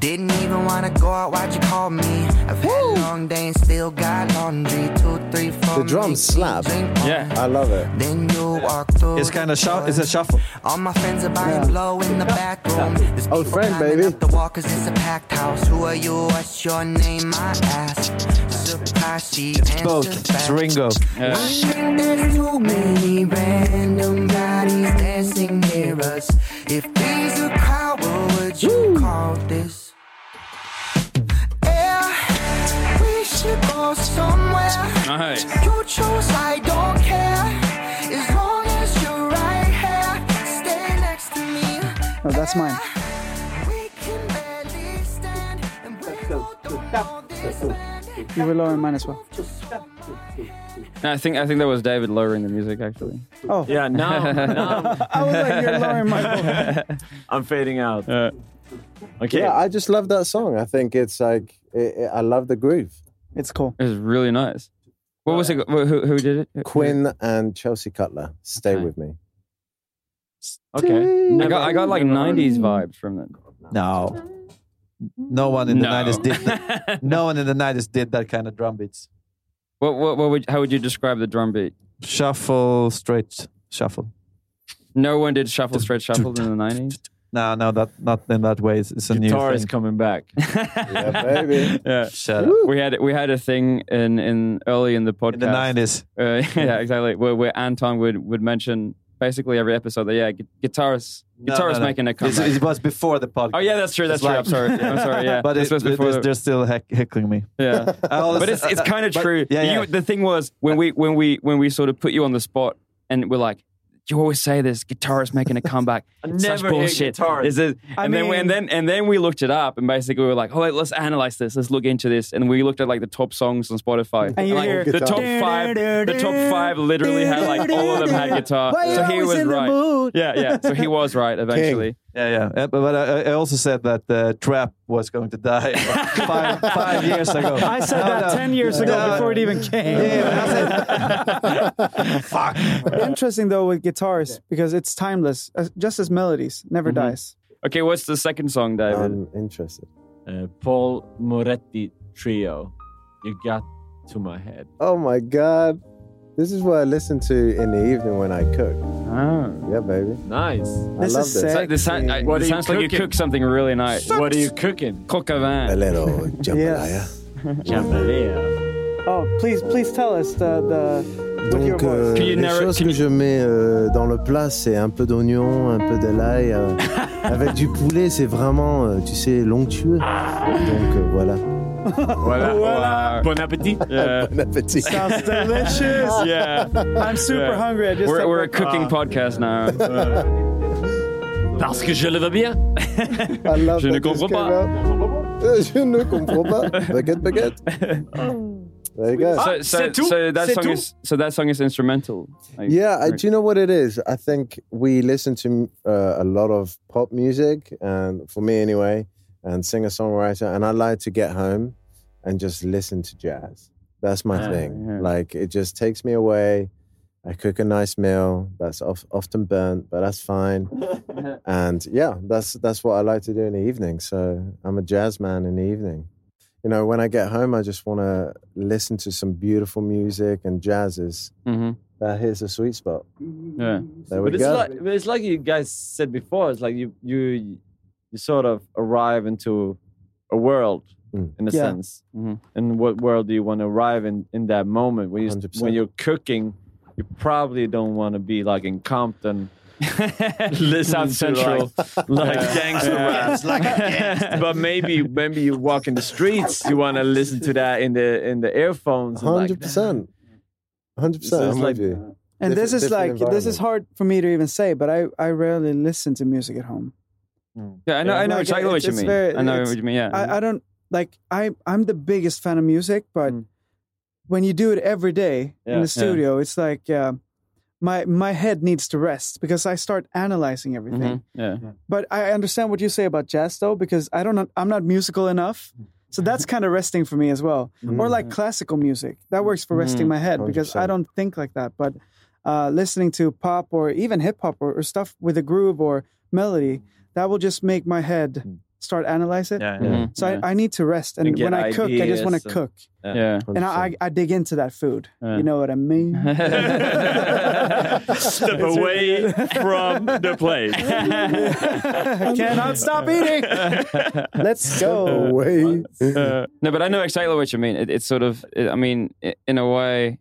D: Didn't even wanna go out, why'd you call me? I've had a long day and still got laundry. Two, three, four.
I: The drums slap.
A: Yeah.
I: I love it.
D: Then you walk through.
G: It's kind of shuffle. It's a shuffle.
D: All my friends are buying blow in the bathroom. There's
I: Old friend,
D: climbing
I: baby.
D: up the wall 'cause it's a packed house. Who are you? What's your name? I ask. Surprise, she
G: Both.
D: answers back.
G: It's Ringo.
D: I think there's too many random bodies dancing near us. If these are crowd, what would you call this? Yeah, we should go somewhere.
A: Nice.
D: You choose, I don't care. As long as you're right here, stay next to me.
H: Oh, that's mine.
D: We can barely stand, and we both don't know this land.
H: You were lowering mine as well.
A: No, I think I think that was David lowering the music actually.
H: Oh.
A: [LAUGHS]
C: Yeah, now, now
H: I was like, you're lowering my
C: [LAUGHS] I'm fading out.
A: Uh,
C: okay.
I: Yeah, I just love that song. I think it's like it, it- I love the groove.
H: It's cool.
A: It was really nice. What was it? Who, who who did it?
I: Quinn and Chelsea Cutler, stay with me.
A: Okay. I got I got like '90s vibes from it.
G: No. No one in the
A: No.
G: 90s did
A: [LAUGHS]
G: that. No one in the 90s did that kind of drum beats.
A: [LAUGHS] What what, what would how would you describe the drum beat?
G: Shuffle, straight shuffle.
A: No one did shuffle straight shuffle in
G: [LAUGHS]
A: the '90s.
G: No, no, that not in that way. It's, it's a
C: Guitar
G: new
C: is
G: thing.
C: coming back.
I: [LAUGHS] yeah, baby.
A: Yeah.
G: Shut up.
A: We had we had a thing in, in early in the podcast in the
G: 90s.
A: Uh, [LAUGHS] yeah, exactly. Where, where Anton would, would mention basically every episode that yeah, gu- guitarists
G: No,
A: guitarists
G: no, no.
A: making a
G: It's-
A: comeback.
G: It was before the podcast.
A: oh yeah, that's true. That's
G: It's
A: true.
G: like-
A: I'm sorry. I'm sorry. Yeah,
G: [LAUGHS] but
A: this
G: it,
A: was
G: it
A: before.
G: was- they're still heck, heckling me.
A: yeah,
G: [LAUGHS] I always-
A: but it's it's kind of
G: [LAUGHS] but-
A: true.
G: Yeah, yeah.
A: You, the thing was when we when we when we sort of put you on the spot and we're like. You always say this guitarist making a comeback. It's Such
C: never hear
A: bullshit.
C: guitarist.
A: This is-
C: I
A: and then we- and
C: mean-
A: then and then we looked it up and basically we were like, oh, let's analyze this. Let's look into this. And we looked at like the top songs on Spotify.
H: And you
A: like,
H: hear-
A: the top five. The top five literally had like all of them had guitar.
H: Why you
A: So he
H: always
A: was
H: in the
A: right.
H: mood?
A: Yeah, yeah. So he
H: [LAUGHS]
A: was right eventually.
G: Yeah, yeah. Uh, But, but I, I also said that uh, trap was going to die five, five years
H: [LAUGHS]
G: ago.
H: I said that 10 years ago
G: No,
H: before it even
A: [LAUGHS]
H: came. Fuck. Interesting though with guitars because it's timeless, uh, just as melodies, never
A: Mm-hmm.
H: dies.
A: Okay, what's the second song, David?
I: I'm interested.
C: Uh, Paul Moretti Trio. You got to my head.
I: Oh my god, this is what I listen to in the evening when I cook.
A: Oh,
I: yeah, baby.
C: Nice.
I: I love this.
A: So- this sound- I-
C: What
A: it
C: are you
A: sounds like you
C: cooking?
A: cook something really nice.
C: What are you cooking?
A: Coq au vin.
I: A little jambalaya.
H: [LAUGHS]
C: Jambalaya.
H: Oh, please, please tell us the the. With your
I: Donc, euh,
H: voice.
I: les choses que je mets euh, dans le plat, c'est un peu d'oignon, un peu de l'ail. euh, avec du poulet, c'est vraiment, euh, tu sais, l'onctueux. Donc euh, voilà.
C: Voilà.
A: Uh,
C: Bon appétit.
A: Yeah.
I: Bon appétit.
H: Sounds delicious.
A: [LAUGHS] Yeah.
H: I'm super
A: Yeah.
H: hungry. I just Ah.
A: we're
H: had
A: we're a
H: breakfast.
A: cooking podcast [LAUGHS] now.
H: [LAUGHS]
C: Parce que je le veux bien.
I: I love
A: Je ne
I: that this
A: comprends
I: came
A: pas.
I: out. Euh, Je ne comprends pas. Baguette, baguette. There you go.
A: So, so, so that song is so that song is instrumental. Like,
I: yeah, I, do you know what it is? I think we listen to uh, a lot of pop music, and for me anyway, and singer songwriter, and I like to get home and just listen to jazz. That's my
A: Ah,
I: thing.
A: yeah.
I: Like it just takes me away. I cook a nice meal that's of, often burnt, but that's fine. and yeah, that's that's what I like to do in the evening. So I'm a jazz man in the evening. You know, when I get home, I just want to listen to some beautiful music and jazz is
A: Mhm.
I: that hits a sweet spot.
A: Yeah.
I: There we
C: but
I: go.
C: It's like, but it's like you guys said before. It's like you you you sort of arrive into a world
I: Hmm.
C: in a
J: Yeah.
C: sense.
A: Mm-hmm.
C: And what world do you want to arrive in in that moment when you when you're cooking? You probably don't want to be like in
A: [LAUGHS]
C: Compton.
J: South
C: Listen to
J: Central.
C: like, like
J: Yeah.
C: gangster
J: Yeah.
C: raps,
J: Like a
C: but maybe maybe you walk in the streets, you want to listen to that in the in the earphones. and like,
I: Hundred percent, hundred
C: So
I: percent.
C: it's
I: I'm
C: like-
I: with you.
H: And
I: Diff-
H: this is like
I: different
H: this is
I: environment.
H: hard for me to even say, but I I rarely listen to music at home.
A: Yeah, I know, I know
H: Like,
A: exactly what
H: it's-
A: you
H: it's
A: mean.
H: very-
A: I know
H: it's-
A: what you mean. Yeah,
H: I, I don't like I I'm the biggest fan of music, but when you do it every day
A: Yeah.
H: in
A: Yeah.
H: the studio, it's like uh, my my head needs to rest because I start analyzing everything.
A: Mhm. yeah.
H: But I understand what you say about jazz though, because I don't I'm not musical enough. So that's kind of resting for me as well. Or like classical music. That works for resting my
A: Mm,
H: head because I don't think like that. But uh, listening to pop or even hip hop or, or stuff with a groove or melody, that will just make my head start analyze it.
A: yeah. Mhm.
H: So
A: Yeah.
H: I, I need to rest. And
A: And get
H: when I cook, I just want
A: ideas
H: to
A: and-
H: cook.
A: Yeah. Yeah.
H: And I, I I dig into that food.
A: Yeah.
H: You know what I mean?
A: [LAUGHS] Step
H: [LAUGHS]
C: away
A: from Um, the plate. [LAUGHS]
H: Cannot stop eating. [LAUGHS] Let's go.
I: away.
A: [LAUGHS] no, but I know exactly what you mean. It, it's sort of, it, I mean, i in a way,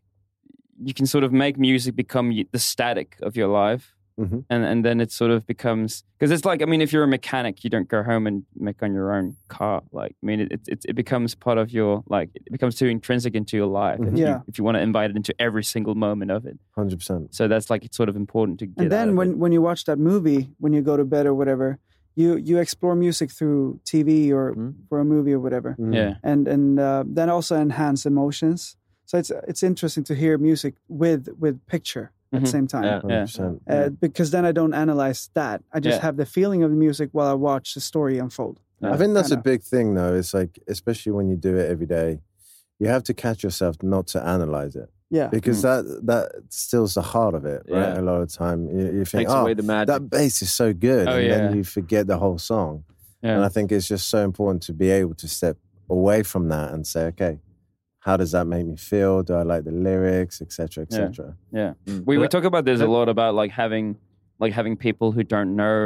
A: you can sort of make music become y- the static of your life.
I: Mhm.
A: And and then it sort of becomes because it's like I mean if you're a mechanic you don't go home and make on your own car like I mean it it, it- it becomes part of your like it becomes too intrinsic into your life
I: Mhm.
A: if you,
H: Yeah.
A: if you want to invite it into every single moment of it
I: Hundred percent.
A: so that's like it's sort of important to get
H: and
A: out
H: then
A: of
H: when,
A: it.
H: when you watch that movie when you go to bed or whatever you you explore music through tv or for a movie or whatever
A: Yeah.
H: and and uh, that also enhance emotions so it's it's interesting to hear music with with picture at the
A: Mhm.
H: same time
A: Yeah, yeah. 100%,
H: Uh, because then i don't analyze that i just
I: Yeah.
H: have the feeling of the music while i watch the story unfold
I: I think that's a
H: Kinda.
I: big thing, though. It's like, especially when you do it every day, you have to catch yourself not to analyze it.
H: Yeah.
I: Because
H: Mm.
I: that that stills the heart of it, right?
C: Yeah.
I: A lot of time you, you think,
C: Takes
I: oh,
C: away the magic."
I: that bass is so good,
C: Oh,
I: and
C: yeah.
I: then you forget the whole song.
A: Yeah.
I: And I think it's just so important to be able to step away from that and say, okay, how does that make me feel? Do I like the lyrics, etc., etc.
A: Yeah,
I: Mm.
A: we we talk about this a lot about like having like having people who don't know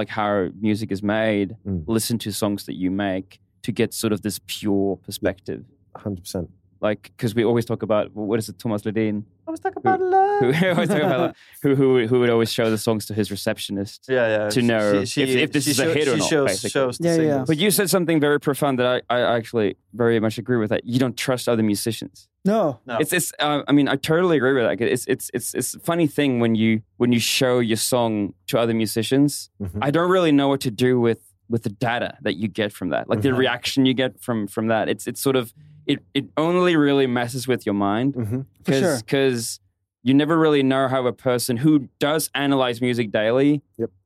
A: like how music is made
I: Mm.
A: listen to songs that you make to get sort of this pure perspective.
I: Hundred percent.
A: Like because we always talk about what is it, Thomas Ledin.
H: I was talking about love.
A: Who, [LAUGHS] who, always talk about,
H: [LAUGHS]
A: like, who, who, who would always show the songs to his receptionist
G: Yeah, yeah.
A: to know
G: She- she-
A: if, if this
G: she
A: is
G: show-
A: a hit or
G: she
A: not.
G: shows-
A: basically.
G: shows the Yeah, yeah. singles.
A: But you said something very profound that I, I actually very much agree with. That you don't trust other musicians.
H: no
A: It's it's. Uh, I mean, I totally agree with that. It's it's it's it's a funny thing when you when you show your song to other musicians. I don't really know what to do with with the data that you get from that, like the
J: Mhm.
A: reaction you get from from that. It's it's sort of it it only really messes with your mind
J: For
A: because
J: sure.
A: because you never really know how a person who does analyze music daily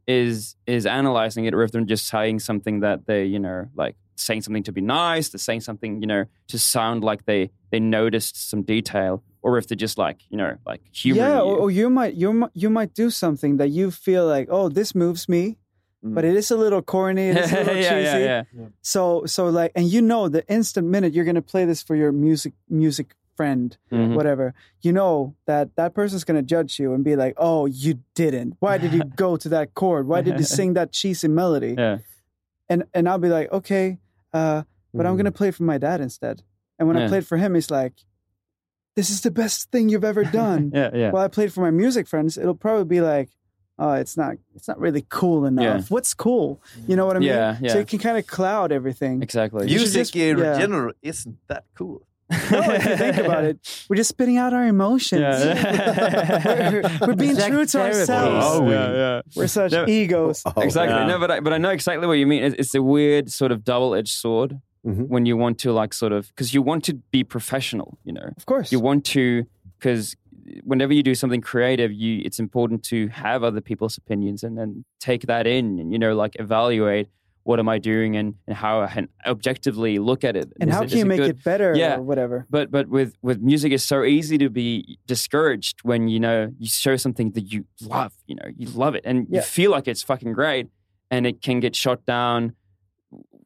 A: is is analyzing it, or if they're just saying something that they you know like saying something to be nice, they're saying something you know to sound like they they noticed some detail, or if they're just like you know like humoring
H: yeah,
A: you.
H: Or, or you might you mi- you might do something that you feel like, oh, this moves me, but it is a little corny, it
A: [LAUGHS]
H: is a little
A: Mm. Yeah, yeah,
H: cheesy.
A: yeah.
H: So so like, and you know, the instant minute you're gonna play this for your music music friend,
A: Mhm.
H: whatever, you know that that person's gonna judge you and be like, oh, you didn't. Why did you go to that chord? Why did you sing that cheesy melody?
A: Yeah.
H: And and I'll be like, okay, uh, but I'm gonna play it for my dad instead. And when I
A: Mm. Yeah.
H: played for him, he's like, this is the best thing you've ever done.
A: [LAUGHS] Yeah, yeah.
H: Well, I played for my music friends. It'll probably be like, oh, it's not, it's not really cool enough.
A: Yeah.
H: What's cool? You know what I mean?
A: Yeah, yeah.
H: So it can kind of cloud everything.
A: Exactly.
H: You should
G: Music
H: just-
G: in
H: yeah.
G: general isn't that cool.
H: If you think about it,
A: [LAUGHS]
H: we're just spitting out our emotions. [LAUGHS] we're, we're being
G: Exact
H: true to
G: therapy.
H: ourselves.
G: Oh,
A: yeah, yeah.
H: We're such
A: No,
H: egos. [LAUGHS]
A: Exactly.
H: Oh, Yeah.
A: No, but I, but I know exactly what you mean. It's, it's a weird sort of double edged sword
H: Mm-hmm.
A: when you want to like sort of because you want to be professional, you know. Of
H: course,
A: you want to because whenever you do something creative, you it's important to have other people's opinions and then take that in and you know like evaluate what am I doing and and how and objectively look at it
H: And
A: Is
H: how
A: is
H: can you make
A: good-
H: it better
A: Yeah,
H: or whatever?
A: but but with with music it's so easy to be discouraged when you know you show something that you love you know you love it and
H: Yeah.
A: you feel like it's fucking great and it can get shot down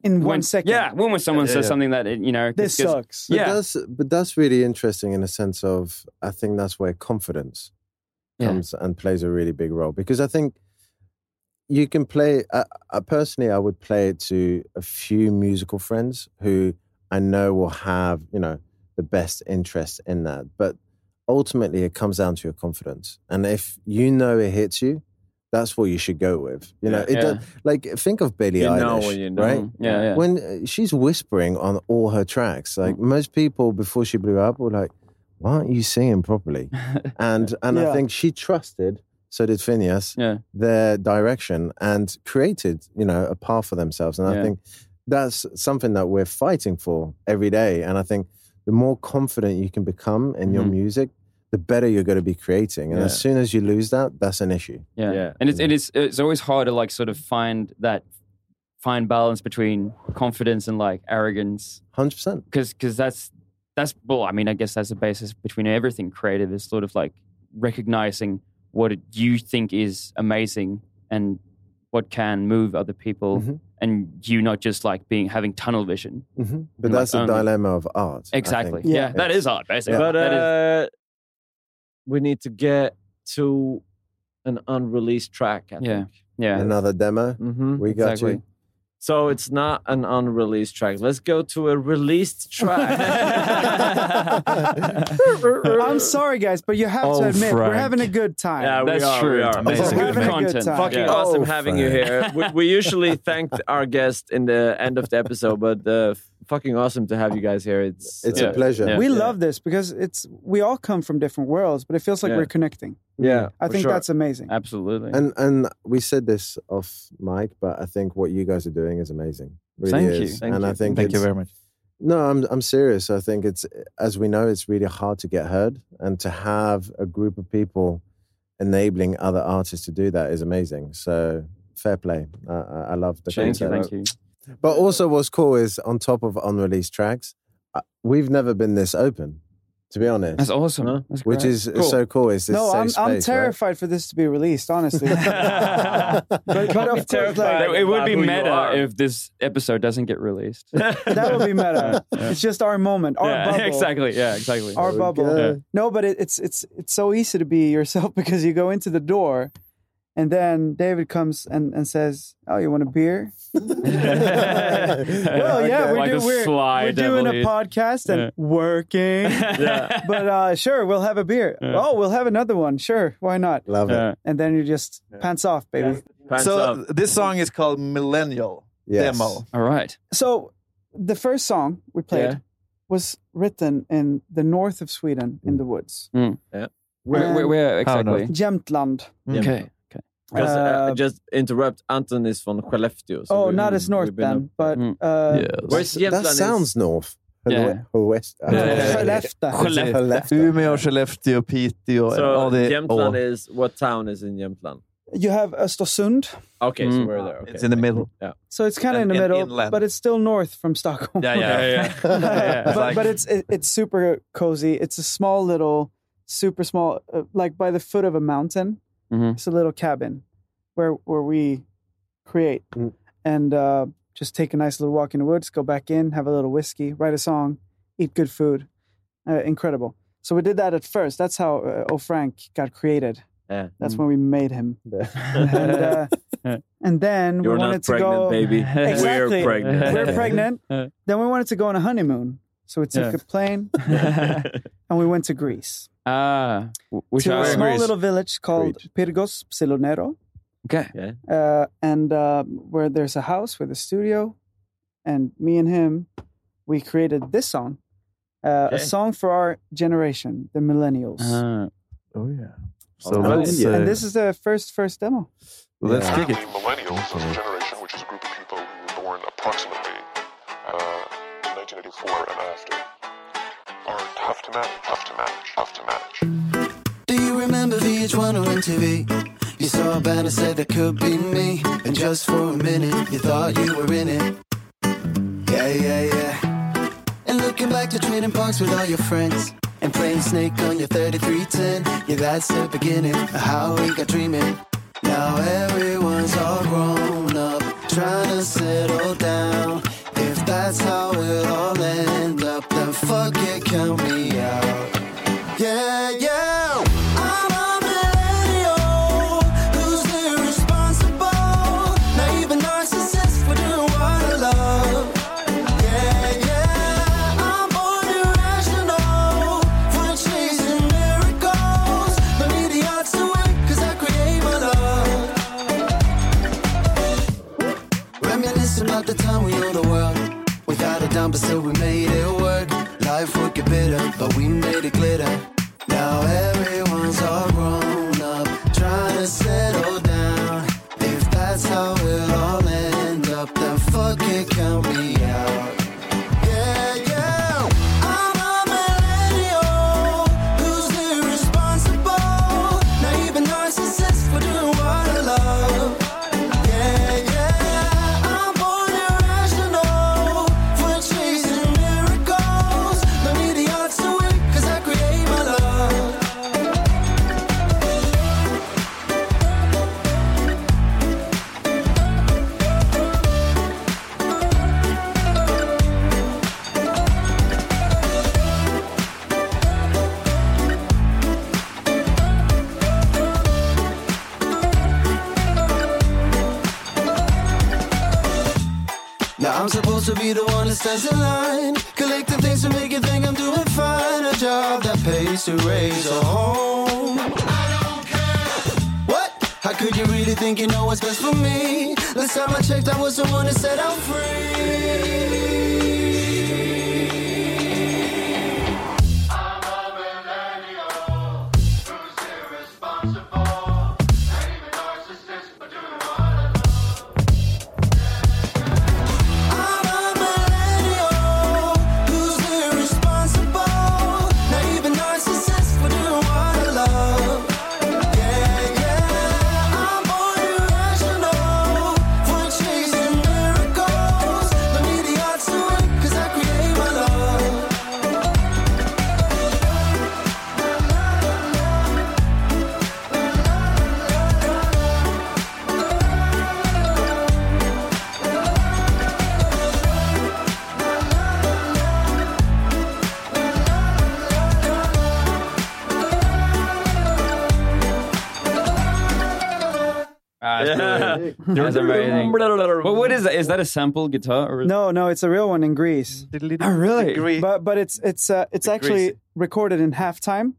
H: In
A: when,
H: one second.
A: yeah when, when someone
I: Yeah,
A: says
I: yeah.
A: something that it, you know
H: This
A: gets-
H: sucks.
I: But
A: yeah
I: that's but that's really interesting in a sense of I think that's where confidence
A: Yeah.
I: comes and plays a really big role because I think you can play. I, I personally, I would play it to a few musical friends who I know will have you know the best interest in that. But ultimately, it comes down to your confidence, and if you know it hits you, that's what you should go with. You know,
J: Yeah.
I: it
J: Yeah.
I: does, like think of Billie
J: You
I: Eilish,
J: know what you know.
I: right?
J: Yeah, Mm. yeah.
I: When uh, she's whispering on all her tracks, like most people before she blew up were like, "Why aren't you singing
J: [LAUGHS]
I: properly?" and and I
G: Yeah.
I: think she trusted, so did Phineas,
A: yeah.
I: their direction and created, you know, a path for themselves. And I
G: Yeah.
I: think that's something that we're fighting for every day. And I think the more confident you can become in your
J: Mm-hmm.
I: music, the better you're going to be creating. And
A: Yeah.
I: as soon as you lose that, that's an issue.
A: yeah and it's, it is it's always hard to like sort of find that fine balance between confidence and like arrogance
I: 100%
A: because because that's that's well i mean i guess that's the basis between everything creative is sort of like recognizing what it, you think is amazing and what can move other people
I: Mhm.
A: and you not just like being having tunnel vision
I: hmm But
A: And,
I: that's
A: like,
I: the
A: only-
I: dilemma of art. I
A: exactly
I: think.
A: yeah, that is art basically
J: But
A: That is-
J: uh, we need to get to an unreleased track. I
A: yeah
J: think.
A: yeah
I: Another demo.
G: Mm-hmm.
J: Mhm.
I: We got you.
J: So it's not an unreleased track. Let's go to a
H: [LAUGHS]
J: released track.
H: I'm sorry, guys, but you have
J: Oh,
H: to admit we're
J: Frank.
H: having a good time.
J: Yeah, we are, We are.
H: We're having a good time.
J: Fucking
I: Oh,
J: awesome having you
I: [LAUGHS]
J: here. We, we usually thank our guest in the end of the episode, but uh, fucking awesome to have you guys here. It's uh,
I: It's a pleasure.
H: We love this because it's we all come from different worlds, but it feels like
J: Yeah. Mm-hmm.
H: we're connecting.
J: Yeah,
H: I think that's amazing.
A: absolutely
I: And and we said this off mic, but I think what you guys are doing is amazing. Really
G: Thank
I: is.
G: you. Thank
I: and I
G: you.
I: think
G: Thank you
I: it's-
G: very much.
I: No, I'm I'm serious. I think it's as we know, it's really hard to get heard, and to have a group of people enabling other artists to do that is amazing. So fair play. I, I I love the
A: thank you
I: concept.
A: thank you
I: But also, what's cool is on top of unreleased tracks, uh, we've never been this open. To be honest,
A: that's awesome That's
I: which
A: great.
I: is so cool. It's this
H: no,
I: safe
H: I'm, I'm
I: space, right?
H: terrified for this to be released,
I: [LAUGHS]
H: honestly. but, but [LAUGHS] of course, like,
A: it would be
H: who you
A: meta
H: are.
A: if this episode doesn't get released
H: that would be meta.
A: Yeah.
H: It's just our moment, our
A: Yeah, [LAUGHS]
H: bubble.
A: exactly yeah exactly
H: Our bubble.
A: Yeah.
H: No, but it, it's it's it's so easy to be yourself [LAUGHS] because you go into the door, and then David comes and, and says, "Oh, you want a beer?"
S: [LAUGHS]
H: well, yeah, we're,
A: Okay. Like
H: do-
A: a
H: [LAUGHS] we're-
A: sly
H: we're doing
A: devil
H: a
A: is-
H: podcast and
A: Yeah.
H: working.
A: [LAUGHS] Yeah.
H: But uh, sure, we'll have a beer.
A: Yeah.
H: Oh, we'll have another one. Sure, why not?
I: Love
A: it. Yeah.
H: And then you just pants off, baby.
G: so this song is called Millennial
I: Yes.
G: Demo.
A: all right
H: So the first song we played
A: Yeah.
H: was written in the north of Sweden in the woods.
A: Mm. Where, where, where exactly?
H: Jämtland.
C: Mm.
A: Okay. Okay.
J: Just, uh,
C: eh,
H: Uh,
J: just interrupt. Anton is from Skellefteå. so
H: oh,
J: we-
H: not as north
J: we've been
H: then, but
J: Mm.
H: uh,
J: Where's
I: That
J: Jämtland is-
I: sounds north.
J: Yeah.
I: West.
H: Skellefteå.
G: Umeå, Skellefteå, Piteå, and all
J: So
G: the...
J: Jämtland
G: all-
J: is what town is in Jämtland?
H: you have Östersund.
J: Okay, so
G: Mm.
J: we're there.
I: [LAUGHS]
J: Okay.
G: It's in the middle.
J: Yeah.
H: So it's kind of in the
G: And- and
H: middle,
G: inland.
H: but it's still north from Stockholm.
G: Yeah, yeah, yeah,
H: [LAUGHS]
G: yeah. Yeah, yeah.
H: but,
G: Like-
H: but it's it, it's super cozy. It's a small little, super small, uh, like by the foot of a mountain.
J: Mm-hmm.
H: It's a little cabin where where we create
J: Mm.
H: and uh, just take a nice little walk in the woods, go back in, have a little whiskey, write a song, eat good food. Uh, incredible. So we did that at first. That's how uh, O Frank got created.
J: Yeah. Mm.
H: That's when we made
J: [LAUGHS]
H: him. and, uh, and then
J: You're
H: we
J: not
H: wanted to
J: pregnant,
H: go. [LAUGHS]
J: baby. We're
H: Exactly.
J: pregnant.
H: We're
J: [LAUGHS]
H: pregnant. then we wanted to go on a honeymoon. So we took
A: Yeah.
H: a
J: [LAUGHS]
H: plane [LAUGHS] and we went to Greece.
A: Ah, w- which
H: to
A: I
H: a small little
A: [LAUGHS]
H: village called Pyrgos Psilonero.
A: Okay. [LAUGHS]
H: Uh, and uh, where there's a house with a studio. And me and him, we created this song. Uh, A
A: Okay.
H: song for our generation, the millennials.
A: Ah.
G: Oh yeah.
H: and,
G: So let's, uh,
H: and this is the first first demo.
G: let's kick it.
T: Millennials is a generation which is a group of people who were born approximately uh, before and after are tough to match, tough to match, tough to match.
S: Do you remember VH1 or MTV? You saw a banner said that could be me, and just for a minute you thought you were in it. Yeah, yeah, yeah. And looking back to trading parks with all your friends, and playing Snake on your 3310. Yeah, that's the beginning of how we got dreaming. Now everyone's all grown up, trying to settle down. If that's how it all end up, then fuck it, count me out. Yeah, yeah. I'm a millennial who's irresponsible. Naive and narcissist for doing what I love. Yeah, yeah. I'm born irrational for chasing miracles. Don't need the odds to win 'cause I create my love. Reminiscing about the time we owned the world. Without a dime, but still we made it work. Life would get bitter, but we made it glitter. Now everyone's all grown up, trying to settle down. If that's how it all end up, then fuck it, count me out. Yeah, yeah. I'm a millennial who's irresponsible, naive and narcissist for doing what I love. Yeah, yeah. I'm born irrational for chasing miracles. Don't need the odds to win 'cause I create my love. Now I'm supposed to be the one that stands in line, collecting things to make you think I'm doing fine. A job that pays to raise a home. I don't care. What? How could you really think you know what's best for me? Last time I checked, I was the one that said I'm free. Who's irresponsible? Naive and narcissist for doing what I love. Yeah, yeah. I'm born irrational for chasing miracles. Don't need the odds to win 'cause I create my love.
A: Ah, that's
E: Yeah.
A: [LAUGHS] brilliant. That's amazing. But what is that? Is that a sample guitar? Or
H: No, no, it's a real one in Greece.
A: Oh, really? Greece.
H: But but it's it's uh, it's
A: The
H: actually recorded in halftime.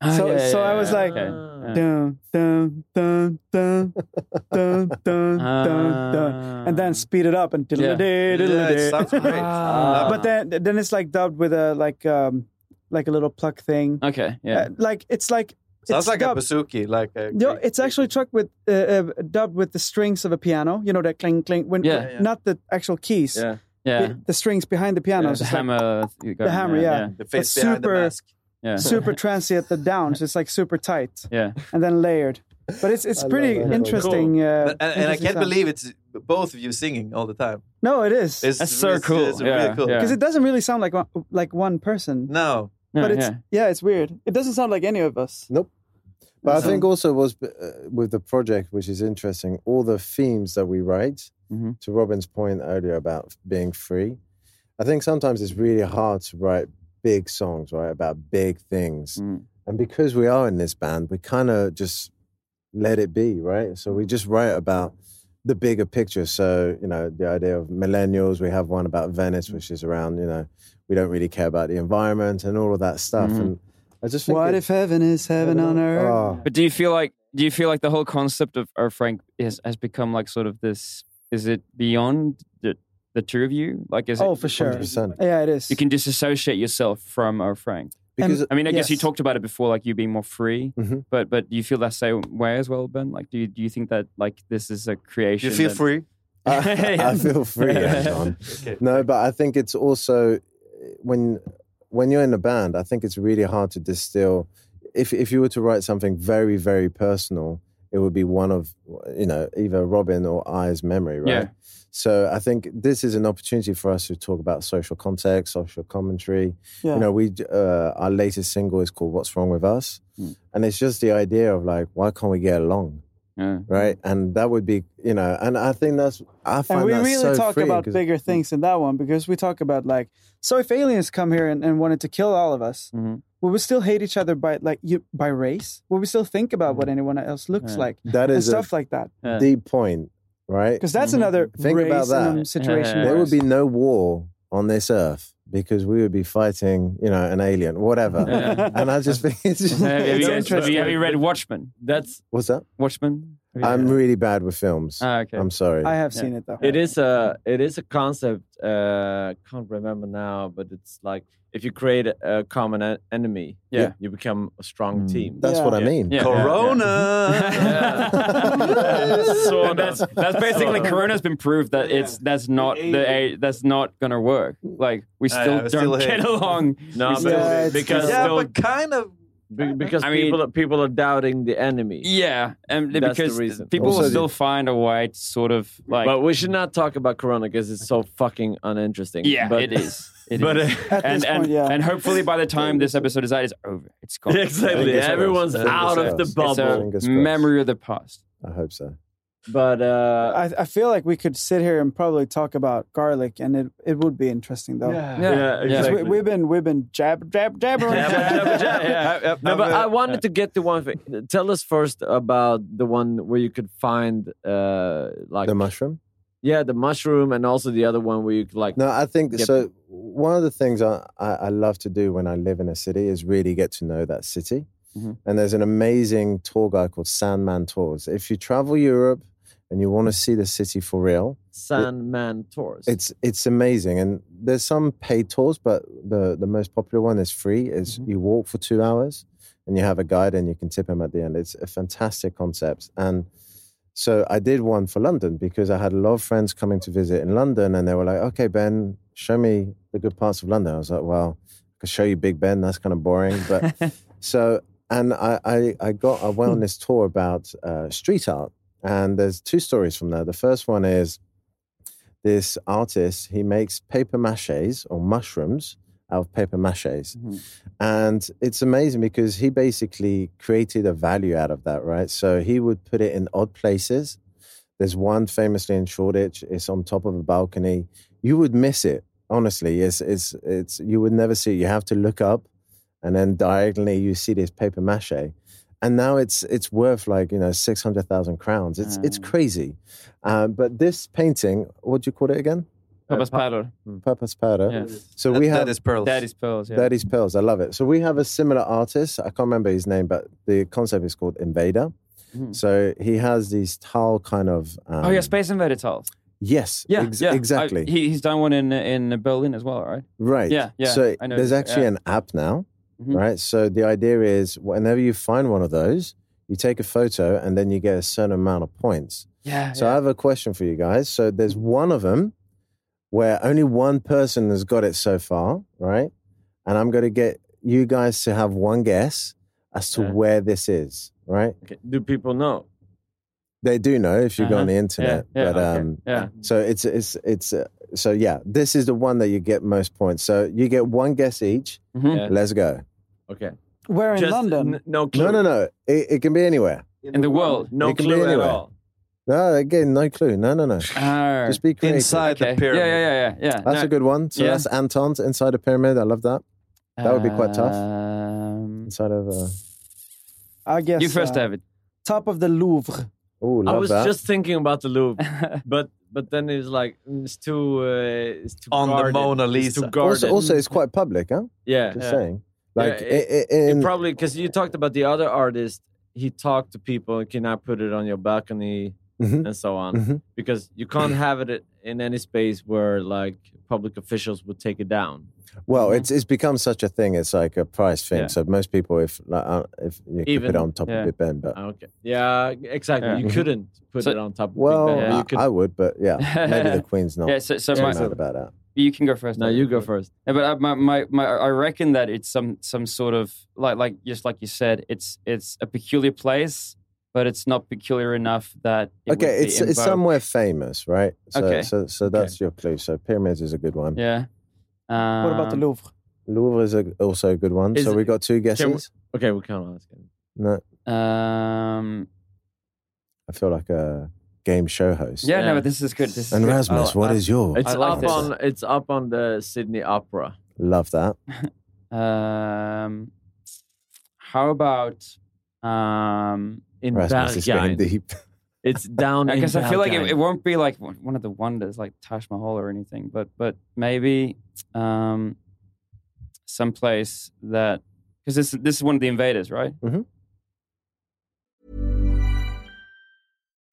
A: Ah,
H: so
A: yeah,
H: so
A: yeah,
H: I was
A: yeah,
H: like,
A: okay.
H: dun dun dun dun
A: [LAUGHS]
H: dun dun dun dun, and then speed it up and diddle
G: Yeah,
H: day, diddle
G: it
H: day.
G: sounds great.
A: [LAUGHS] Ah.
H: But then then it's like dubbed with a like um like a little pluck thing.
A: Okay, yeah.
H: Uh, like it's like
G: Sounds
H: it's
G: like
H: dubbed.
G: a bazooki, like a
H: No, it's actually truck with uh, uh, dubbed with the strings of a piano. You know that clink clink. When,
A: Yeah. Yeah.
H: Not the actual keys.
A: Yeah.
H: The-
A: Yeah.
H: The, strings behind the piano.
A: Yeah,
H: It's
A: the
H: just like-
A: hammer. you got-
H: the hammer, yeah.
A: The
H: But
A: face behind the mask. Yeah.
H: [LAUGHS] Super trancy at the down, so it's like super tight.
A: Yeah.
H: And then layered. But it's it's pretty interesting.
G: Cool.
H: Uh,
G: and, and, and I
H: interesting
G: can't
H: sound.
G: believe it's both of you singing all the time.
H: No, it is.
G: It's That's so really- cool. it's really Yeah, cool. yeah.
H: Because it doesn't really sound like one, like one person.
G: No.
I: No,
H: But it's
I: yeah.
H: yeah. it's weird. It doesn't sound like any of us.
I: Nope. But I
H: So-
I: think also was uh, with the project, which is interesting, all the themes that we write, to Robin's point earlier about being free, I think sometimes it's really hard to write big songs, right, about big things. And because we are in this band, we kind of just let it be, right? So we just write about the bigger picture. So, you know, the idea of millennials, we have one about Venice, which is around, you know, we don't really care about the environment and all of that stuff. And I just think
H: What
I: it-
H: if heaven is heaven on earth?
I: Oh.
A: But do you feel like do you feel like the whole concept of our Frank is, has become like sort of this? Is it beyond the the two of you? Like, is
H: Oh,
A: it,
H: for sure. 100%. Yeah, it is.
A: You can disassociate yourself from our Frank.
H: Because- And-
A: I mean, I guess you
H: yes.
A: talked about it before, like you being more free. But but do you feel that same way as well, Ben? Like, do you do you think that like this is a creation?
I: feel
A: that- [LAUGHS]
I: free? I, I feel free, Anton. No, but I think it's also when when you're in a band, I think it's really hard to distill. If if you were to write something very very personal, it would be one of you know either Robin or I's memory, right?
A: Yeah.
I: So I think this is an opportunity for us to talk about social context, social commentary.
A: Yeah.
I: You know, we uh, our latest single is called "What's Wrong with Us," and it's just the idea of like, why can't we get along?
A: Yeah.
I: Right, and that would be you know, and I think that's I find
H: and we
I: that
H: really
I: so
H: talk
I: freeing
H: about
I: 'cause-
H: bigger things than that one because we talk about like so if aliens come here and, and wanted to kill all of us
I: Mm-hmm.
H: would we still hate each other by like you by race would we still think about what anyone else looks like
I: Mm-hmm. That
H: and
I: is a
H: stuff like that
I: Deep point, right?
H: 'Cause
A: Mm-hmm.
H: that's Mhm. another
I: think about
H: race and,
I: that
H: um, situation
I: There
H: where-
I: would be no war on this earth because we would be fighting, you know, an alien, whatever.
H: [LAUGHS]
A: Yeah.
I: and I just think it's just
A: [LAUGHS] have, you
I: it's
A: guys, have, you, have you
I: interesting.
A: read Watchmen?
C: That's
I: What's that?
A: Watchmen.
I: I'm really bad with films.
A: Ah, okay.
I: I'm sorry.
C: It is a it is a concept. Uh, can't remember now, but it's like if you create a common en- enemy,
I: Yeah.
C: you become a strong team.
I: That's what I mean.
G: [LAUGHS]
C: [LAUGHS] uh,
A: And that's that's basically
C: Sauna.
A: [LAUGHS] Corona's been proved that it's that's not the a that's not gonna work. Like we
C: I- I
A: still don't
C: Ah, still hate-
A: get along.
C: No,
A: We
C: but-
A: still-
C: Yeah, it's- because
G: yeah,
C: still-
G: but kind of.
C: Be- because
A: I mean-
C: people are- people are doubting the enemy.
A: yeah, and
C: That's the
A: because
C: reason.
A: people
C: Also
A: will
C: the-
A: still find a way to sort of like.
C: but we should not talk about Corona because it's so fucking uninteresting.
A: Yeah,
C: but,
A: it is.
C: [LAUGHS]
A: It
C: but
A: is.
C: uh,
A: and and, and hopefully by the time this episode is out, it's over. It's gone.
C: [LAUGHS] Exactly. Fingers Everyone's crossed. out of the
A: It's
C: bubble.
A: a
C: Fingers crossed.
A: memory of the past.
I: I hope so.
C: but uh,
H: I, I feel like we could sit here and probably talk about garlic and it, it would be interesting though
C: Yeah. Yeah, Yeah.
H: 'Cause
C: exactly.
H: we, we've been we've been jab jab jabbering
C: no, but I wanted to get to one thing. Tell us first about the one where you could find uh like the
I: mushroom.
C: Yeah, the mushroom, and also the other one where you could like.
I: No, I think
C: get-
I: so. One of the things I, I, I love to do when I live in a city is really get to know that city.
A: Mhm.
I: And there's an amazing tour guide called Sandman Tours. If you travel Europe and you want to see the city for real,
C: Sandman tours.
I: It's it's amazing, and there's some paid tours, but the the most popular one is free. Is you walk for two hours, and you have a guide, and you can tip him at the end. It's a fantastic concept, and so I did one for London because I had a lot of friends coming to visit in London, and they were like, "Okay, Ben, show me the good parts of London." I was like, "Well, I could show you Big Ben. That's kind of boring," but so and I I, I got I went on this tour about uh, street art, and there's two stories from there. The first one is this artist, he makes paper maches or mushrooms out of paper maches. And it's amazing because he basically created a value out of that, right? So he would put it in odd places. There's one famously in Shoreditch, it's on top of a balcony. You would miss it, honestly. It's, it's, it's, you would never see it. You have to look up and then diagonally you see this paper mache and now it's it's worth like you know 600,000 crowns it's
A: Mm.
I: it's crazy um, but this painting what do you call it again Hmm,
A: Papa's powder.
I: Papa's powder.
A: Yes.
I: So
A: That-
I: we
A: that
I: have
A: is pearls. That is pearls, yeah.
I: That is pearls. I love it. So we have a similar artist. I can't remember his name, but the concept is called Invader.
A: Mhm.
I: So he has these tile kind of. Um,
A: oh yeah, Space Invader tiles.
I: Yes.
A: Yeah,
I: ex-
A: yeah. I-
I: Exactly.
A: he, he's done one in in Berlin as well, right?
I: Right.
A: Yeah, yeah.
I: So
A: I know
I: there's
A: that,
I: actually an
A: yeah.
I: app now,
C: Mm-hmm.
A: Mhm.
I: right? So the idea is whenever you find one of those, you take a photo and then you get a certain amount of points.
A: Yeah,
I: So I have a question for you guys. So there's one of them where only one person has got it so far, right? And I'm going to get you guys to have one guess as to where this is, right?
C: Okay, Do people know?
I: They do know if you go on
C: Uh-huh.
I: the
C: Yeah,
I: internet,
C: yeah,
I: but
C: okay,
I: um,
C: yeah.
I: So it's it's it's uh, so yeah. This is the one that you get most points. So you get one guess each.
A: Mm-hmm.
C: Mhm. Yeah.
I: Let's go.
C: Okay.
H: Where in
C: Just
H: London?
C: n- no
I: No, no, no. It, it can be anywhere.
A: In the world.
I: It can be anywhere. No, again, no clue. No, no, no. Just be creative.
A: Inside the Okay. pyramid. Yeah, yeah, yeah, yeah, yeah.
I: That's
A: No.
I: a good one. So
A: Yeah.
I: that's Anton's inside a pyramid. I love that. That would be quite tough.
A: Um,
I: inside of. uh, A...
H: I guess
C: You
I: uh,
C: first, David.
H: [LAUGHS] top of the Louvre
I: oh
C: I was just thinking about
I: [LAUGHS]
C: the Louvre, but but then it's like mm, it's too uh, it's too
G: On the
C: guarded.
G: Mona
C: It's too
I: Also-
C: guarded.
I: Also, it's quite public, huh?
C: Yeah.
I: Just
C: Yeah.
I: saying. Like,
C: Yeah,
I: it, it,
C: it
I: in-
C: probably because you talked about the other artist. He talked to people and cannot put it on your balcony
I: Mhm.
C: and so on
I: Mhm.
C: because you can't have it i- in any space where like public officials would take it down.
I: Well,
A: Mm-hmm.
I: it's it's become such a thing. It's like a price thing.
C: Yeah.
I: So most people, if like, uh, if you keep
C: Even-
I: it on top
C: yeah.
I: of Big Ben, but
C: Ah, Okay. Yeah, exactly.
I: Yeah.
C: You
I: Mhm.
C: couldn't put
A: So-
C: it on top. of Big
I: well,
C: Ben. You
A: [LAUGHS]
I: I, I would, but yeah, maybe the Queen's not.
A: Yeah, so, so
I: too
A: my,
I: mad about that.
A: You can go first.
C: No,
A: David.
C: you go first.
A: Yeah, but I, my, my, my, I reckon that it's some some sort of like like just like you said, it's it's a peculiar place, but it's not peculiar enough that it would
I: okay,
A: be
I: it's it's
A: invoked.
I: somewhere famous, right? So,
A: Okay.
I: So, so that's your clue. So pyramids is a good one.
A: Yeah.
I: What about the
A: Um,
I: Louvre? Louvre is a, also a good one.
A: Is
I: so
A: it-
I: we got two
A: Can we-
I: guesses.
C: Okay, we can't ask him.
I: No,
A: Um,
I: I feel like a game show host.
A: Yeah, no, but this is good. This is
I: and
A: good. Oh, uh,
I: Rasmus,
A: I-
I: what
A: I-
I: is yours?
C: It's up on it's up on the Sydney Opera.
I: Love that.
A: Um, how about um
C: in
I: Rasmus is getting
A: [LAUGHS]
I: deep.
C: It's down.
A: I
C: in
A: guess I feel like it,
C: Bergheim.
A: it won't be like one one of the wonders, like Taj Mahal or anything, but but maybe um someplace that because this this is one of the invaders, right?
I: Mm-hmm.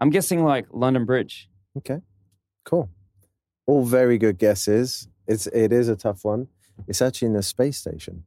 A: I'm guessing like London Bridge.
I: Okay, cool. All very good guesses. It's it is a tough one. It's actually in a space station.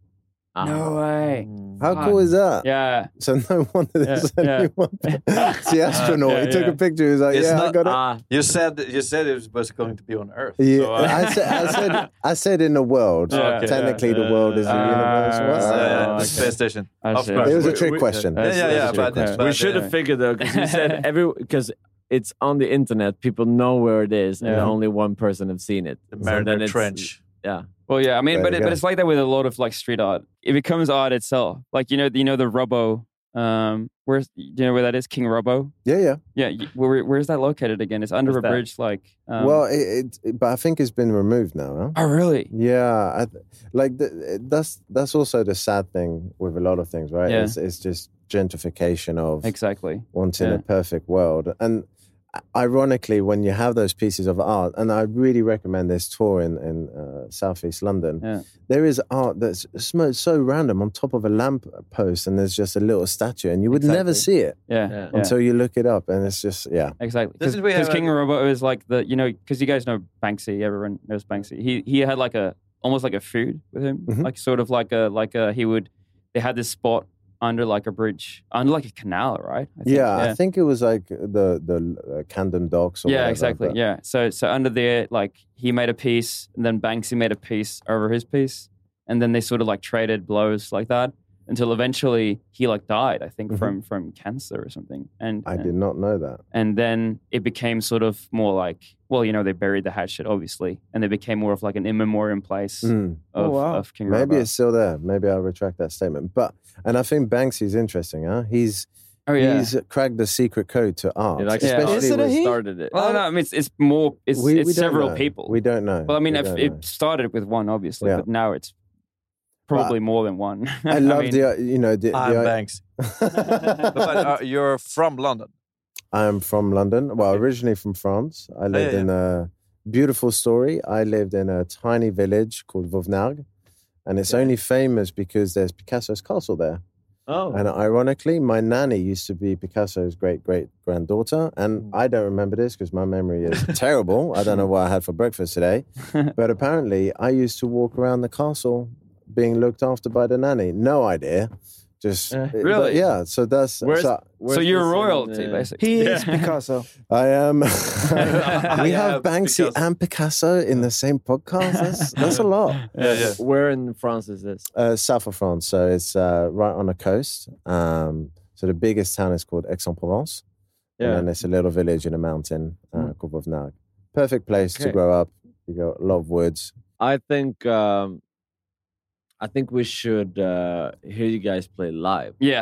A: No way.
I: Mm. How cool is that?
A: Yeah.
I: So [LAUGHS] no wonder there's
A: Yeah, yeah.
I: only one. [LAUGHS] It's
C: Uh,
I: the astronaut. he took a picture. He was like,
G: It's
I: "Yeah, I
G: not-
I: got it."
G: you said you said it was going to be on Earth.
I: yeah,
G: so, uh,
I: I, said,
G: [LAUGHS]
I: I said, I said, in the world.
G: Yeah, okay.
I: Technically, the world is the universe.
G: It's,
I: Wow.
G: uh,
I: Okay.
G: space station.
A: Oh,
I: I
G: Of
I: see.
G: course.
I: It was a
G: We-
I: trick
G: we-
I: question.
G: Yeah, yeah, yeah.
C: That's
G: But,
C: true.
G: but,
C: we should
G: uh,
C: have figured though, because
A: [LAUGHS]
C: you said every because it's on the internet. People know where it is, and
A: Yeah.
C: only one person have seen it. The
A: Mariana
C: Trench. Yeah.
A: Well, yeah, I mean,
C: There
A: but
C: you
A: it, but
C: go.
A: it's like that with a lot of like street art. It becomes art itself. Like you know, you know the Robbo. Um, where's you know where that is, King Robbo?
I: Yeah, yeah.
A: Yeah, y- where, where's that located again? It's under
I: Where's
A: a
I: that?
A: bridge, like. Um,
I: well, it, it, it- but I think it's been removed now. Huh?
A: Oh, really?
I: Yeah, I, th- like th- that's that's also the sad thing with a lot of things, right?
A: Yeah.
I: It's, it's just gentrification of
A: exactly
I: wanting a
A: Yeah.
I: perfect world, and uh, ironically, when you have those pieces of art, and I really recommend this tour in in uh, southeast London.
A: Yeah.
I: There is art that's so, so random on top of a lamp post, and there's just a little statue, and you would never see it
A: Yeah, Yeah. yeah.
I: until you look it up, and it's just yeah,
A: Exactly.
I: This is where you
A: Because
I: have a-
A: King Robot is like the you know because you guys know Banksy. Everyone knows Banksy. He he had
I: Mm-hmm.
A: like a almost like a food with him, like sort of like a like a he would. They had this spot under like a bridge, under like a canal, right? I think,
I: yeah, I think it was like the the uh, Camden Docks. Or
A: yeah,
I: whatever,
A: exactly.
I: but-
A: Yeah. So so under there, like he made a piece, and then Banksy made a piece over his piece, and then they sort of like traded blows like that until eventually he like died, I think,
I: Mhm.
A: from from cancer or something. And
I: I
A: and-
I: did not know that.
A: And then it became sort of more like, well, you know, they buried the hatchet, obviously, and they became more of like an in memoriam place
I: Mm.
A: of, of King
I: Maybe
A: Robert.
I: it's still there. Maybe I'll retract that statement. But and I think Banksy's interesting, huh? He's
A: Oh, yeah.
I: he's cracked the secret code to art.
A: it
I: with-
A: Well, no, I mean, it's, it's more, it's,
I: Oh, We-
A: it's
I: we don't
A: several
I: know.
A: people.
I: We don't know.
A: Well, I mean,
I: We
A: if,
I: don't know.
A: [LAUGHS] it started with one, obviously,
I: Yeah.
A: but now it's probably more than one. [LAUGHS]
I: I love
A: mean-
I: the uh, you know the,
A: I'm
I: the
A: Banks.
G: but uh, you're from London.
I: I'm from London. Well, originally from France. I lived
G: Oh, yeah,
I: in a beautiful story. I lived in a tiny village called Vauvenargues, and it's only famous because there's Picasso's castle there.
C: Oh.
I: And ironically, my nanny used to be Picasso's great great granddaughter.
A: Hmm.
I: And I don't remember this because my memory
A: [LAUGHS]
I: is terrible. I don't know what I had for breakfast today. But apparently, I used to walk around the castle being looked after by the nanny. No idea. Just
A: Eh.
I: but
A: Really?
I: yeah. So that's
A: Where's-
I: so,
A: so you're royalty, basically.
I: He
A: [LAUGHS]
I: is
H: Picasso.
I: I am. [LAUGHS] we have Banksy and Picasso in the same podcast. That's, that's a
C: [LAUGHS]
I: lot.
C: Where in France is this?
I: Uh, south of France, so it's uh, right on the coast. Um, so the biggest town is called Aix-en-Provence,
C: Yeah.
I: and then it's a little village in a mountain uh,
A: Mm.
I: called Vauvenargues. Perfect place to
C: Okay.
I: grow up. You got a lot of woods.
C: I think um, I think we should uh, hear you guys play live.
A: Yeah.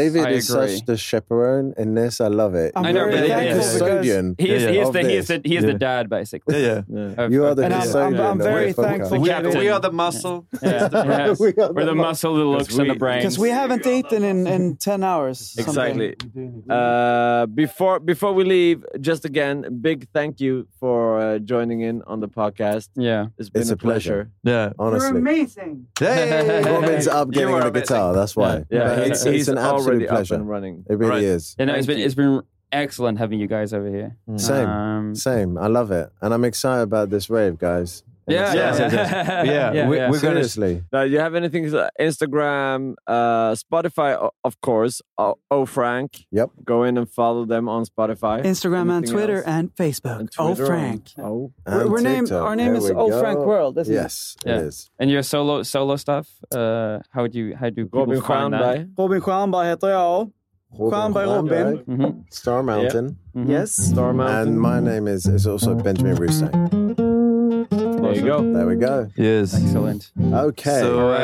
I: David is such [LAUGHS] the chaperone in this. I love it.
A: I know,
I: You're
A: but
I: the
A: yeah, yeah.
I: custodian
A: He is, he is
I: of
A: the, he is
I: this.
A: the, he is the
I: Yeah.
A: dad, basically.
I: Yeah,
C: yeah.
I: You are the custodian of
H: very
I: this podcast.
H: thankful.
G: We, we are the muscle. [LAUGHS]
A: Yeah. Yes.
H: We are
A: We're the
H: the-
A: muscle, the looks, and the brain.
H: Because we haven't eaten in, in 10 hours.
C: Exactly.
H: something.
C: Uh, before before we leave, just again, big thank you for uh, joining in on the podcast.
A: Yeah,
C: it's been
I: It's
C: a,
I: a
C: pleasure.
I: pleasure. Yeah, honestly. You're
H: amazing.
I: Hey, Robin's up getting
C: are
I: on the guitar. That's why.
C: Yeah,
I: But
C: yeah,
I: it's, it's
C: he's-
I: an
C: he's already
I: absolute
C: up
I: pleasure.
C: and running.
I: It really
A: Right.
I: is. Mm.
A: You know, it's been, it's been excellent having you guys over here. Uh,
I: Same,
A: um,
I: same. I love it, and I'm excited about this rave, guys. And
A: Yeah,
I: it's- uh,
A: yeah, yeah. [LAUGHS] Yeah, yeah.
I: seriously.
C: Now, you have anything? uh, Instagram, uh, Spotify, o- of course. O, o Frank.
I: Yep.
C: Go in and follow them on Spotify.
H: Instagram and
C: Anything
H: Twitter
C: else?
H: and Facebook. oh,
C: Twitter
H: Frank.
C: and- oh,
H: We're- we're named- our name is Oh Frank World, isn't it? Yes, it
I: is.
A: And your solo solo stuff, uh, how would you how do people
C: Robin
A: find that?
C: Stjernberg.
H: Robin Stjernberg heter jag. Stjernberg Robin.
I: Star Mountain.
A: Mhm.
H: Yes.
C: Star Mountain.
I: Mm-hmm. And my name is is also Benjamin Roustak.
C: There you go.
I: There we go.
G: Yes.
A: Excellent.
I: Okay.
G: So uh,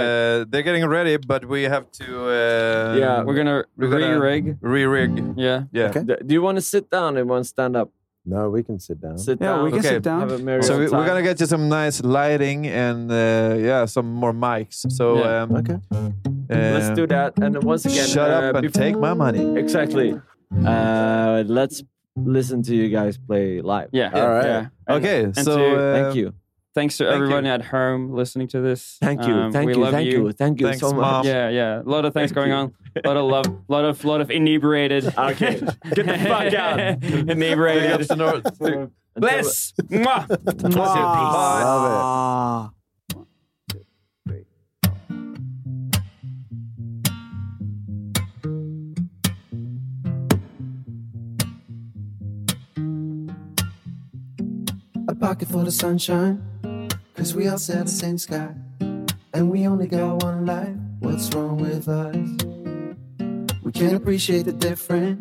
G: they're getting ready, but we have to. Uh,
C: Yeah.
A: We're gonna
G: we're gonna
A: re-rig.
G: Re-rig.
A: Yeah.
G: Yeah.
C: D- Do you want to sit down and want to stand up?
I: No, we can sit down.
C: Sit
G: Yeah,
C: down.
G: we can sit down.
C: Have a merry
G: So we,
C: old time.
G: we're gonna get you some nice lighting and uh, yeah, some more mics. So
C: Yeah.
G: um,
I: okay,
C: Let's do that. And once again,
G: uh,
C: uh,
G: Shut up and
C: bef-
G: take my money.
C: Exactly. Uh, let's listen to you guys play live.
A: Yeah.
C: All right.
A: And-
G: Okay,
A: and
G: so,
A: to-
G: uh,
C: Thank you.
A: Thanks to
G: thank
A: everyone at home listening to this. Um,
C: Thank you, thank
A: we
C: you,
A: love
C: thank you, thank you Thanks, so much. Mom.
A: Yeah, yeah. A lot of things
C: Thank
A: going
C: you.
A: on. A lot of love. lot of lot of inebriated.
C: [LAUGHS] Okay. Get the fuck out.
A: [LAUGHS] inebriated. Bless. Mwah. Peace.
H: Love it.
S: a pocket full of sunshine. Cause we all share the same sky. And we only got one life. What's wrong with us? We can't appreciate the different.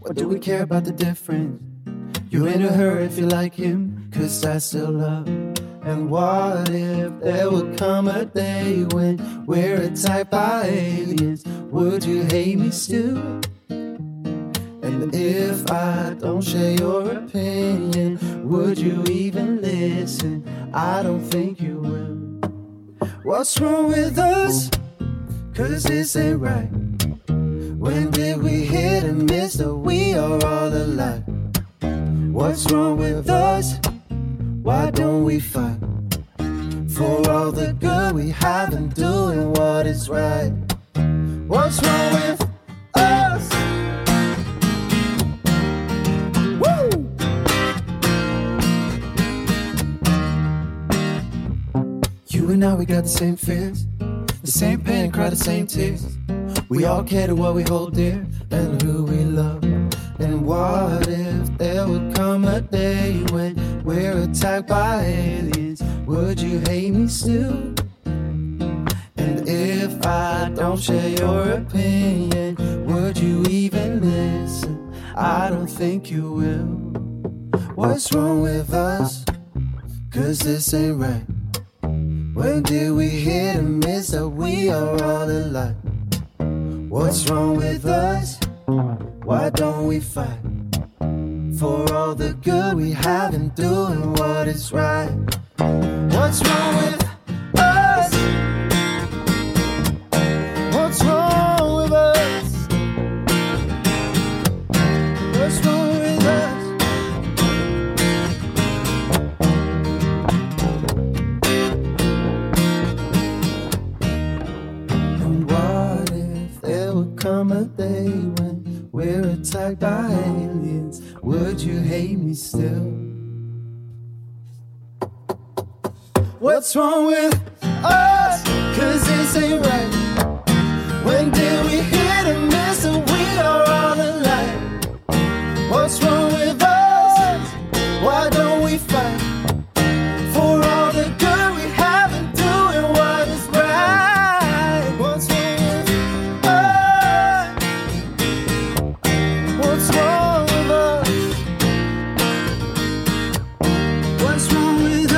S: Why do we care about the difference? You're in a hurry if you like him, cause I still love. And what if there would come a day when we're attacked by aliens? Would you hate me still? And if I don't share your opinion, would you even listen? I don't think you will. What's wrong with us? Cause this ain't right. When did we hit and miss that we are all alike? What's wrong with us? Why don't we fight? For all the good we have and doing what is right. What's wrong with us? Woo! You and I, we got the same fears, the same pain, and cry the same tears. We all care to what we hold dear and who we love. And what if there would come a day when we're attacked by aliens? Would you hate me still? And if I don't share your opinion, would you even listen? I don't think you will. What's wrong with us? Cause this ain't right. When did we hit and miss that we are all alike? What's wrong with us? Why don't we fight? For all the good we have in doing what is right. What's wrong with us? What's wrong with us? What's wrong with us? And what if there would come a day when we're attacked by aliens? Would you hate me still? What's wrong with us? Cause this ain't right. When did we hit and miss and we are all alike? What's wrong with us? Why don't we fight? For all the good we have and doing what is right. What's wrong with us? What's wrong with us? What's wrong with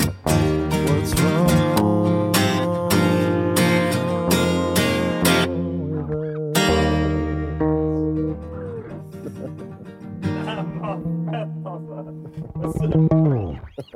S: us? What's wrong?
H: Nice.